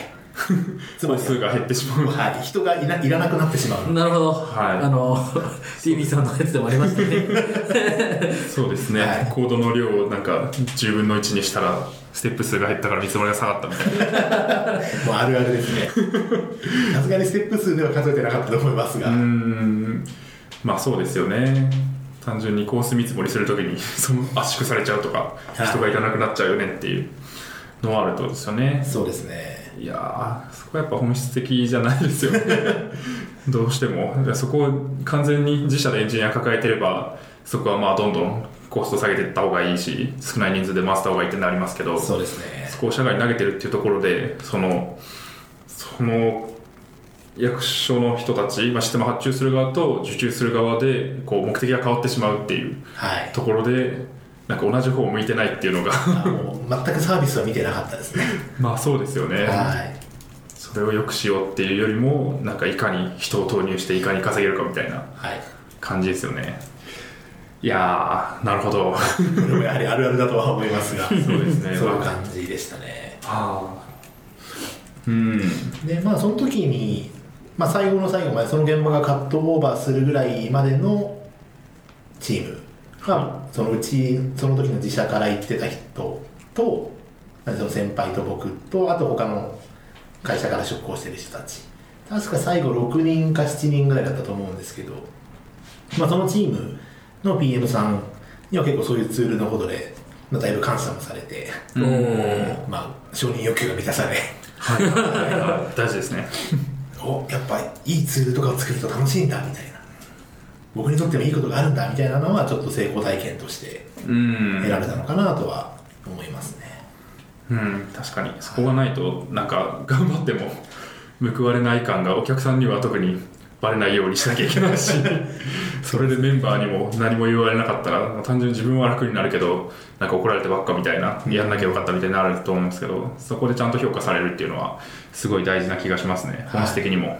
Speaker 3: つま
Speaker 2: 個
Speaker 3: り
Speaker 2: 数が減ってしまう
Speaker 3: はい、人がいないらなくなってしま
Speaker 1: あ
Speaker 3: う
Speaker 1: なるほど、
Speaker 2: はい
Speaker 1: あの TV さんのやつでもありましたね
Speaker 2: そうですね、
Speaker 3: はい
Speaker 2: コードの量をなんか10分の1にしたらステップ数が減ったから見積もりが下がったみたいな
Speaker 3: もうあるあるですねさすがにステップ数では数えてなかったと思いますが、
Speaker 2: うーんまあそうですよね単純にコース見積もりするときに その圧縮されちゃうとか
Speaker 3: い
Speaker 2: 人がいらなくなっちゃうよねっていうのはあるってことですよね
Speaker 3: そうですね
Speaker 2: いやーそこはやっぱ本質的じゃないです よねどうしてもだからそこを完全に自社でエンジニア抱えてればそこはまあどんどんコスト下げていった方がいいし少ない人数で回した方がいいってなりますけど
Speaker 3: そうですね
Speaker 2: そこを社外に投げてるっていうところでそのその役所の人たち、まあ、システム発注する側と受注する側でこう目的が変わってしまうっていう
Speaker 3: はい
Speaker 2: ところでなんか同じ方を向いてないっていうのが
Speaker 3: あの全くサービスは見てなかったですね
Speaker 2: まあそうですよ ね
Speaker 3: はい
Speaker 2: それを良くしようっていうよりもなんかいかに人を投入していかに稼げるかみたいな
Speaker 3: はい
Speaker 2: 感じですよねいやーなるほど
Speaker 3: これもやはりあるあるだとは思いますがそう
Speaker 2: そうですね
Speaker 3: いう感じでしたね
Speaker 2: あーうん
Speaker 3: でまあその時に、まあ、最後の最後までその現場がカットオーバーするぐらいまでのチームがそのうちその時の自社から行ってた人とまあその先輩と僕とあと他の会社から出向してる人たち確か最後6人か7人ぐらいだったと思うんですけど、まあ、そのチームの PM さんには結構そういうツールのことで、まあ、だいぶ感謝もされて、
Speaker 1: おー
Speaker 3: まあ、承認欲求が満たされ
Speaker 2: はいはい大事ですね
Speaker 3: おやっぱいいツールとかを作ると楽しいんだみたいな僕にとってもいいことがあるんだみたいなのはちょっと成功体験として
Speaker 2: うん
Speaker 3: 得られたのかなとは思いますね、
Speaker 2: うん確かにそこがないとなんか頑張っても報われない感がお客さんには特にバレないようにしなきゃいけないし それでメンバーにも何も言われなかったらまあ単純に自分は楽になるけどなんか怒られてばっかみたいなやんなきゃよかったみたいになると思うんですけどそこでちゃんと評価されるっていうのはすごい大事な気がしますね本質的にも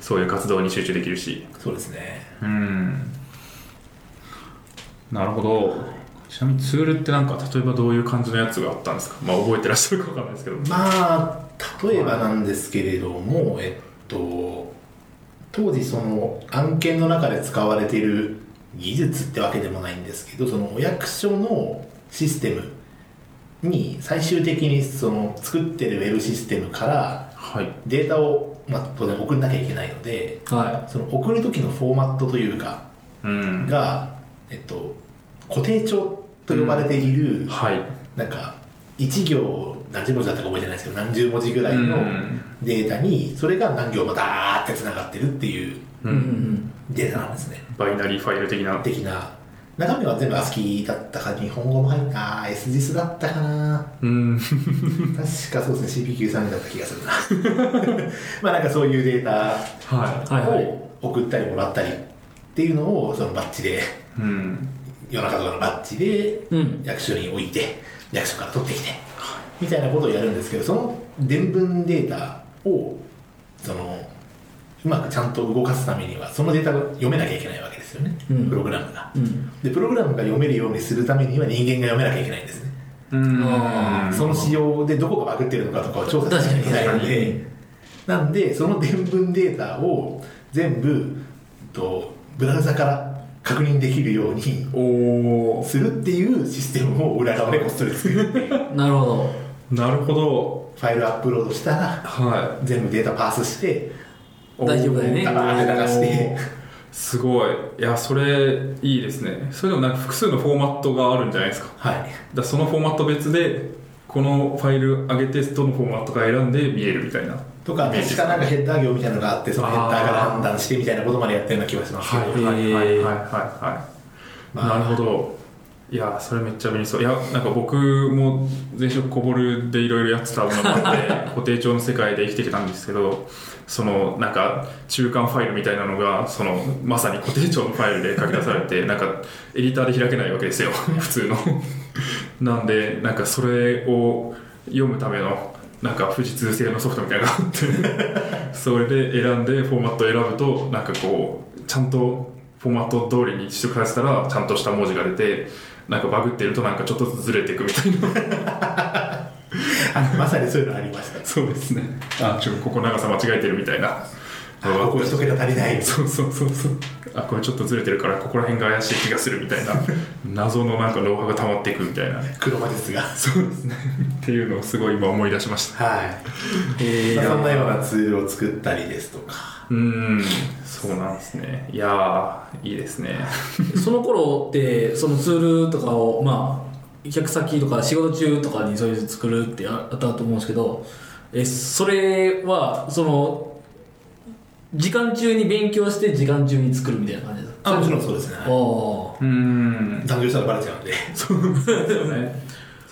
Speaker 2: そういう活動に集中できるし
Speaker 3: そうですね
Speaker 2: うんなるほどちなみにツールってなんか例えばどういう感じのやつがあったんですかまあ覚えてらっしゃるかわかんないですけど
Speaker 3: まあ例えばなんですけれどもえっと当時その案件の中で使われている技術ってわけでもないんですけどそのお役所のシステムに最終的にその作ってるウェブシステムから
Speaker 2: はい
Speaker 3: データを、まあ、当然送んなきゃいけないので
Speaker 1: は
Speaker 3: その送る時のフォーマットというか
Speaker 2: うん
Speaker 3: が、えっと、固定帳と呼ばれている、
Speaker 2: はい
Speaker 3: なんか1行何十文字だったか覚えてないですけど何十文字ぐらいの
Speaker 2: うん
Speaker 3: データにそれが何行もダーってつながってるってい
Speaker 1: い、
Speaker 3: う
Speaker 2: う
Speaker 1: うんうん
Speaker 2: ん
Speaker 3: データなんですね
Speaker 2: バイナリーファイル的な
Speaker 3: 的な中身は全部 ASCII だったか日本語も入ったあー SGIS だったかな
Speaker 2: うん
Speaker 3: 確かそうですね CPQ3 だった気がするなまあなんか そういうデータ
Speaker 2: は
Speaker 1: はいはい
Speaker 3: を送ったりもらったりっていうのをそのバッジで
Speaker 2: いうん
Speaker 3: 夜中とかのバッジで
Speaker 1: うん
Speaker 3: 役所に置いて役所から取ってきてみたいなことをやるんですけどその伝文データをそのうまくちゃんと動かすためにはそのデータを読めなきゃいけないわけですよね、
Speaker 1: うん
Speaker 3: プログラムが
Speaker 1: うん
Speaker 3: でプログラムが読めるようにするためには人間が読めなきゃいけないんですね、
Speaker 2: うん
Speaker 1: あ
Speaker 3: その仕様でどこがバグってるのかとかを調査しなきゃいけないの
Speaker 2: 確か
Speaker 3: でなんでその伝文データを全部えっとブラウザから確認できるように
Speaker 2: おー
Speaker 3: するっていうシステムを裏側でこっそり作るっていうフ
Speaker 1: なるほど
Speaker 2: なるほど
Speaker 3: ァイルアップロードしたら
Speaker 2: は
Speaker 3: 全部データパースして
Speaker 2: い
Speaker 1: 大丈夫だよね
Speaker 3: ダバーって流して
Speaker 2: すごいいやそれいいですねそれでもなんか複数のフォーマットがあるんじゃないですか
Speaker 3: はい
Speaker 2: だからそのフォーマット別でこのファイル上げてどのフォーマットか選んで見えるみたいな
Speaker 3: とか
Speaker 2: イメージ
Speaker 3: 確かなんかヘッダー業みたいなのがあってそのヘッダーから判断してみたいなことまでやってるような気がしますけど、
Speaker 1: いはいはいはい
Speaker 2: はい
Speaker 3: まあ
Speaker 2: なるほどいやそれめっちゃ便利そういやなんか僕も前職こぼるでいろいろやってたのがあって固定帳の世界で生きてきたんですけど そのなんか中間ファイルみたいなのがそのまさに固定帳のファイルで書き出されて なんかエディターで開けないわけ ですよ普通のなんでなんかそれを読むためのなんか富士通製のソフトみたいなのがあってそれで選んでフォーマットを選ぶとなんかこうちゃんとフォーマット通りに取得させたらちゃんとした文字が出てなんかバグってるとなんかちょっとずつずれていくみたいな
Speaker 3: あまさにそういうのありました
Speaker 2: そうですねあちょここ長さ間違えてるみたいな
Speaker 3: あここ一桁足りない
Speaker 2: そうそうそうそうあこれちょっとずれてるからここら辺が怪しい気がするみたいな謎のなんか脳波が溜まっていくみたいな
Speaker 3: 黒魔ですが
Speaker 2: そうですねっていうのをすごい今思い出しました
Speaker 3: はい
Speaker 1: え
Speaker 3: まあそん
Speaker 1: ー、
Speaker 3: なようなツールを作ったりですとか
Speaker 2: うーんそうなんですねいやーいいですね
Speaker 1: その頃ってそのツールとかをまあ客先とか仕事中とかにそういうの作るってああったと思うんですけどえそれはその時間中に勉強して時間中に作るみたいな感じですか
Speaker 3: あもちろんそうですね
Speaker 1: ああ
Speaker 2: うーん
Speaker 3: 残業したらバレちゃうんで
Speaker 2: そうですね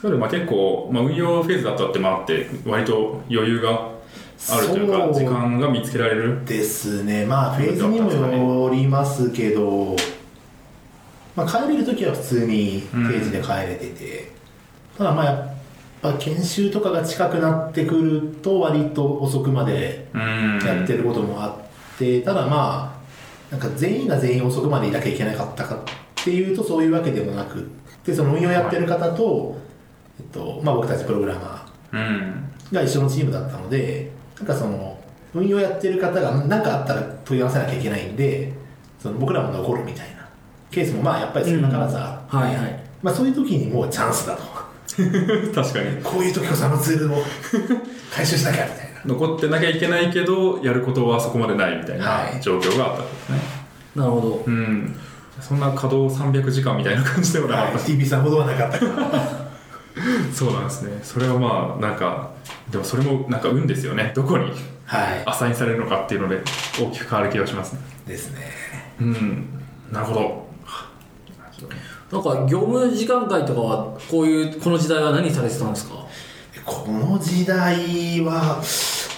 Speaker 2: それまあ結構、まあ、運用フェーズだったってもあって割と余裕があるという
Speaker 3: そ
Speaker 2: か
Speaker 3: う
Speaker 2: 時間が見つけられる
Speaker 3: ですねまあフェーズにもよりますけど、まあ、帰れる時は普通に定時で帰れてて、ただまあやっぱ研修とかが近くなってくると割と遅くまで
Speaker 2: うーん
Speaker 3: やってることもあって、ただまあなんか全員が全員遅くまでいなきゃいけなかったかっていうとそういうわけでもなくってその運用やってる方と、えっとまあ、僕たちプログラマー
Speaker 2: うん
Speaker 3: が一緒のチームだったのでなんかその運用やってる方が何かあったら問い合わせなきゃいけないんでその僕らも残るみたいなケースもまあやっぱり少なからずあって、
Speaker 1: はいはい
Speaker 3: まあ、そういう時にもうチャンスだと
Speaker 2: 確かに
Speaker 3: こういう時こそあのツールを回収しなきゃみたいな
Speaker 2: 残ってなきゃいけないけどやることはそこまでないみたい
Speaker 3: は
Speaker 2: ない状況があったんですね、
Speaker 1: なるほど
Speaker 2: うんそんな稼働300時間みたいな感じではなか
Speaker 3: は
Speaker 2: っ
Speaker 3: い
Speaker 2: た、
Speaker 3: TB さんほどはなかったから
Speaker 2: そうなんですねそれはまあなんかでもそれもなんか運ですよねどこに
Speaker 3: は
Speaker 2: アサインされるのかっていうので大きく変わる気がしますね
Speaker 3: いですね
Speaker 2: うんなるほど
Speaker 1: なんか業務時間外とかはこういうこの時代は何されてたんですか
Speaker 3: この時代は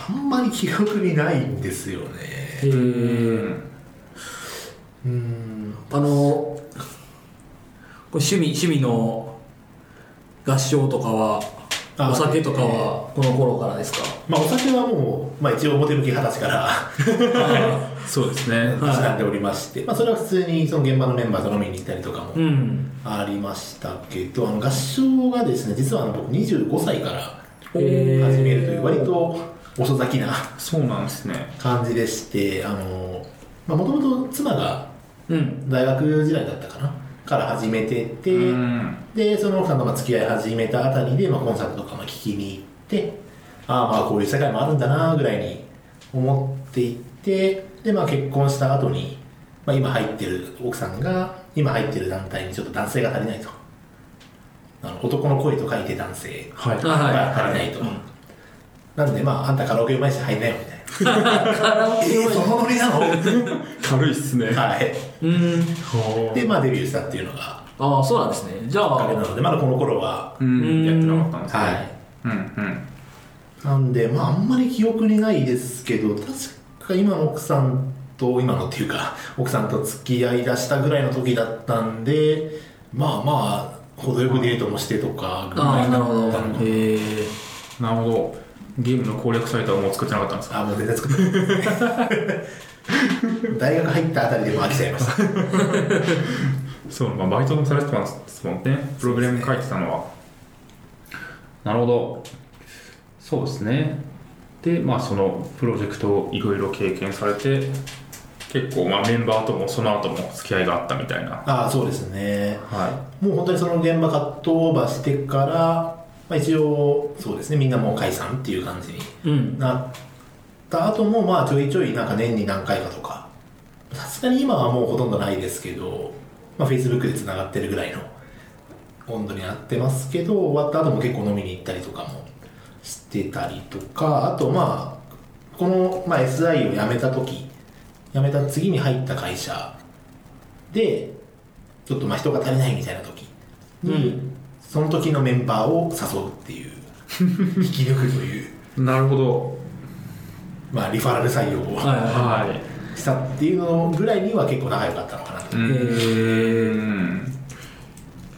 Speaker 3: あんまり記憶にないんですよね
Speaker 1: へ
Speaker 2: うん
Speaker 1: え
Speaker 3: うん
Speaker 1: あのこれ趣味趣味の合唱とかは
Speaker 3: あ
Speaker 1: お酒とかはこの頃から ですか
Speaker 3: まあお酒はもう、まあ、一応表向き二十歳から
Speaker 2: そうですね
Speaker 1: はい
Speaker 3: なんでおりまして、まあ、それは普通にその現場のメンバーと飲みに行ったりとかも
Speaker 1: うん
Speaker 3: ありましたけど、あの合唱がですね実はあの僕25歳から
Speaker 1: へー
Speaker 3: 始めるという割と遅咲きな
Speaker 2: そうなんですね
Speaker 3: 感じでしてあのもともと妻が
Speaker 1: うん
Speaker 3: 大学時代だったかなから始めてて、
Speaker 2: うん
Speaker 3: でその奥さんとまあ付き合い始めたあたりで、まあ、コンサートとかも聞きに行ってああまあこういう世界もあるんだなぐらいに思っていってで、まあ、結婚した後に、まあ、今入ってる奥さんが今入ってる団体にちょっと男性が足りないとあの男の声と書いて男性
Speaker 2: はい
Speaker 1: あはい
Speaker 3: が足りないと、なんでまああんたカラオケうまいし入んなよみたいな
Speaker 1: カラオケ
Speaker 3: え
Speaker 1: 用
Speaker 3: ー、 そのノリなの
Speaker 2: 軽いっすね
Speaker 3: はい
Speaker 1: うん
Speaker 2: ほう
Speaker 3: でまあデビューしたっていうのが
Speaker 1: ああそうなんですねじゃ
Speaker 3: あれ
Speaker 1: あ
Speaker 3: なのでまだこの頃は
Speaker 2: うんやってなかったんですね
Speaker 3: はい
Speaker 2: うんうん
Speaker 3: なんで、まあ、あんまり記憶にないですけど、確か今の奥さんと、今のっていうか、奥さんと付き合いだしたぐらいの時だったんで、まあまあ、程よくデートもしてとかぐ
Speaker 1: あ
Speaker 3: ら
Speaker 1: あ
Speaker 3: い
Speaker 1: なる
Speaker 3: だっ
Speaker 1: ほ
Speaker 3: た
Speaker 1: ど
Speaker 3: の
Speaker 1: へ
Speaker 3: で、
Speaker 1: え
Speaker 2: なるほどゲームの攻略サイトはもう作ってなかったんですか
Speaker 3: あ、もう全然作ってないですね。 大学入ったあたりでも飽きちゃいました。
Speaker 2: そう、まあ、バイトもされてたんですもんねプログラム書いてたのは、なるほどそうですねでまあそのプロジェクトをいろいろ経験されて結構まあメンバーともその後も付き合いがあったみたいな
Speaker 3: ああ、そうですね。
Speaker 2: は
Speaker 3: もう本当にその現場カットオーバーしてから、まあ、一応、そうですね、みんなもう解散っていう感じに
Speaker 1: うん
Speaker 3: なった後もまあちょいちょいなんか年に何回かとかさすがに今はもうほとんどないですけど、まあ、Facebook でつながってるぐらいの温度になってますけど終わった後も結構飲みに行ったりとかもしてたりとかあとまあこの、まあ、SI を辞めた時辞めた次に入った会社でちょっとまあ人が足りないみたいな時に、
Speaker 1: うん
Speaker 3: その時のメンバーを誘うっていう引き抜くという
Speaker 2: いなるほど
Speaker 3: まあ、リファラル採用を
Speaker 1: はい
Speaker 2: は
Speaker 3: したっていうのぐらいには結構仲良かったのかなと、
Speaker 2: いうん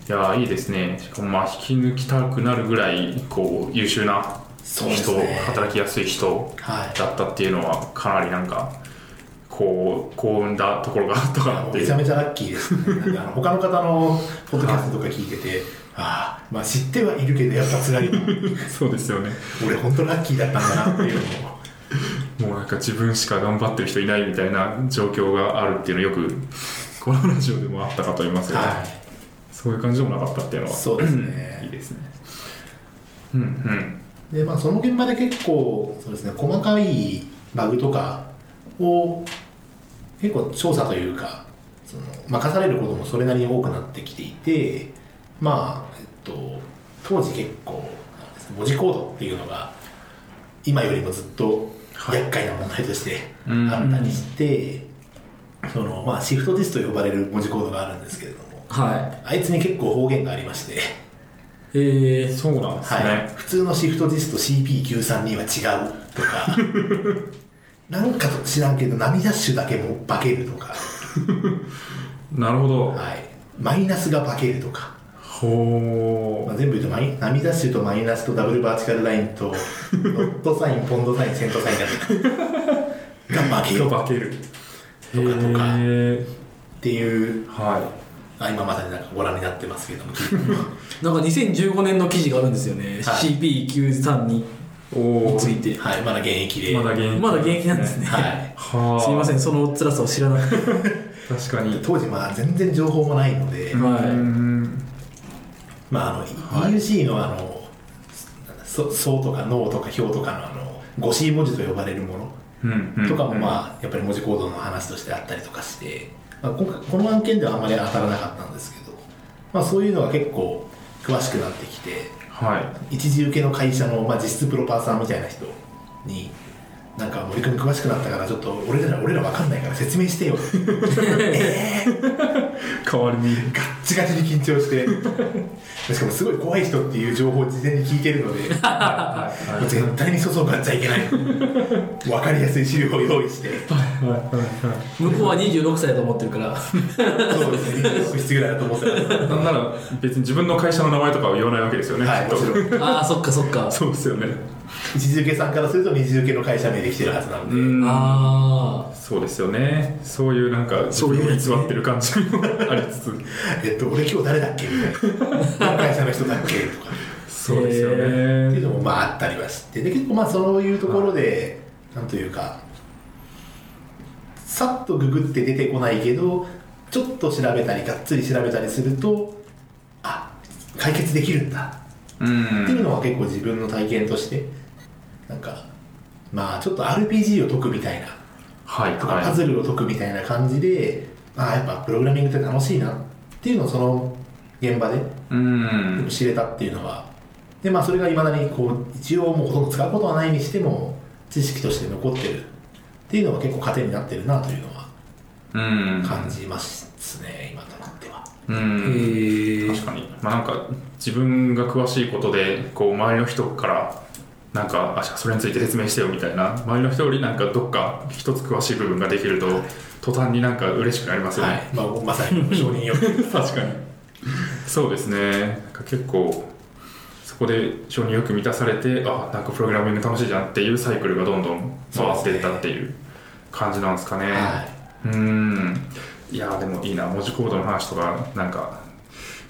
Speaker 2: いやーいいですねしかもまあ引き抜きたくなるぐらいこう優秀な
Speaker 3: そ
Speaker 2: 人、
Speaker 3: うですね
Speaker 2: 働きやすい人
Speaker 3: はい
Speaker 2: だったっていうのはかなりなんかこう幸運だところがあったかなってい
Speaker 3: め
Speaker 2: う
Speaker 3: ちゃめちゃラッキーです、ね、なんかあの他の方のポッドキャストとか聞いてて、ああまあ知ってはいるけどやっぱ辛いな
Speaker 2: そうですよね
Speaker 3: 俺本当ラッキーだったんだなっていうのを
Speaker 2: もうなんか自分しか頑張ってる人いないみたいな状況があるっていうのよくこのラジオでもあったかと思いますよね、
Speaker 3: は
Speaker 2: そういう感じでもなかったっていうの
Speaker 3: い
Speaker 2: は
Speaker 3: そうです
Speaker 2: いい
Speaker 3: ね
Speaker 2: ですねうんうん
Speaker 3: でまあその現場で結構そうですね細かいバグとかを結構調査というかその任されることもそれなりに多くなってきていてまあえっと当時結構なんですね文字コードっていうのが今よりもずっと
Speaker 2: はい
Speaker 3: 厄介な問題として
Speaker 2: うん
Speaker 3: あったりして、そのまあ、シフトディスと呼ばれる文字コードがあるんですけれども
Speaker 1: は
Speaker 3: あいつに結構方言がありまして、
Speaker 1: い。えー、
Speaker 2: そうなんですね、
Speaker 3: はい、普通のシフトディスと CP932 は違うとかなんか知らんけど波ダッシュだけも化けるとか、
Speaker 2: なるほど、
Speaker 3: はい、マイナスが化けるとか、
Speaker 2: ほ
Speaker 3: ま
Speaker 2: う
Speaker 3: あ、全部言うとマイ波ダッシュとマイナスとダブルバーチカルラインと ノットサインポンドサインセントサインだけが化ける
Speaker 2: が
Speaker 3: っ
Speaker 2: 化ける
Speaker 3: とかとか
Speaker 2: へえ
Speaker 3: ていう
Speaker 2: は
Speaker 3: あ今まさになんかご覧になってますけども
Speaker 1: なんか2015年の記事があるんですよね。
Speaker 3: はい
Speaker 1: CP932 に
Speaker 2: いおお
Speaker 1: ついて。
Speaker 3: はいまだ現役で
Speaker 2: まだ現役
Speaker 1: まだ現役なんですね。
Speaker 3: はい
Speaker 2: はあ
Speaker 1: すいません、その辛さを知らなくて。
Speaker 2: 確かに
Speaker 3: 当時まあ全然情報もないので、
Speaker 1: はい
Speaker 2: うん
Speaker 3: まあ、あの、
Speaker 2: はい
Speaker 3: EUC のあの、そそうとか脳とか表とかのあの、語詞文字と呼ばれるもの
Speaker 2: うんうん
Speaker 3: とかもまあ、やっぱり文字コードの話としてあったりとかして、まあ、今回この案件ではあんまり当たらなかったんですけど、まあそういうのが結構詳しくなってきて、
Speaker 2: はい
Speaker 3: 一時受けの会社の、まあ、実質プロパーさんみたいな人に、なんか森君詳しくなったからちょっと俺ら俺ら分かんないから説明してよ えー
Speaker 2: 代わり に
Speaker 3: ガッチガチに緊張してしかもすごい怖い人っていう情報を事前に聞いてるので
Speaker 2: はいはい
Speaker 3: もう絶対にそそがっちゃいけない分かりやすい資料を用意して
Speaker 1: 向こうは26歳だと思ってるから。
Speaker 3: そうですね26室ぐらいだと思ってたんですけど
Speaker 2: なんなら別に自分の会社の名前とかは言わないわけですよね、
Speaker 3: はい
Speaker 2: きっ
Speaker 3: も
Speaker 2: と
Speaker 3: ちろん
Speaker 1: ああ、そっかそっか。
Speaker 2: そうですよね
Speaker 3: 一受けさんからすると二次受けの会社名で来てるはずなんで、
Speaker 2: うん
Speaker 1: あ
Speaker 2: そうですよねそういうなんか自分を偽ってる感じもありつつ
Speaker 3: えっと俺今日誰だっけみたいなこの会社の人だっけとか
Speaker 2: そうですよね、
Speaker 3: っていうのもまああったりはしてで結構まあそういうところで、なんというかさっとググって出てこないけどちょっと調べたりがっつり調べたりするとあ解決できるんだ
Speaker 2: うん
Speaker 3: っていうのは結構自分の体験としてなんかまあちょっと RPG を解くみたいな
Speaker 2: はい
Speaker 3: とかパ
Speaker 2: は
Speaker 3: ズルを解くみたいな感じで、ああやっぱプログラミングって楽しいなっていうのをその現場で
Speaker 2: いうん
Speaker 3: 知れたっていうのはでまあそれがいまだにこう一応もうほとんど使うことはないにしても知識として残ってるっていうのは結構糧になってるなというのは
Speaker 2: うん
Speaker 3: 感じますね、今となっては
Speaker 2: う
Speaker 1: あ。へ
Speaker 2: ん
Speaker 1: え。
Speaker 2: 確かに、まあ、なんか自分が詳しいことでこう周りの人からなんかあじゃあそれについて説明してよみたいな周りの人よりなんかどっか一つ詳しい部分ができると途端になんか嬉しくなりますよね、
Speaker 3: はい、まあ、まさに承認欲求
Speaker 2: 確かにそうですねなんか結構そこで承認よく満たされてあなんかプログラミング楽しいじゃんっていうサイクルがどんどん回っていったっていう感じなんですかね
Speaker 3: は
Speaker 2: うーんいやーでもいいな文字コードの話とかなんか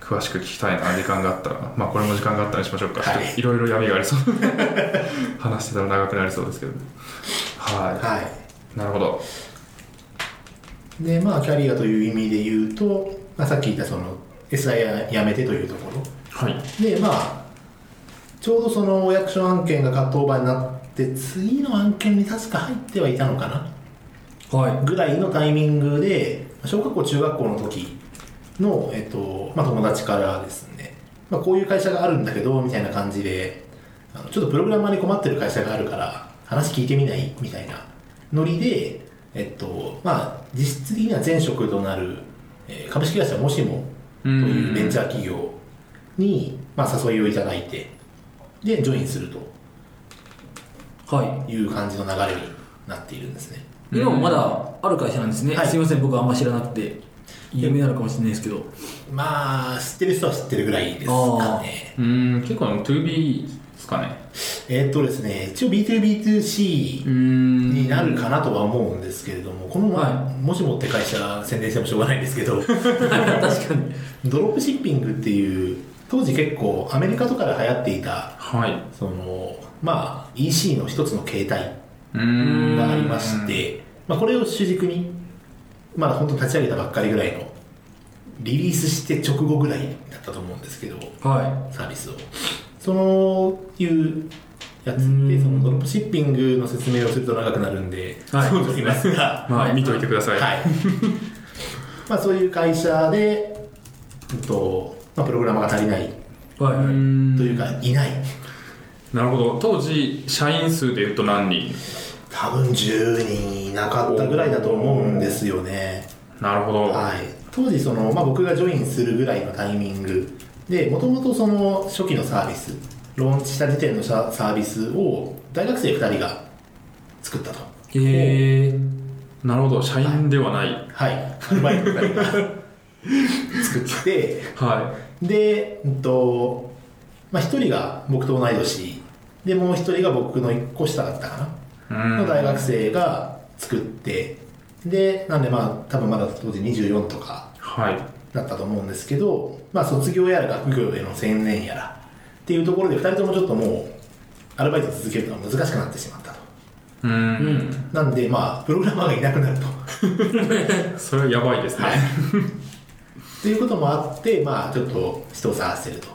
Speaker 2: 詳しく聞きたいな時間があったらまあこれも時間があったらにしましょうか、
Speaker 3: はい
Speaker 2: ちょっといろいろ闇がありそう 話してたら長くなりそうですけどはい、
Speaker 3: は
Speaker 2: なるほど
Speaker 3: いでまあキャリアという意味で言うと、まあ、さっき言ったその SI 辞めてというところ
Speaker 2: はい
Speaker 3: でまあちょうどそのお役所案件がカットオーバーになって次の案件に確か入ってはいたのかな
Speaker 1: はい。
Speaker 3: ぐらいのタイミングで小学校中学校の時の、えっとまあ、友達からですね、まあ、こういう会社があるんだけどみたいな感じであのちょっとプログラマーに困ってる会社があるから話聞いてみないみたいなノリで、えっとまあ、実質的には前職となる、えー株式会社もしもというベンチャー企業に、まあ、誘いをいただいてでジョインすると
Speaker 1: は
Speaker 3: いう感じの流れになっているんですね。
Speaker 1: い。今もまだある会社なんですね。
Speaker 3: はい
Speaker 1: すいません、僕あんま知らなくて。有名なのかもしれないですけど。
Speaker 3: まあ、知ってる人は知ってるぐらいですかね。
Speaker 2: うーん結構あの 2B ですかね
Speaker 3: えーっとですね、一応 B2B2C になるかなとは思うんですけれども、この、まあ
Speaker 1: は
Speaker 3: もしもって会社宣伝してもしょうがないんですけど、
Speaker 1: 確かに。
Speaker 3: ドロップシッピングっていう、当時結構アメリカとかで流行っていた、
Speaker 2: はい
Speaker 3: その、まあ、EC の一つの形態
Speaker 2: うーん
Speaker 3: がありまして、まあ、これを主軸に、まだ本当立ち上げたばっかりぐらいの、リリースして直後ぐらいだったと思うんですけど、
Speaker 1: は
Speaker 3: サービスをそのいうやつ
Speaker 1: う
Speaker 3: で
Speaker 1: ん
Speaker 3: そのドロップシッピングの説明をすると長くなるんで、
Speaker 1: はい
Speaker 3: そうですますが
Speaker 2: まあ、
Speaker 1: はい
Speaker 2: 見といてくださ、
Speaker 3: はいい、 まあそういう会社で、うんとまあ、プログラマーが足りない
Speaker 1: い。は
Speaker 2: うー
Speaker 1: い。
Speaker 2: ん
Speaker 3: というかいない
Speaker 2: なるほど当時社員数でいうと何人
Speaker 3: 多分10人いなかったぐらいだと思うんですよね
Speaker 2: なるほど、
Speaker 3: はい、当時その、まあ、僕がジョインするぐらいのタイミングでもともとその初期のサービスローンチした時点のササービスを大学生2人が作ったと
Speaker 1: へえー。
Speaker 2: なるほど社員ではない
Speaker 3: はいアルバイト2人が 作って
Speaker 2: は
Speaker 3: で、うんとまあ、1人が僕と同い年でもう1人が僕の1個下だったか
Speaker 2: いう
Speaker 3: な、
Speaker 2: ん
Speaker 3: の大学生が作ってでなんでまあ多分まだ当時24とか
Speaker 2: はい
Speaker 3: だったと思うんですけど、まあ、卒業やら学業への専念やらっていうところで2人ともちょっともうアルバイト続けるのは難しくなってしまったと
Speaker 2: うーん
Speaker 1: うん。
Speaker 3: なんでまあプログラマーがいなくなると
Speaker 2: それはやばいですね、
Speaker 3: っていうこともあってまあちょっと人を探してると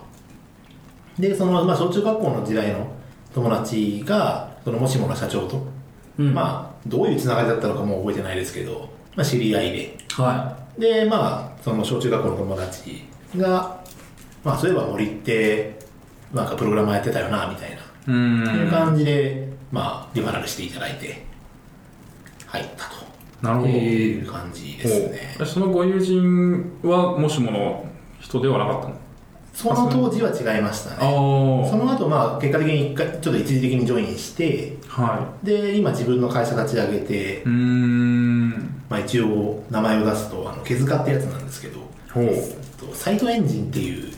Speaker 3: でその、まあ、小中学校の時代の友達がそのもしもの社長と、
Speaker 1: うん。
Speaker 3: まあどういうつながりだったのかもう覚えてないですけど、まあ、知り合いで
Speaker 1: あ。は
Speaker 3: でまあその小中学校の友達が、まあ、そういえば森ってなんかプログラマーやってたよなみたいな、
Speaker 2: うーん
Speaker 3: そういう感じで、まあ、リファラルしていただいて入った
Speaker 2: なるほ
Speaker 1: へ
Speaker 2: ど、
Speaker 1: ー
Speaker 3: という感じですね
Speaker 2: おそのご友人はもしもの人ではなかったの
Speaker 3: その当時は違いましたね
Speaker 2: あ
Speaker 3: その後まあ結果的に一回ちょっと一時的にジョインして
Speaker 2: あは
Speaker 3: で今自分の会社立ち上げて
Speaker 2: い、うーん
Speaker 3: まあ、一応名前を出すとあの毛塚ってやつなんですけど
Speaker 2: ほう
Speaker 3: とサイトエンジンっていう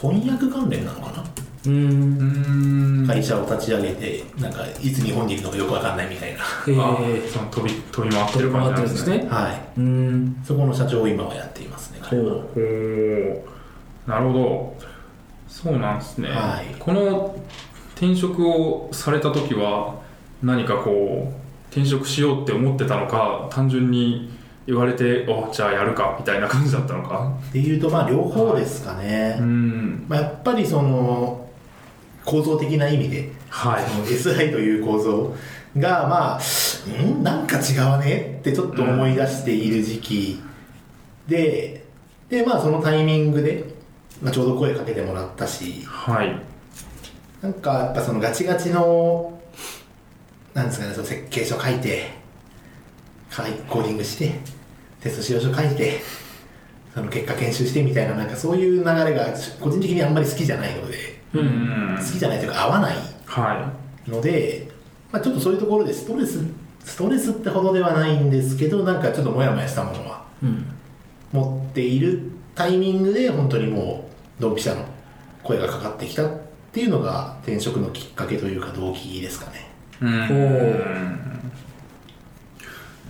Speaker 3: 翻訳関連なのかな
Speaker 1: う。
Speaker 2: うんーん
Speaker 3: 会社を立ち上げてなんかいつ日本にいるのかよくわかんないみたい
Speaker 1: へえ
Speaker 3: な
Speaker 2: あ
Speaker 1: ー。
Speaker 2: その飛び飛び回って
Speaker 1: 飛
Speaker 2: る
Speaker 1: び回
Speaker 2: 感
Speaker 1: ってるん
Speaker 2: じなん
Speaker 1: で
Speaker 2: で
Speaker 1: すす
Speaker 2: ね
Speaker 1: ね。
Speaker 3: は
Speaker 1: う
Speaker 3: い
Speaker 1: ん。
Speaker 3: そこの社長を今はやっていますね彼は
Speaker 1: ほ
Speaker 2: ほうなるほどそうなんですね、
Speaker 3: はい
Speaker 2: この転職をされた時は何かこう転職しようって思ってたのか単純に言われておじゃあやるかみたいな感じだったのか
Speaker 3: っていうとまあ両方ですかね、
Speaker 2: うん
Speaker 3: まあ、やっぱりその構造的な意味で
Speaker 2: はい
Speaker 3: その SI という構造がまあんなんか違うねってちょっと思い出している時期ででまあそのタイミングで、まあ、ちょうど声かけてもらったし
Speaker 2: はい
Speaker 3: なんかやっぱそのガチガチのなんですかねその設計書書いてかいコーディングしてテスト資料書書いてその結果研修してみたいななんかそういう流れが個人的にあんまり好きじゃないので
Speaker 1: う。う。
Speaker 2: うんん
Speaker 3: 好きじゃないというか合わない
Speaker 2: は
Speaker 3: ので、まあ、ちょっとそういうところでストレスストレスってほどではないんですけどなんかちょっとモヤモヤしたものは
Speaker 1: うん。
Speaker 3: 持っているタイミングで本当にもうドンピシャの声がかかってきたっていうのが転職のきっかけというか動機ですかね
Speaker 2: いうん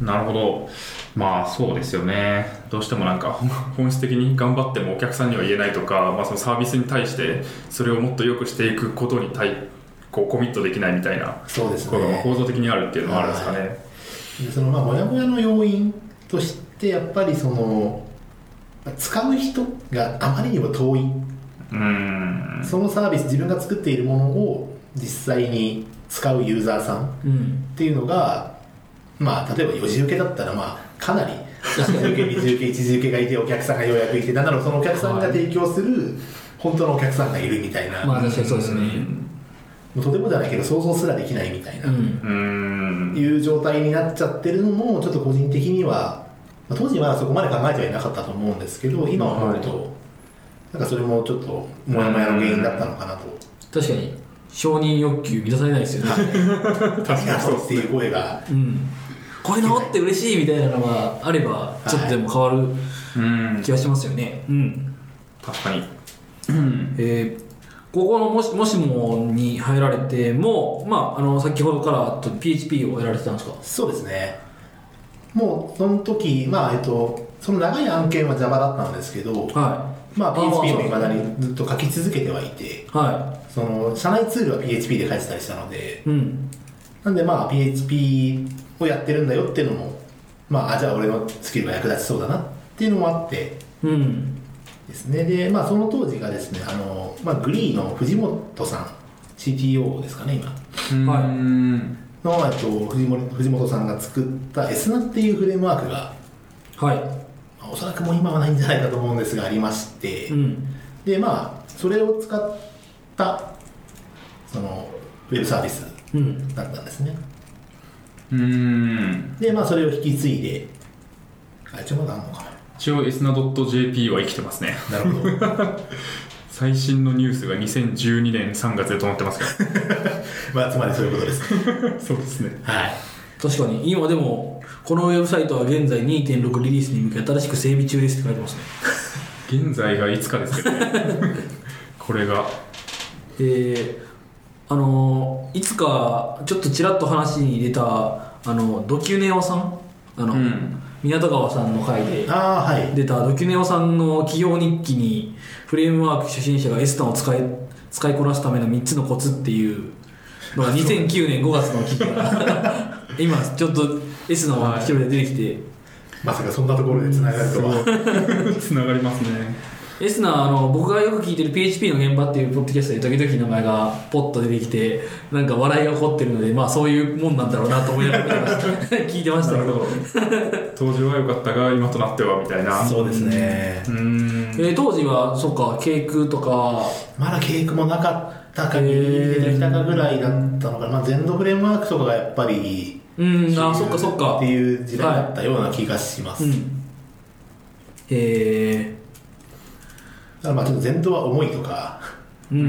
Speaker 1: ほ
Speaker 2: なるほどまあそうですよねどうしてもなんか 本質的に頑張ってもお客さんには言えないとか、まあ、そのサービスに対してそれをもっと良くしていくことに対こうコミットできないみたいな
Speaker 3: そうです
Speaker 2: ことが構
Speaker 3: ね
Speaker 2: 造的にあるっていうのはあるんですかね、
Speaker 3: でそのまあモヤモヤの要因としてやっぱりその使う人があまりにも遠い
Speaker 2: うん
Speaker 3: そのサービス自分が作っているものを実際に使うユーザーさん
Speaker 1: うん。
Speaker 3: っていうのが、まあ、例えば4時受けだったら、まあ、かなり1時受け、2時受け、1時受けがいて、お客さんがようやくいて、なんならそのお客さんが提供する、本当のお客さんがいるみたいな、
Speaker 1: まあ
Speaker 3: も
Speaker 1: 確かにそうですね。
Speaker 3: うとてもじゃないけど、想像すらできないみたいな、
Speaker 1: うん。
Speaker 2: うん
Speaker 3: いう状態になっちゃってるのも、ちょっと個人的には、まあ当時まだそこまで考えてはいなかったと思うんですけど、今思うと、なんかそれもちょっと、もやもやの原因だったのかなと。
Speaker 1: 確かに、承認欲求満たされないですよね。
Speaker 2: 確
Speaker 3: あ
Speaker 2: か
Speaker 3: りがと
Speaker 2: にそう
Speaker 3: うっていう声が、
Speaker 1: うん。これ治って嬉しいみたいなのがあれば、ちょっとでも変わる
Speaker 2: うん
Speaker 1: 気がしますよね。うん。
Speaker 2: 確かに
Speaker 1: えーここのもしもしもに入られても、まあ、あの先ほどからちょっと PHP をやられてたんですか
Speaker 3: そうですねもうその時まあえっとその長い案件は Java だったんですけど、
Speaker 1: は
Speaker 3: まあ、
Speaker 1: あー
Speaker 3: PHP
Speaker 1: そう
Speaker 3: もいまだにずっと書き続けてはいて
Speaker 1: いは
Speaker 3: その社内ツールは PHP で書いてたりしたので
Speaker 1: いうん
Speaker 3: なんでまあ PHP をやってるんだよっていうのもまああじゃあ俺のスキルが役立ちそうだなっていうのもあって
Speaker 1: うん
Speaker 3: ですねでまあその当時がですねあの、まあ、グリーの藤本さん CTO ですかね今
Speaker 1: はいう
Speaker 2: ーん
Speaker 3: の、えっと、藤森藤本さんが作った SNA っていうフレームワークが、
Speaker 1: は
Speaker 3: まあおそらくもう今はないんじゃないかと思うんですがありまして、
Speaker 1: いうん
Speaker 3: でまあそれを使ったそのウェブサービス
Speaker 1: うん
Speaker 3: だったんですね
Speaker 2: うーん
Speaker 3: でまあそれを引き継いであれちょまだあんのか
Speaker 2: 一応 isna.jp は生きてますね
Speaker 3: ななるほど
Speaker 2: 最新のニュースが2012年3月で止まってますか
Speaker 3: まあつまりそういうことですね
Speaker 2: らそうですね
Speaker 3: はい
Speaker 1: 確かに今でもこのウェブサイトは現在2.6リリースに向け新しく整備中ですって書いてますね
Speaker 2: 現在がいつかですけどねこれが
Speaker 1: えー、あのーいつかちょっとちらっと話に出たあのドキュネオさんあの、
Speaker 2: うん
Speaker 1: 港川さんの回で
Speaker 3: ああはい
Speaker 1: 出たドキュネオさんの企業日記にフレームワーク初心者がエスタンを使い使いこなすための3つのコツっていうのが2009年5月の記事が 今ちょっとエスタンを一人で出てきて、
Speaker 3: まさかそんなところで繋がるとは
Speaker 2: つながりますね
Speaker 1: エスナーあの僕がよく聞いてる PHP の現場っていうポッドキャストで時々名前がポッと出てきてなんか笑いが起こってるのでまあそういうもんなんだろうなと思いながら見てました聞いてました
Speaker 2: な
Speaker 1: け
Speaker 2: る
Speaker 1: ど
Speaker 2: ほど当時は良かったが今となってはみたいなう
Speaker 3: そうですね
Speaker 2: ーん
Speaker 1: えー当時はそうかケイクとか
Speaker 3: まだ契約もなかったかギリギリ出てきたかぐらいだったのかな、まあ、全土フレームワークとかがやっぱり
Speaker 1: うんあそっかそっか
Speaker 3: っていう時代だったような気がします、
Speaker 1: う
Speaker 3: だか
Speaker 1: んえ
Speaker 3: らまあちょっと全土は重いとか、
Speaker 1: ー、う
Speaker 2: うん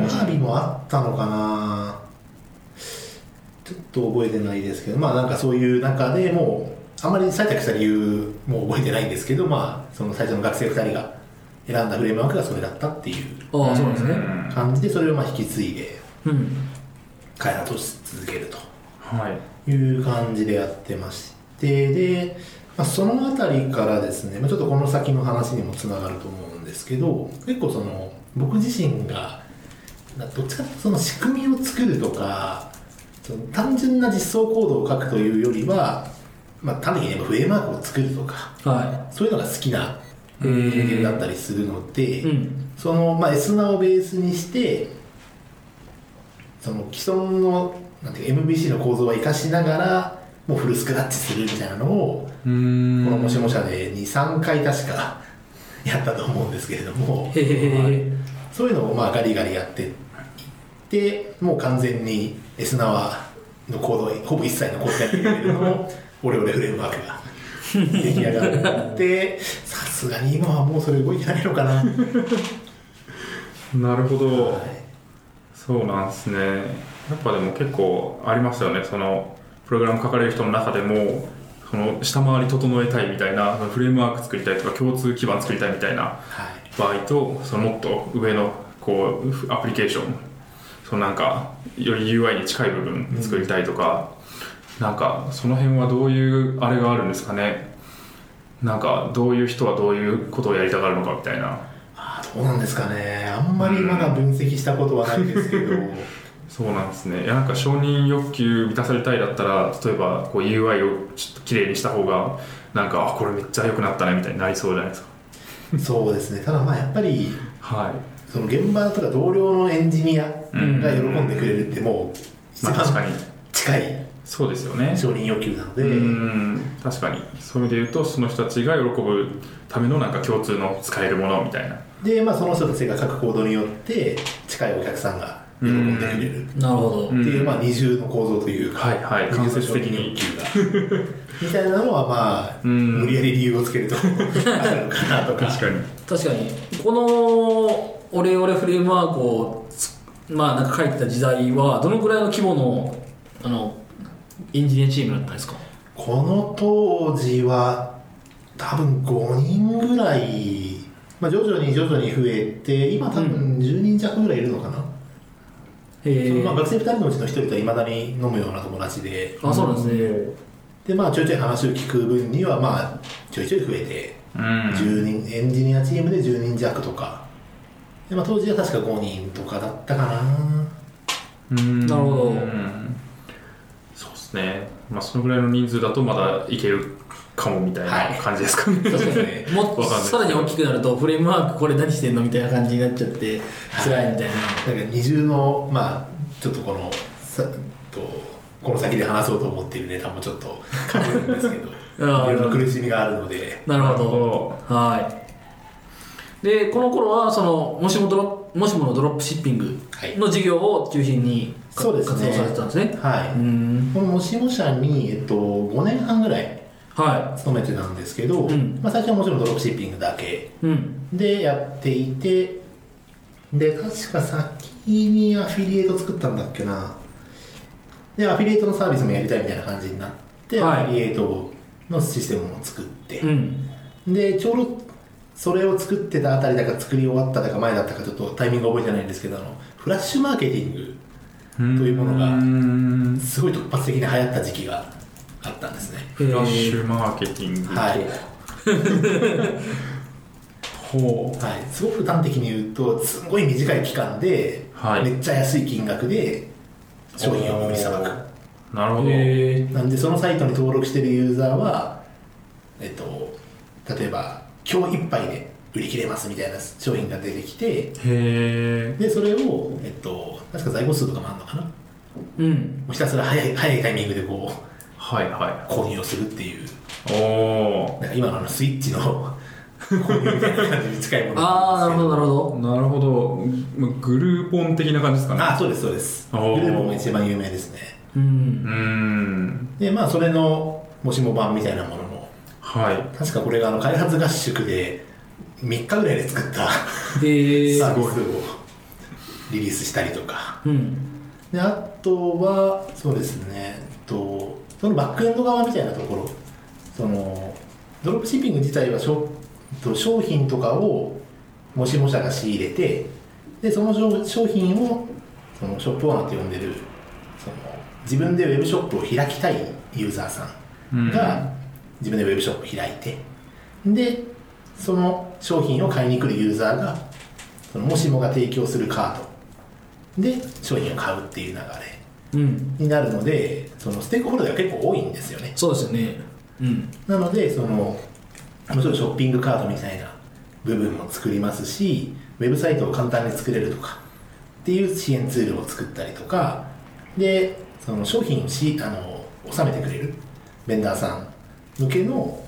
Speaker 2: ん
Speaker 3: モハビもあったのかなちょっと覚えてないですけどまあなんかそういう中でもうあまり採択した理由も覚えてないんですけどまあその最初の学生2人が選んだフレームワークがそれだったっていう
Speaker 1: ああそうなんですね
Speaker 2: ん
Speaker 3: 感じでそれをまあ引き継いで
Speaker 1: うん
Speaker 3: 開発をし続けると
Speaker 2: はい
Speaker 3: いう感じでやってましてで、まあ、その辺りからですね、まあ、ちょっとこの先の話にもつながると思うんですけど結構その僕自身がなどっちかというとその仕組みを作るとかその単純な実装コードを書くというよりは、まあ、単に言えばフレームワークを作るとか
Speaker 1: は
Speaker 3: そういうのが好きな経験だったりするので、
Speaker 1: いうん
Speaker 3: その、まあ、S ナをベースにしてその既存のなんていうか MVC の構造は生かしながらもうフルスクラッチするみたいなのを、
Speaker 2: うーん
Speaker 3: この「もしもしゃで」に3回 確かやったと思うんですけれども
Speaker 1: へへへへ
Speaker 3: そういうのをまあガリガリやっていってもう完全に S ナはのコードはほぼ一切残ってないけれど もオレオレフレームワークが。 出来上がってさすがに今はもうそれ動いてないのかな、
Speaker 2: なるほど、
Speaker 3: はい
Speaker 2: そうなんですねやっぱでも結構ありましたよねそのプログラム書かれる人の中でもその下回り整えたいみたいなフレームワーク作りたいとか共通基盤作りたいみたいな
Speaker 3: はい、
Speaker 2: 場合とそのもっと上のこうアプリケーションそのなんかより UI に近い部分作りたいとか、なんかその辺はどういうあれがあるんですかねなんかどういう人はどういうことをやりたがるのかみたいな
Speaker 3: あーどうなんですかねあんまりまだ分析したことはないですけど、
Speaker 2: そうなんですねいやなんか承認欲求満たされたいだったら例えばこう UI をちょっと綺麗にした方がなんかあこれめっちゃ良くなったねみたいになりそうじゃないですか
Speaker 3: そうですねただまあやっぱり
Speaker 2: はい
Speaker 3: その現場とか同僚のエンジニアが喜んでくれるってもう一
Speaker 2: まあ確か
Speaker 3: 番
Speaker 2: に
Speaker 3: 近い
Speaker 2: そうですよね
Speaker 3: 承認要求なので、
Speaker 2: うん確かにそういう意味で言うとその人たちが喜ぶためのなんか共通の使えるものみたいな
Speaker 3: でまあその人たちが書くコードによって近いお客さんが喜んでくれるっ
Speaker 1: なるほど
Speaker 2: ん
Speaker 3: ていう、まあ、二重の構造というか、
Speaker 2: はいはい間接的に
Speaker 3: 承認欲求が みたいなのはまあ、
Speaker 2: うん
Speaker 3: 無理やり理由をつけ るとあるのかなとか
Speaker 2: 確かに
Speaker 1: 確かにこのオレオレフレームワークをつまあなんか書いてた時代はどのくらいの規模のあのエンジニアチームだったんですか
Speaker 3: この当時は多分5人ぐらいまあ、徐々に徐々に増えて今多分10人弱ぐらいいるのかな、
Speaker 1: え
Speaker 3: まあ、学生2人のうちの1人とはいまだに飲むような友達で
Speaker 1: あ、そうなんですね。
Speaker 3: で、まあ、ちょいちょい話を聞く分には、まあ、ちょいちょい増えて
Speaker 2: うん
Speaker 3: 10人エンジニアチームで10人弱とかで、まあ、当時は確か5人とかだったかな
Speaker 2: うん
Speaker 1: なるほど
Speaker 2: うんそうですねまあそのぐらいの人数だとまだいけるかもみたい
Speaker 3: はい
Speaker 2: な感じです かね、
Speaker 3: そうですね
Speaker 4: もっと
Speaker 2: わかんない
Speaker 4: さらに大きくなるとフレームワークこれ何してんのみたいな感じになっちゃって辛いみたいな
Speaker 3: なんか二重のまあちょっとこのさとこの先で話そうと思っているネタもちょっとかぶるんですけどい
Speaker 1: あー
Speaker 3: ろいろ苦しみがあるので
Speaker 1: なるほ
Speaker 2: なる
Speaker 1: ど。
Speaker 2: ほ
Speaker 1: はい。で、この頃は、その、もしもドロもしものドロップシッピング
Speaker 3: はい
Speaker 1: の事業を中心にか
Speaker 3: そうです
Speaker 1: 活
Speaker 3: ね
Speaker 1: 動されてたんですね。
Speaker 3: は
Speaker 1: う
Speaker 3: い
Speaker 1: ん。
Speaker 3: このもしも社に、えっと、5年半ぐらい
Speaker 1: は
Speaker 3: 勤めてたんですけど、
Speaker 1: うん
Speaker 3: まあ、最初はもちろんドロップシッピングだけ
Speaker 1: い。うん。
Speaker 3: でやっていてで確か先にアフィリエイト作ったんだっけなでアフィリエイトのサービスもやりたいみたいな感じになって、
Speaker 1: はい
Speaker 3: アフィリエイトのシステムを作って、
Speaker 1: うん。
Speaker 3: でちょうどそれを作ってたあたりだか作り終わっただか前だったかちょっとタイミング覚えてないんですけどあのフラッシュマーケティング
Speaker 2: ど
Speaker 3: というものが
Speaker 2: うん
Speaker 3: すごい突発的に流行った時期があったんですね
Speaker 2: フラッシュマーケティング
Speaker 3: はい、
Speaker 2: ほう
Speaker 3: はい、すごく端的に言うとすごい短い期間で、
Speaker 2: はい
Speaker 3: めっちゃ安い金額で商品を売りさばく
Speaker 2: おーなるほど、
Speaker 1: えー
Speaker 3: なんでそのサイトに登録してるユーザーは、えっと、例えば今日いっぱいで売り切れますみたいな商品が出てきて
Speaker 2: へえ
Speaker 3: でそれを、えっと、確か在庫数とかもあるのかなも
Speaker 1: うん。
Speaker 3: うひたすら早い早いタイミングでこ
Speaker 2: はいは
Speaker 3: う購入をするっていう
Speaker 2: いお
Speaker 3: なんか今のあのスイッチの 購入みたいな感じに近いもの
Speaker 1: ああ、なるほど、なるほ
Speaker 2: お
Speaker 1: ど。
Speaker 2: なるほどまグルーポン的な感じですかね
Speaker 3: あーそうですそうですグル
Speaker 2: おー
Speaker 3: ープも一番有名ですね
Speaker 1: うん
Speaker 2: う。ーん
Speaker 3: でまあそれのもしも版みたいなものも
Speaker 2: はい
Speaker 3: 確かこれがあの開発合宿で3日ぐらいで作った
Speaker 1: え
Speaker 3: サ
Speaker 1: ー
Speaker 3: ービスをリリースしたりとか
Speaker 1: うん。
Speaker 3: であとはそうですねえっとそのバックエンド側みたいなところそのドロップシッピング自体はしょと商品とかをもしも社が仕入れてでその商商品をそのショップオーナーって呼んでるその自分でウェブショップを開きたいユーザーさんが自分でウェブショップ開いてでその商品を買いに来るユーザーがそのもしもが提供するカードで商品を買うっていう流れ
Speaker 1: うん。
Speaker 3: になるのでそのステークホルダーが結構多いんですよね
Speaker 1: そうですよね。うん。
Speaker 3: なのでそのもちろんショッピングカードみたいな部分も作りますしウェブサイトを簡単に作れるとかっていう支援ツールを作ったりとかでその商品をしあの納めてくれるベンダーさん向けの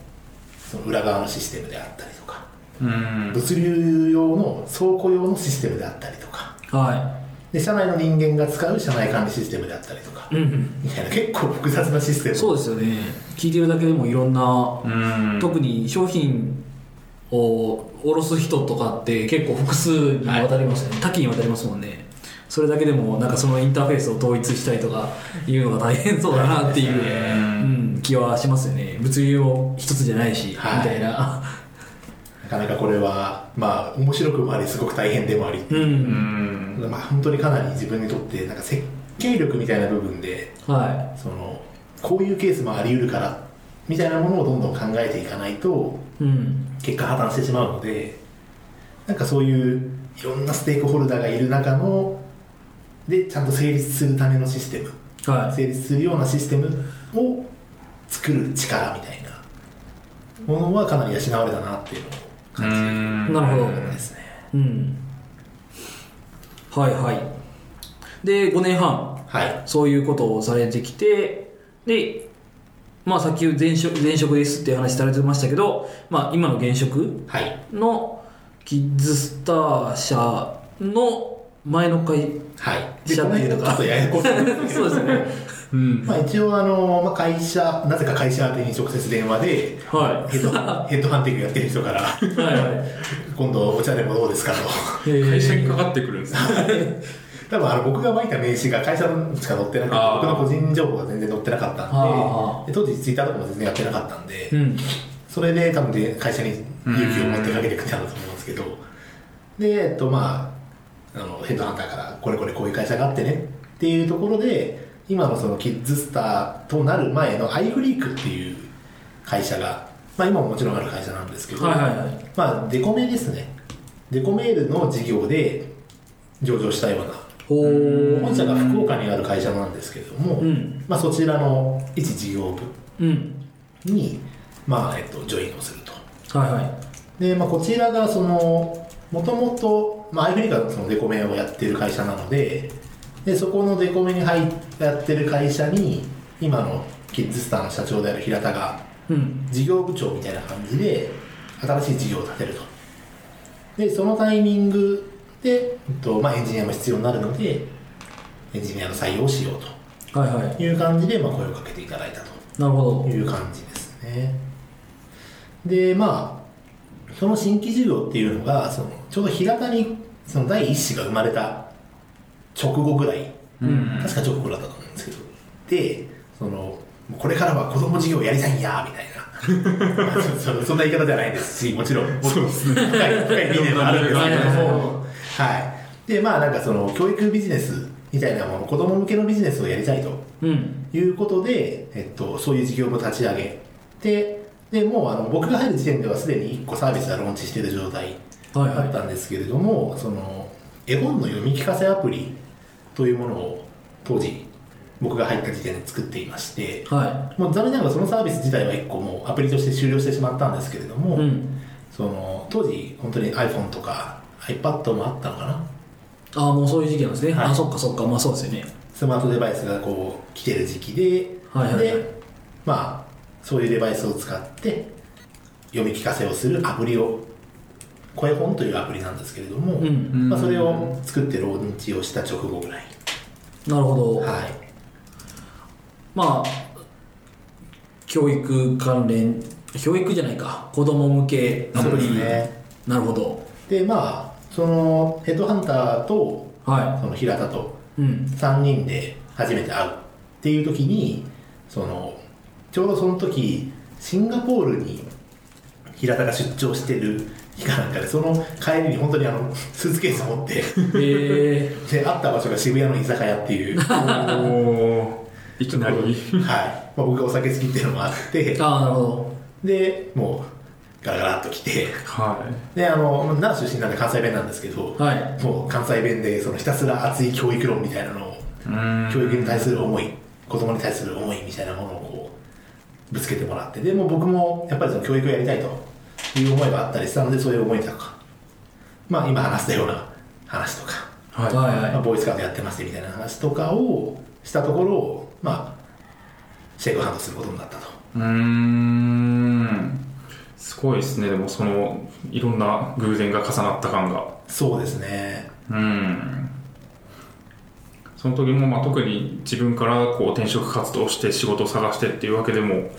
Speaker 3: その裏側のシステムであったりとか
Speaker 2: うん
Speaker 3: 物流用の倉庫用のシステムであったりとか
Speaker 1: は
Speaker 3: で社内の人間が使う社内管理システムであったりとか
Speaker 1: い。うん。
Speaker 3: みたいな結構複雑なシステム
Speaker 1: そうですよね。聞いてるだけでもいろんな
Speaker 2: うん
Speaker 1: 特に商品を卸す人とかって結構複数にわたりますね、多岐にわたりますもんねそれだけでもなんかそのインターフェースを統一したりとかいうのが大変そうだなっていう、うん、気はしますよね物流も一つじゃないし、
Speaker 3: はい
Speaker 1: みたいな
Speaker 3: なかなかこれはまあ面白くもありすごく大変でもあり、
Speaker 1: うん、
Speaker 2: うん
Speaker 3: まあ本当にかなり自分にとってなんか設計力みたいな部分で
Speaker 1: は
Speaker 3: そのこういうケースもあり得るからみたいなものをどんどん考えていかないと
Speaker 1: いうん
Speaker 3: 結果破綻してしまうのでなんかそういういろんなステークホルダーがいる中のでちゃんと成立するためのシステム
Speaker 1: は
Speaker 3: 成立するようなシステムを作る力みたいなものはかなり養われたなっていうのを
Speaker 2: う
Speaker 3: 感じ
Speaker 2: ん
Speaker 1: いなるほど
Speaker 3: るんですね、
Speaker 1: うんはいはいで5年半
Speaker 3: はい
Speaker 1: そういうことをされてきて、で、まあさっき前職前職ですっていう話されてましたけど、まあ今の現職
Speaker 3: はい
Speaker 1: のキッズスター社の前の会
Speaker 3: はいで
Speaker 1: 社
Speaker 3: この
Speaker 1: 内
Speaker 3: 辺
Speaker 1: と
Speaker 3: がち
Speaker 1: か。
Speaker 3: ょっとややこしいんですけ ど
Speaker 1: そうですね。
Speaker 2: うん
Speaker 3: まあ一応あの、まあ、会社なぜか会社宛てに直接電話で
Speaker 1: は
Speaker 3: ヘッドヘッドハンティングやってる人から
Speaker 1: い。はいはい。
Speaker 3: 今度お茶でもどうですかと
Speaker 1: え
Speaker 2: 会社に
Speaker 1: ー
Speaker 2: かかってくるんですね
Speaker 3: 多分あの僕が巻いた名刺が会社のしか載ってなくて
Speaker 2: あー
Speaker 3: 僕の個人情報が全然載ってなかった
Speaker 1: あ
Speaker 3: んでで当時ツイッターとかも全然やってなかったんで
Speaker 1: うん。
Speaker 3: それで多分で会社に勇気を持ってかけてきたんだと思うんですけどでえっとまああのヘッドハンターからこれこれこういう会社があってねっていうところで今のそのキッズスターとなる前のアイフリークっていう会社が、まあ、今ももちろんある会社なんですけど、
Speaker 1: はいはいはい
Speaker 3: まあ、デコメですねデコメールの事業で上場したような
Speaker 1: ほー
Speaker 3: 本社が福岡にある会社なんですけれども、
Speaker 1: うん
Speaker 3: まあ、そちらの一事業
Speaker 1: うん
Speaker 3: 部に、まあえっと、ジョインをすると
Speaker 1: はいはい
Speaker 3: で、まあ、こちらがそのもともとまあアイフリカのそのデコメをやってる会社なのででそこのデコメに入っやってる会社に今のキッズスターの社長である平田が
Speaker 1: うん
Speaker 3: 事業部長みたいな感じで新しい事業を立てるとでそのタイミングで、えっとまあ、エンジニアも必要になるのでエンジニアの採用をしようと
Speaker 1: はいはい
Speaker 3: いう感じで、まあ、声をかけていただいたと
Speaker 1: なるほど
Speaker 3: いう感じですねでまあその新規事業っていうのがそのちょうど平田にその第一子が生まれた直後ぐらい
Speaker 2: うん
Speaker 3: 確か直後だったと思うんですけどでそのこれからは子供事業やりたいんやみたいな まあそそそんな言い方じゃないですしもちろん僕
Speaker 2: そうですね
Speaker 3: 深い深い理念はあるんですけど
Speaker 1: はいはい
Speaker 3: もはいでまあなんかその教育ビジネスみたいなもの子供向けのビジネスをやりたいと
Speaker 1: うん
Speaker 3: いうことで、えっと、そういう事業も立ち上げてでもうあの僕が入る時点ではすでに1個サービスがローンチしている状態
Speaker 1: はい
Speaker 3: だっ
Speaker 1: は
Speaker 3: たんですけれども、その絵本の読み聞かせアプリというものを当時僕が入った時点で作っていまして
Speaker 1: いは
Speaker 3: もう残念ながらそのサービス自体は1個もうアプリとして終了してしまったんですけれども、
Speaker 1: いうん
Speaker 3: その当時本当に iPhone とか iPad もあったのかな
Speaker 1: ああもうそういう時期なんですね、
Speaker 3: はい
Speaker 1: あそっかそっかまあそうですよね
Speaker 3: スマートデバイスがこう来てる時期で、
Speaker 1: はいはいはい
Speaker 3: でまあそういうデバイスを使って読み聞かせをするアプリを声本というアプリなんですけれども、
Speaker 1: うん
Speaker 3: まあ、それを作ってローンチをした直後ぐらい、
Speaker 1: なるほど、
Speaker 3: はい、
Speaker 1: まあ教育関連教育じゃないか子供向けアプリ、
Speaker 3: そうですね
Speaker 1: なるほど
Speaker 3: でまあそのヘッドハンターと
Speaker 1: は
Speaker 3: その平田と
Speaker 1: い うん
Speaker 3: 3人で初めて会うっていう時にそのちょうどその時シンガポールに平田が出張してる日かなんかでその帰りに本当にあのスーツケース持って
Speaker 1: ええ
Speaker 3: で会った場所が渋谷の居酒屋っていう、はい
Speaker 2: おーいきなり
Speaker 3: まあ、僕がお酒好きっていうのもあって
Speaker 1: ー、ああなるほど
Speaker 3: でもうガラガラっと来て
Speaker 2: は
Speaker 3: であの奈良出身なんで関西弁なんですけど、
Speaker 1: はい
Speaker 3: もう関西弁でそのひたすら熱い教育論みたいなのを
Speaker 2: いうん
Speaker 3: 教育に対する思い子供に対する思いみたいなものをこうぶつけてもらってでもう僕もやっぱりその教育をやりたいという思いがあったりしたのでそういう思いとかまあ今話したような話とか、
Speaker 1: はい
Speaker 2: は
Speaker 1: は
Speaker 3: まあ、
Speaker 1: い
Speaker 3: ボーイスカウトやってますみたいな話とかをしたところまあシェイクハンドすることになったと
Speaker 2: いうーんすごいですねでもそのいろんな偶然が重なった感が
Speaker 3: そうですね
Speaker 2: うんその時もまあ特に自分からこう転職活動して仕事を探してっていうわけでも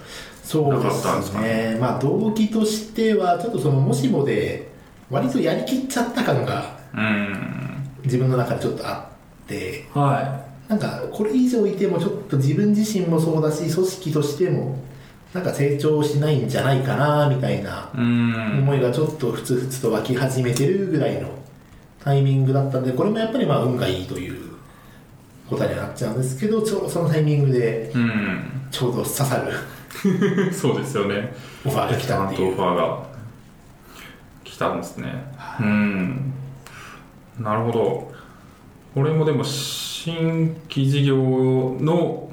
Speaker 3: そうで
Speaker 2: なかったんです
Speaker 3: す
Speaker 2: か
Speaker 3: ねまあ動機としてはちょっとそのもしもで割とやりきっちゃった感が
Speaker 2: うん
Speaker 3: 自分の中でちょっとあって
Speaker 1: は
Speaker 3: なんかこれ以上いてもちょっと自分自身もそうだし組織としてもなんか成長しないんじゃないかなみたいな
Speaker 2: うん
Speaker 3: 思いがちょっとふつふつと湧き始めてるぐらいのタイミングだったんでこれもやっぱりまあ運がいいということにはなっちゃうんですけどちょうどそのタイミングで
Speaker 2: うん
Speaker 3: ちょうど刺さる
Speaker 2: そうですよね
Speaker 3: オファーが来たって
Speaker 2: と
Speaker 3: い
Speaker 2: オ
Speaker 3: う
Speaker 2: ファーが来たんですねうんなるほど俺もでも新規事業の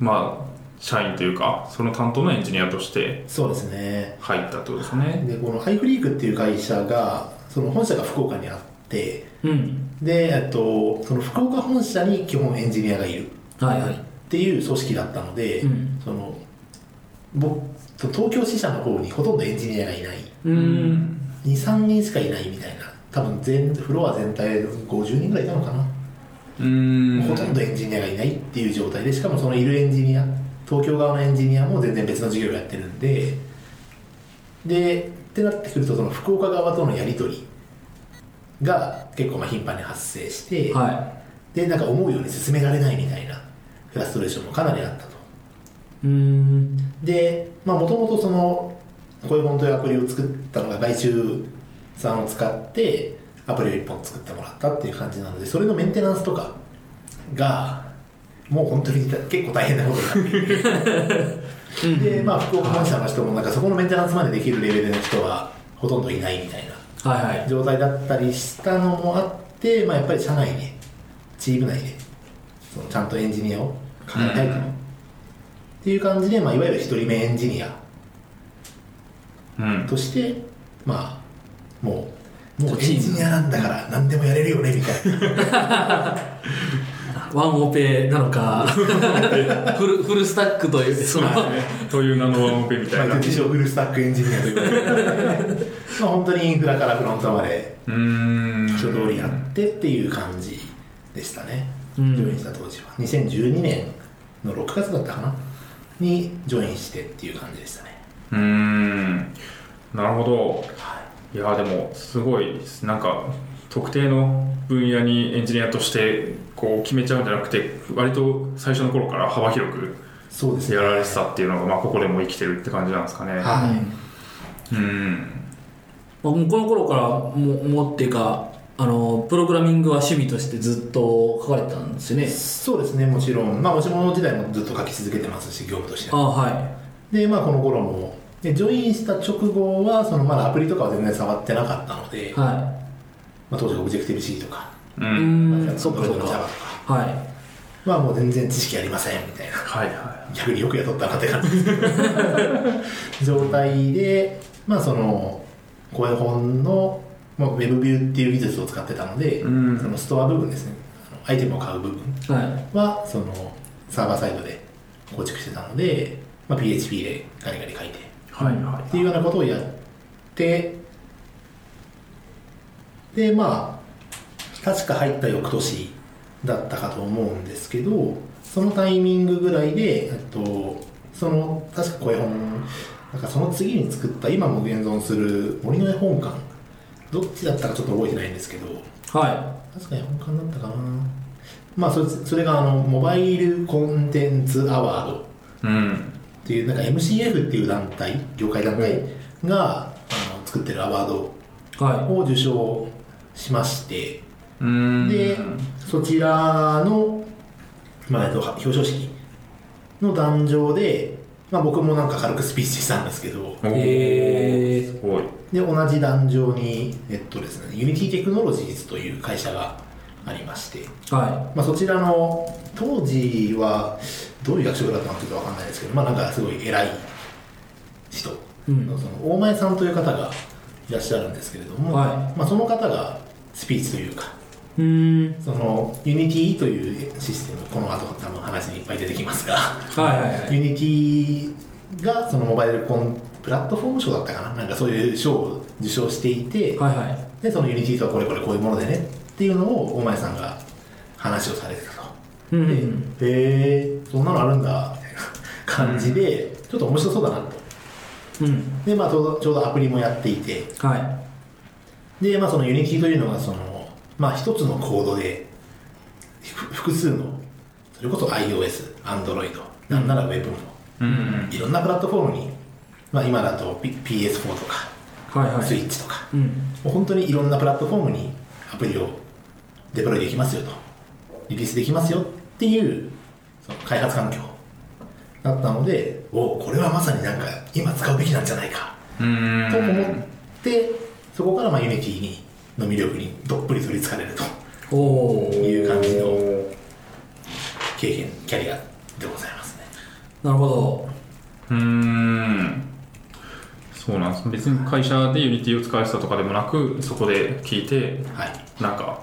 Speaker 2: まあ社員というかその担当のエンジニアとして
Speaker 3: そうですね
Speaker 2: 入ったってことですね
Speaker 3: でこのハイフリークっていう会社がその本社が福岡にあって
Speaker 1: いうん
Speaker 3: でえっとその福岡本社に基本エンジニアがいる
Speaker 1: はいはい
Speaker 3: っていう組織だったので、
Speaker 1: うん
Speaker 3: その僕と東京支社の方にほとんどエンジニアがいないう
Speaker 1: ーん
Speaker 3: 23人しかいないみたいな多分全フロア全体で50人ぐらいいたのかな、
Speaker 2: うん
Speaker 3: ほとんどエンジニアがいないっていう状態でしかもそのいるエンジニア東京側のエンジニアも全然別の事業をやってるんででってなってくるとその福岡側とのやり取りが結構まあ頻繁に発生して、
Speaker 1: は
Speaker 3: でなんか思うように進められないみたいなフラストレーションもかなりあったと
Speaker 1: いうーん
Speaker 3: でもともとそのこういう本というアプリを作ったのが外注さんを使ってアプリを1本作ってもらったっていう感じなのでそれのメンテナンスとかがもう本当に結構大変なことになってで、まあ、福岡本社の人もなんかそこのメンテナンスまでできるレベルの人はほとんどいないみたいな
Speaker 1: はいはい。
Speaker 3: 状態だったりしたのもあって、まあ、やっぱり社内にチーム内でそのちゃんとエンジニアを考えたいと、っていう感じで、まあ、いわゆる一人目エンジニア
Speaker 2: うん
Speaker 3: としてまあもうもうエンジニアなんだから何でもやれるよねみたいな
Speaker 4: ワンオペなのかフルフルスタックというその
Speaker 2: という名のワンオペみたい
Speaker 3: まあ
Speaker 2: な
Speaker 3: 自称フルスタックエンジニアということ でまあ本当にインフラからフロントまで
Speaker 2: うーん
Speaker 3: 一通りやってっていう感じでしたね、
Speaker 1: うん
Speaker 3: ジョインした当時は2012年の6月だったかなにジョインしてっていう感じでしたね
Speaker 2: うーんなるほどいやでもすごいですなんか特定の分野にエンジニアとしてこう決めちゃうんじゃなくて割と最初の頃から幅広く
Speaker 3: そうですね
Speaker 2: やられてたっていうのが、まあ、ここでも生きてるって感じなんですかね
Speaker 3: はい、
Speaker 2: うん
Speaker 1: 僕もこの頃からももうっていうかあのプログラミングは趣味としてずっと書かれてたんですよね
Speaker 3: そうですねもちろんまあお仕事時代もずっと書き続けてますし業務として
Speaker 1: あ
Speaker 3: は
Speaker 1: は
Speaker 3: でまあこの頃もでジョインした直後はそのまだアプリとかは全然触ってなかったの
Speaker 1: い
Speaker 3: で、
Speaker 1: は
Speaker 3: まあ、当時オブジェクティブ C とか、
Speaker 1: い
Speaker 2: う
Speaker 1: うんーんそっかそっ
Speaker 3: Java と
Speaker 1: か
Speaker 3: か
Speaker 1: は
Speaker 3: まあもう全然知識ありませんみたいな
Speaker 2: はいは
Speaker 3: 逆によく雇ったなって感じです けど状態でまあその声本の、まあ、ウェブビューっていう技術を使ってたので、
Speaker 2: うん
Speaker 3: そのストア部分ですねあのアイテムを買う部分
Speaker 1: いはい
Speaker 3: はそのサーバーサイドで構築してたので、まあ、PHP でガリガリ書いて
Speaker 2: はいは
Speaker 3: っていうようなことをやってでまあ確か入った翌年だったかと思うんですけどそのタイミングぐらいでえっとその確かこれ本なんかその次に作った今も現存する森の絵本館どっちだったかちょっと覚えてないんですけど
Speaker 1: は
Speaker 3: 確かに本館だったかなまあそれそれがあのモバイルコンテンツアワード
Speaker 2: いうん
Speaker 3: っていうなんか MCF っていう団体業界団体が、あの作ってるアワード
Speaker 1: いは
Speaker 3: を受賞しまして
Speaker 2: うーん
Speaker 3: でそちらの、まあ、えっと表彰式の壇上で、まあ、僕もなんか軽くスピーチしたんですけど
Speaker 2: おー
Speaker 1: いへ
Speaker 2: す
Speaker 1: え
Speaker 2: ごい
Speaker 3: で同じ壇上にえっとですねユニティテクノロジーズという会社がありまして、
Speaker 1: は
Speaker 3: まあ、そちらの当時はどういう役職だったのかちょっとわかんないですけど、まあ、なんかすごい偉い人の,、
Speaker 1: うん
Speaker 3: その大前さんという方がいらっしゃるんですけれども、
Speaker 1: は
Speaker 3: まあ、その方がスピーチというか
Speaker 1: いうーん
Speaker 3: その Unity というシステムこの後多分話にいっぱい出てきますが
Speaker 1: はいはいはい
Speaker 3: Unity がそのモバイルコンプラットフォーム賞だったかななんかそういう賞を受賞していて、
Speaker 1: はいはい
Speaker 3: でその Unity とはこれこれこういうものでねっていうのを大前さんが話をされてたと。
Speaker 1: うんう
Speaker 3: で
Speaker 1: ん
Speaker 3: へえそんなのあるんだみたいな感じで、ちょっと面白そうだなと
Speaker 1: うん
Speaker 3: で、まあ、ちょうどちょうどアプリもやっていて
Speaker 1: は
Speaker 3: で、まあ、そのユニティというのがその、まあ、一つのコードでふ複数のそれこそ iOS、Android なんなら Web も
Speaker 2: うん
Speaker 3: いろんなプラットフォームに、まあ、今だと P- PS4 とか
Speaker 1: いはいは
Speaker 3: ス
Speaker 1: い
Speaker 3: イッチとか
Speaker 1: うん
Speaker 3: もう本当にいろんなプラットフォームにアプリをデプロイできますよとリリースできますよっていうその開発環境だったのでおこれはまさになんか今使うべきなんじゃないか
Speaker 2: う
Speaker 3: と思
Speaker 2: ん
Speaker 3: ってそこからまあ Unity にの魅力にどっぷり取りつかれると
Speaker 1: おおー
Speaker 3: いう感じの経験キャリアでございますね
Speaker 1: なるほど
Speaker 2: うーんそうなんです別に会社でユニティを使われてたとかでもなくそこで聞いて
Speaker 3: はい
Speaker 2: なんか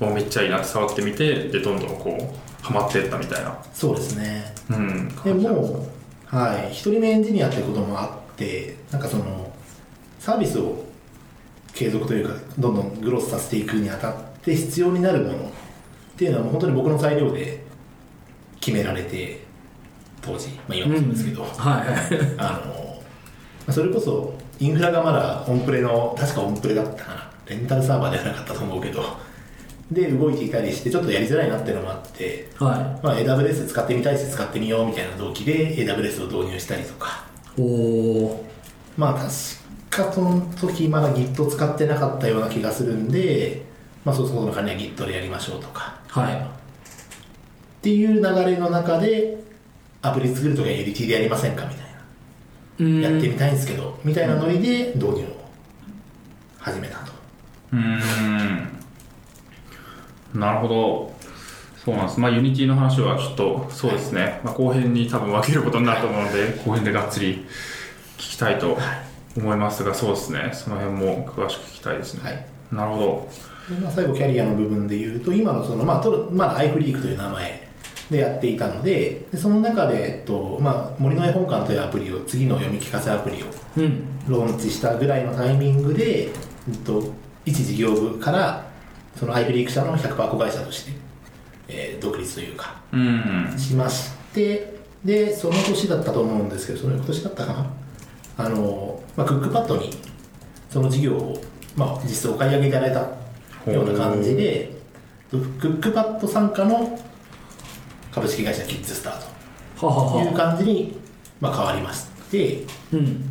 Speaker 2: おめっちゃいいなって触ってみてでどんどんこうハマっていったみたいな
Speaker 3: そうですね
Speaker 2: うん
Speaker 3: でもう、はい、一人目エンジニアってこともあってなんかそのサービスを継続というかどんどんグロスさせていくにあたって必要になるものっていうのはもう本当に僕の裁量で決められて当時、まあ、今もそうですけど、
Speaker 1: はいはい
Speaker 3: あのまあそれこそインフラがまだオンプレの確かオンプレだったかなレンタルサーバーではなかったと思うけどで動いていたりしてちょっとやりづらいなっていうのもあって
Speaker 1: は
Speaker 3: まあ、AWS 使ってみたいし使ってみようみたいな動機で AWS を導入したりとか
Speaker 1: いおお
Speaker 3: まあ確かその時まだ Git 使ってなかったような気がするんで、まあ、そうそこの管理は Git でやりましょうとか
Speaker 1: はい。
Speaker 3: っていう流れの中でアプリ作るときは LT でやりませんかみたいな、
Speaker 1: うん
Speaker 3: やってみたいんですけどみたいなノリで導入を始めたと、
Speaker 2: うーんなるほどそうなんですまあユニティの話はちょっとそうですね、まあ、後編に多分分けることになると思うので、後編でがっつり聞きたいと思いますがそうですねその辺も詳しく聞きたいですね、
Speaker 3: はい
Speaker 2: なるほど
Speaker 3: でまあ、最後キャリアの部分で言うと今のその、まあ、とるまだ iFreak という名前でやっていたのででその中で、えっとまあ、森の絵本館というアプリを次の読み聞かせアプリを
Speaker 1: うん。
Speaker 3: ローンチしたぐらいのタイミングで、えっと、一事業部からその iFreak 社の100%子会社として、えー独立というか
Speaker 2: うん
Speaker 3: しましてでその年だったと思うんですけどその翌年だったかなあの、まあ、クックパッドにその事業を、まあ、実質お買い上げいただいたような感じでクックパッド傘下の株式会社キッズスター
Speaker 1: はは
Speaker 3: という
Speaker 1: は。
Speaker 3: 感じに、まあ、変わりまして
Speaker 1: うん。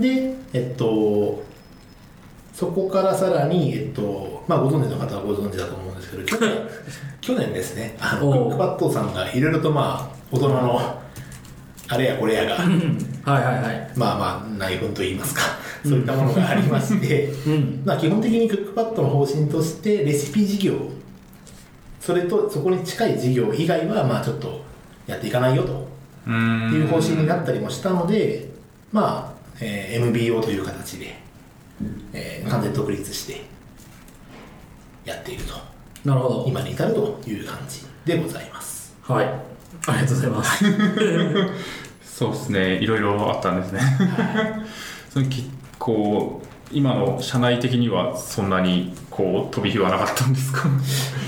Speaker 3: でえっとそこからさらに、えっとまあ、ご存知の方はご存知だと思うんですけど去 年去年ですねあのク
Speaker 1: おう
Speaker 3: ックパッドさんがいろいろとまあ大人のあれやこれやが
Speaker 1: うんはいはいはい。
Speaker 3: まあまあ内紛といいますかそういったものがありまして、
Speaker 1: うん。
Speaker 3: まあ、基本的にクックパッドの方針としてレシピ事業それとそこに近い事業以外はまあちょっとやっていかないよと
Speaker 2: うん
Speaker 3: いう方針になったりもしたので、まあ、えー MBO という形で、えー完全独立してやっていると
Speaker 1: なるほど。
Speaker 3: 今に至るという感じでございます
Speaker 1: はい。ありがとうございます。
Speaker 2: そうですね、いろいろあったんですね。 そのきこう今の社内的にはそんなにこう飛び火はなかったんですか、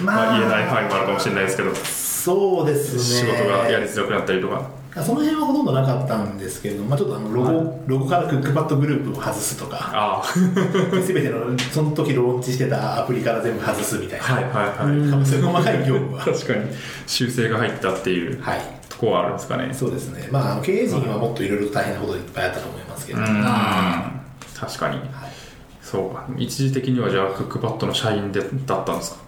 Speaker 2: まあ、言えない範囲もあるかもしれないですけど、
Speaker 3: そうですね
Speaker 2: 仕事がやりづらくなったりとか。
Speaker 3: その辺はほとんどなかったんですけれども、まあ、ちょっとあのロゴ、ロゴからクックパッドグループを外すと か、
Speaker 2: あ
Speaker 3: すべてのその時ローンチしてたアプリから全部外すみたい
Speaker 2: あ、
Speaker 3: な、
Speaker 2: はいはいはい。
Speaker 3: そういう細かい業務 は、
Speaker 2: 確かに修正が入ったっていう
Speaker 3: はい、
Speaker 2: ところはあるんですかね。
Speaker 3: そうですね、まああの、経営陣はもっといろいろ大変なこといっぱいあったと思いますけ
Speaker 2: う
Speaker 3: ど、
Speaker 2: ん
Speaker 3: はい、
Speaker 2: 確かにそうか一時的にはじゃあクックパッドの社員でだったんですか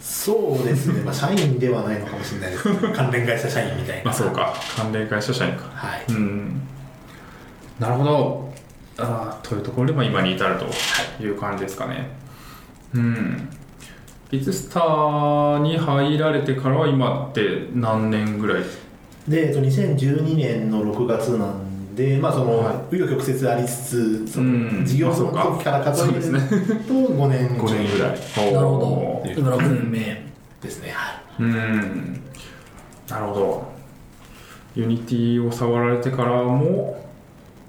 Speaker 3: そうですね、まあ、社員ではないのかもしれないですけ ど、関連会社社員みたい
Speaker 2: ま
Speaker 3: な。
Speaker 2: あそうか関連会社社員か
Speaker 3: はい
Speaker 2: うんなるほどあーというところでまあ今に至るという感じですかね、うんビズスターに入られてからは今って何年ぐらい
Speaker 3: で、えっと、2012年の6月なんで、まあ、その、
Speaker 2: はい
Speaker 3: 紆余曲折ありつつ、そ
Speaker 2: うん
Speaker 3: の事業
Speaker 2: まあ
Speaker 3: そ
Speaker 2: そう
Speaker 3: の
Speaker 2: か
Speaker 3: 時から数えると
Speaker 2: そうです
Speaker 3: 5年
Speaker 2: 5年ぐらい
Speaker 1: なる
Speaker 2: お
Speaker 1: ほど。
Speaker 2: ー
Speaker 1: 今6年目。
Speaker 3: ですね、はい。
Speaker 2: うんなるほどユニティを触られてからもも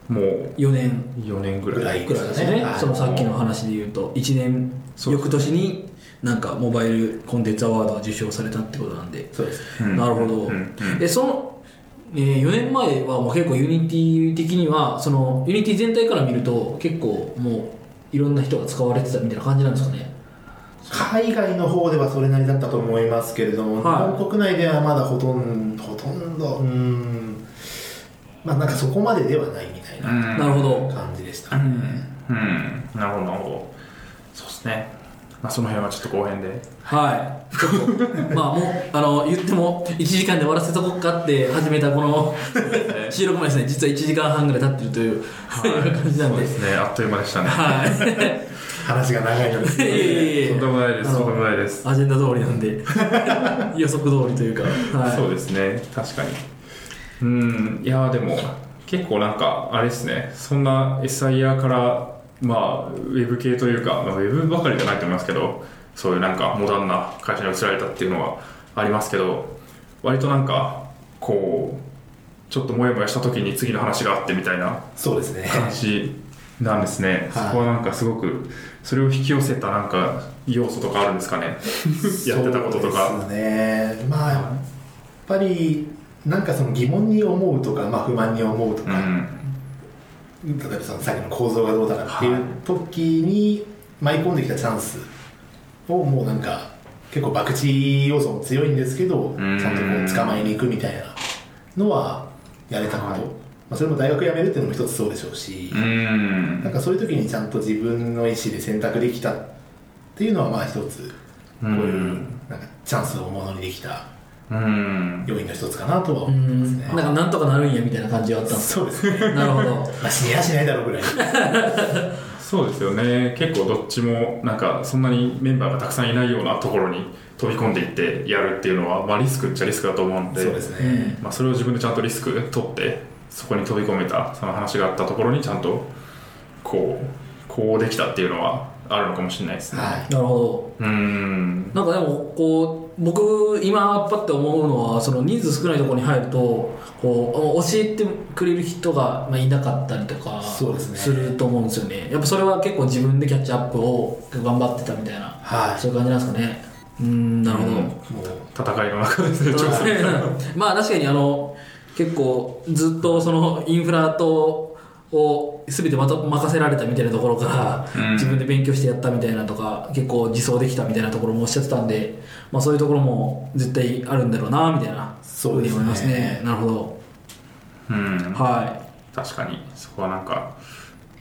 Speaker 2: う
Speaker 1: 4年
Speaker 2: 4年ぐらい
Speaker 3: ぐらい
Speaker 1: くらいですね
Speaker 3: は。い
Speaker 1: そのさっきの話で言うと、1年、翌年になんかモバイルコンテンツアワードを受賞されたってことなんで。
Speaker 3: そうです
Speaker 2: うん
Speaker 1: なるほど
Speaker 2: うんうん
Speaker 1: えその、えー、4年前はもう結構ユニティ的にはそのユニティ全体から見ると結構もういろんな人が使われてたみたいな感じなんですかね
Speaker 3: 海外の方ではそれなりだったと思いますけれども、
Speaker 1: はい
Speaker 3: 日本国内ではまだほとんどほとんどうーんまあなんかそこまでではないみたいな
Speaker 1: なるほど
Speaker 3: 感じでした、
Speaker 2: うん、なるほどなるほどそうですね、まあ、その辺はちょっと後編で
Speaker 1: はい ちょっとまあもうあの言っても1時間で終わらせとこっかって始めたこの収録もですね実は1時間半ぐらい経ってるという、 感じなん
Speaker 2: そう
Speaker 1: で
Speaker 2: ですねあっという間でしたね
Speaker 1: はい
Speaker 3: 話が長いのです
Speaker 1: いえいえ い
Speaker 2: と
Speaker 1: え
Speaker 2: んでもないです
Speaker 1: あの
Speaker 2: とんでもないです、
Speaker 1: アジェンダ通りなんで予測通りというか、はい、
Speaker 2: そうですね確かにうんいやーでも結構なんかあれですねそんな SIR からまあウェブ系というか、まあ、ウェブばかりじゃないと思いますけどそういうなんかモダンな会社に移られたっていうのはありますけど割となんかこうちょっとモヤモヤした時に次の話があってみたいな
Speaker 3: そうですね
Speaker 2: 感じなんですね、
Speaker 3: はい
Speaker 2: そこはなんかすごくそれを引き寄せたなんか要素とかあるんですかねやってたこととか
Speaker 3: そうですねまあやっぱりなんかその疑問に思うとか、まあ、不満に思うと
Speaker 2: う
Speaker 3: か、
Speaker 2: ん
Speaker 3: 例えばそのさっきの構造がどうだなっていう時に舞い込んできたチャンスをもうなんか結構博打要素も強いんですけど
Speaker 2: ん
Speaker 3: ちゃんとこう捕まえに行くみたいなのはやれたことまあ、それも大学辞めるっていうのも一つそうでしょうし、
Speaker 2: うん
Speaker 3: なんかそういう時にちゃんと自分の意思で選択できたっていうのはまあ一つこう
Speaker 2: う
Speaker 3: いうんなんかチャンスをものにできた
Speaker 2: うん
Speaker 3: 要因の一つかなとは
Speaker 4: う
Speaker 3: 思ってます
Speaker 4: ん
Speaker 3: ね
Speaker 4: なんかなんとかなるんやみたいな感じがあったんです
Speaker 3: そうですね、
Speaker 4: なるほど
Speaker 3: まあ、死にやしないだろうぐらい
Speaker 2: そうですよね結構どっちもなんかそんなにメンバーがたくさんいないようなところに飛び込んでいってやるっていうのは、まあ、リスクっちゃリスクだと思うんで
Speaker 3: そうですね、
Speaker 2: まあ、それを自分でちゃんとリスク取ってそこに飛び込めたその話があったところにちゃんとこうこうできたっていうのはあるのかもしれないですね、
Speaker 3: は
Speaker 4: なるほ
Speaker 2: うーん
Speaker 4: どなんかでもこう僕今パッて思うのはその人数少ないところに入るとこう教えてくれる人がまあいなかったりとか
Speaker 3: そうですね
Speaker 4: ると思うんですよねやっぱそれは結構自分でキャッチアップを頑張ってたみたいな
Speaker 3: はい
Speaker 4: そういう感じなんですかねうんなるほど、
Speaker 2: うん
Speaker 3: もう
Speaker 2: 戦いの中で成長する
Speaker 4: まあ確かにあの結構ずっとそのインフラとを全てまと任せられたみたいなところから、
Speaker 2: うん
Speaker 4: 自分で勉強してやったみたいなとか結構自走できたみたいなところもおっしゃってたんで、まあ、そういうところも絶対あるんだろうなみたいな
Speaker 3: そうですね
Speaker 4: ふに思いますねなるほど
Speaker 2: うん
Speaker 4: は
Speaker 2: 確かにそこはなんか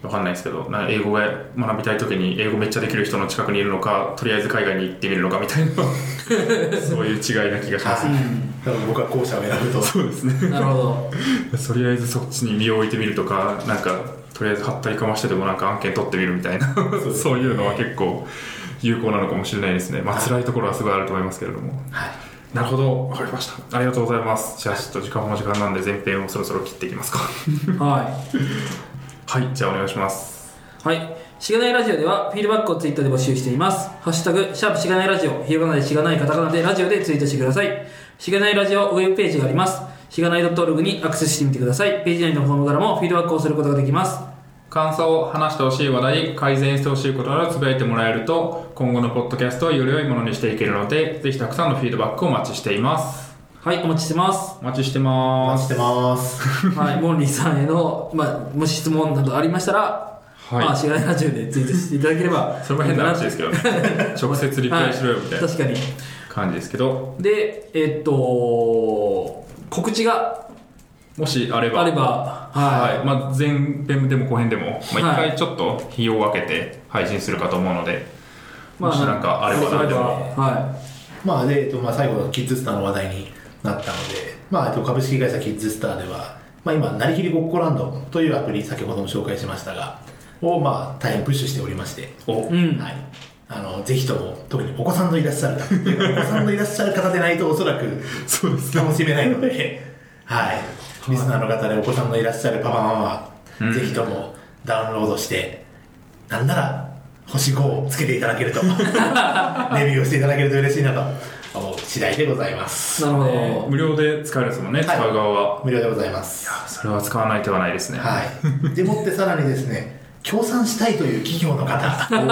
Speaker 2: わかんないですけどな英語が学びたい時に英語めっちゃできる人の近くにいるのかとりあえず海外に行ってみるのかみ たいなそういう違いな気がします、
Speaker 3: はい多分僕は後者を選ぶと
Speaker 2: そうですね
Speaker 4: いなるほど
Speaker 2: とりあえずそっちに身を置いてみるとかなんかとりあえずはったりかましてでもなんか案件取ってみるみたいなそう,、いうのは結構有効なのかもしれないですねまあ辛いところはすごいあると思いますけれども
Speaker 3: はい
Speaker 2: なるほどわかりましたありがとうございますじゃあちょっと時間も時間なんで前編をそろそろ切っていきますか
Speaker 4: はい
Speaker 2: はいじゃあお願いします
Speaker 1: はい。しがないラジオでは、フィードバックをツイッターで募集しています。ハッシュタグ、シャープしがないラジオ、ひらがなでしがないカタカナでラジオでツイートしてください。しがないラジオウェブページがあります。しがない .org にアクセスしてみてください。ページ内のフォームからもフィードバックをすることができます。
Speaker 2: 感想を話してほしい話題改善してほしいことなどつぶやいてもらえると今後のポッドキャストをより良いものにしていけるのでぜひたくさんのフィードバックをお待ちしています
Speaker 1: はい、お待ちして ます。
Speaker 2: お待ちして
Speaker 3: お
Speaker 2: ま
Speaker 3: 待ちし
Speaker 2: す
Speaker 3: てます
Speaker 1: はい、モンリーさんへの、まあ、もし質問などありましたら、
Speaker 2: はい
Speaker 1: まあ、しがないラジオでツイートしていただければ。
Speaker 2: それも変な話ですけどね直接リプレイしろよみたいな
Speaker 1: 確かに。
Speaker 2: 感じですけど
Speaker 1: で、えっと、告知が
Speaker 2: もしあれば
Speaker 1: あれば、はい。
Speaker 2: はいまあ、前編でも後編でも一、まあ、一
Speaker 1: はい
Speaker 2: 回ちょっと日を分けて配信するかと思うので、
Speaker 1: まあ
Speaker 2: もしなんかあれば
Speaker 1: あ
Speaker 2: 何
Speaker 1: れ
Speaker 2: でも
Speaker 1: ば、はい。
Speaker 3: まあでえっとまあ、最後のキッズスターの話題になったので、まあ、えっと株式会社キッズスターでは、まあ、今、なりきりごっこランドというアプリ、先ほども紹介しましたが、を、まあ、大変プッシュしておりまして、
Speaker 1: ん
Speaker 3: はい、あのぜひとも、特にお子さんのいらっしゃる方、お子さんのいらっしゃる方でないと、おそらく
Speaker 2: そうです
Speaker 3: 楽しめない ので、はい、リスナーの方でお子さんのいらっしゃるパパママは、ぜひともダウンロードして、なんなら星5をつけていただけ ると、レビューをしていただけると嬉しいなと思う次第でございます。
Speaker 1: なるほど。
Speaker 2: えー無料で使えるんですもんね、
Speaker 3: はい
Speaker 2: 使う側は
Speaker 3: 無料でございます。
Speaker 2: それは使わない手はないですね、
Speaker 3: はい。でもってさらにですね、協賛したいという企業の 方、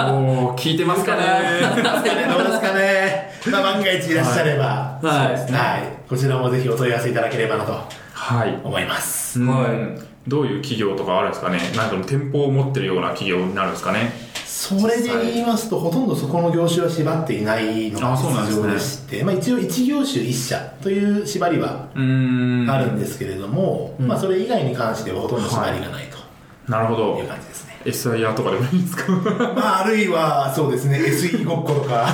Speaker 2: おお聞いてますかね
Speaker 3: どうですかね、まあ、万が一いらっしゃれば、
Speaker 1: はい
Speaker 3: そうですねはい、こちらもぜひお問い合わせいただければなと
Speaker 2: はい
Speaker 3: 思います。
Speaker 2: はいどういう企業とかあるんですかねなんかもう店舗を持ってるような企業になるんですかね
Speaker 3: それで言いますと、ほとんどそこの業種は縛っていないのが
Speaker 2: あそうなんで
Speaker 3: 実
Speaker 2: すね
Speaker 3: 情でして、まあ、一応、一業種一社という縛りは
Speaker 2: うーん
Speaker 3: あるんですけれども、まあ、それ以外に関してはほとんど縛りがない
Speaker 2: なるほ
Speaker 3: と
Speaker 2: ど
Speaker 3: いう感じですね。
Speaker 2: SIR とかでもいいんですか
Speaker 3: まあ、あるいは、そうです ね、SE ごっことか、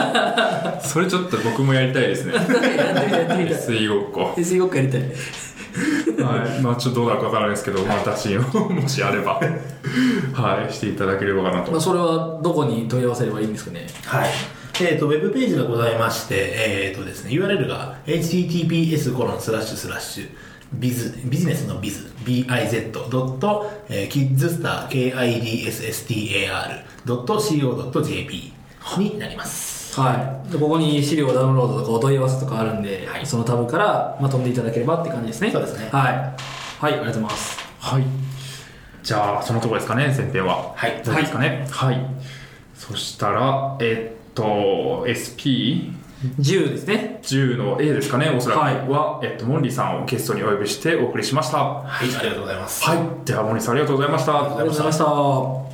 Speaker 2: それちょっと僕もやりたい ですね
Speaker 1: やってみたい、やってみたい。
Speaker 2: SE ごっこ
Speaker 1: SE ごっこやりたい。
Speaker 2: はい、まあちょっとどうなるかわからないですけど、まあ打診を もしあれば、はい、していただければかなと。
Speaker 4: まあ、それはどこに問い合わせればいいんですかね
Speaker 3: はい。えっ、と、ウェブページがございまして、えっ、とですね、URL が https コロンスラッシュスラッシュビズ、ビジネスのビズ、biz. ドット、えー、kidstar, kidstar. ドット co.jp になります。
Speaker 4: はいでここに資料ダウンロードとかお問い合わせとかあるんで、そのタブから、まあ、飛んでいただければって感じですね
Speaker 3: そうですね
Speaker 4: はい、はい、ありがとうございます
Speaker 2: はい。じゃあ、そのところですかね、前編は。
Speaker 3: はい
Speaker 2: どうですかね。はい。そしたら、えっと、SP10
Speaker 4: 10ですね
Speaker 2: の A ですかね、おそらく
Speaker 4: はい
Speaker 2: は、えっと、モンリーさんをゲストにお呼びしてお送りしました。は
Speaker 3: はい、ありがとうございます。
Speaker 2: い。では、モンリーさんありがとうございました。
Speaker 4: ありがとうございました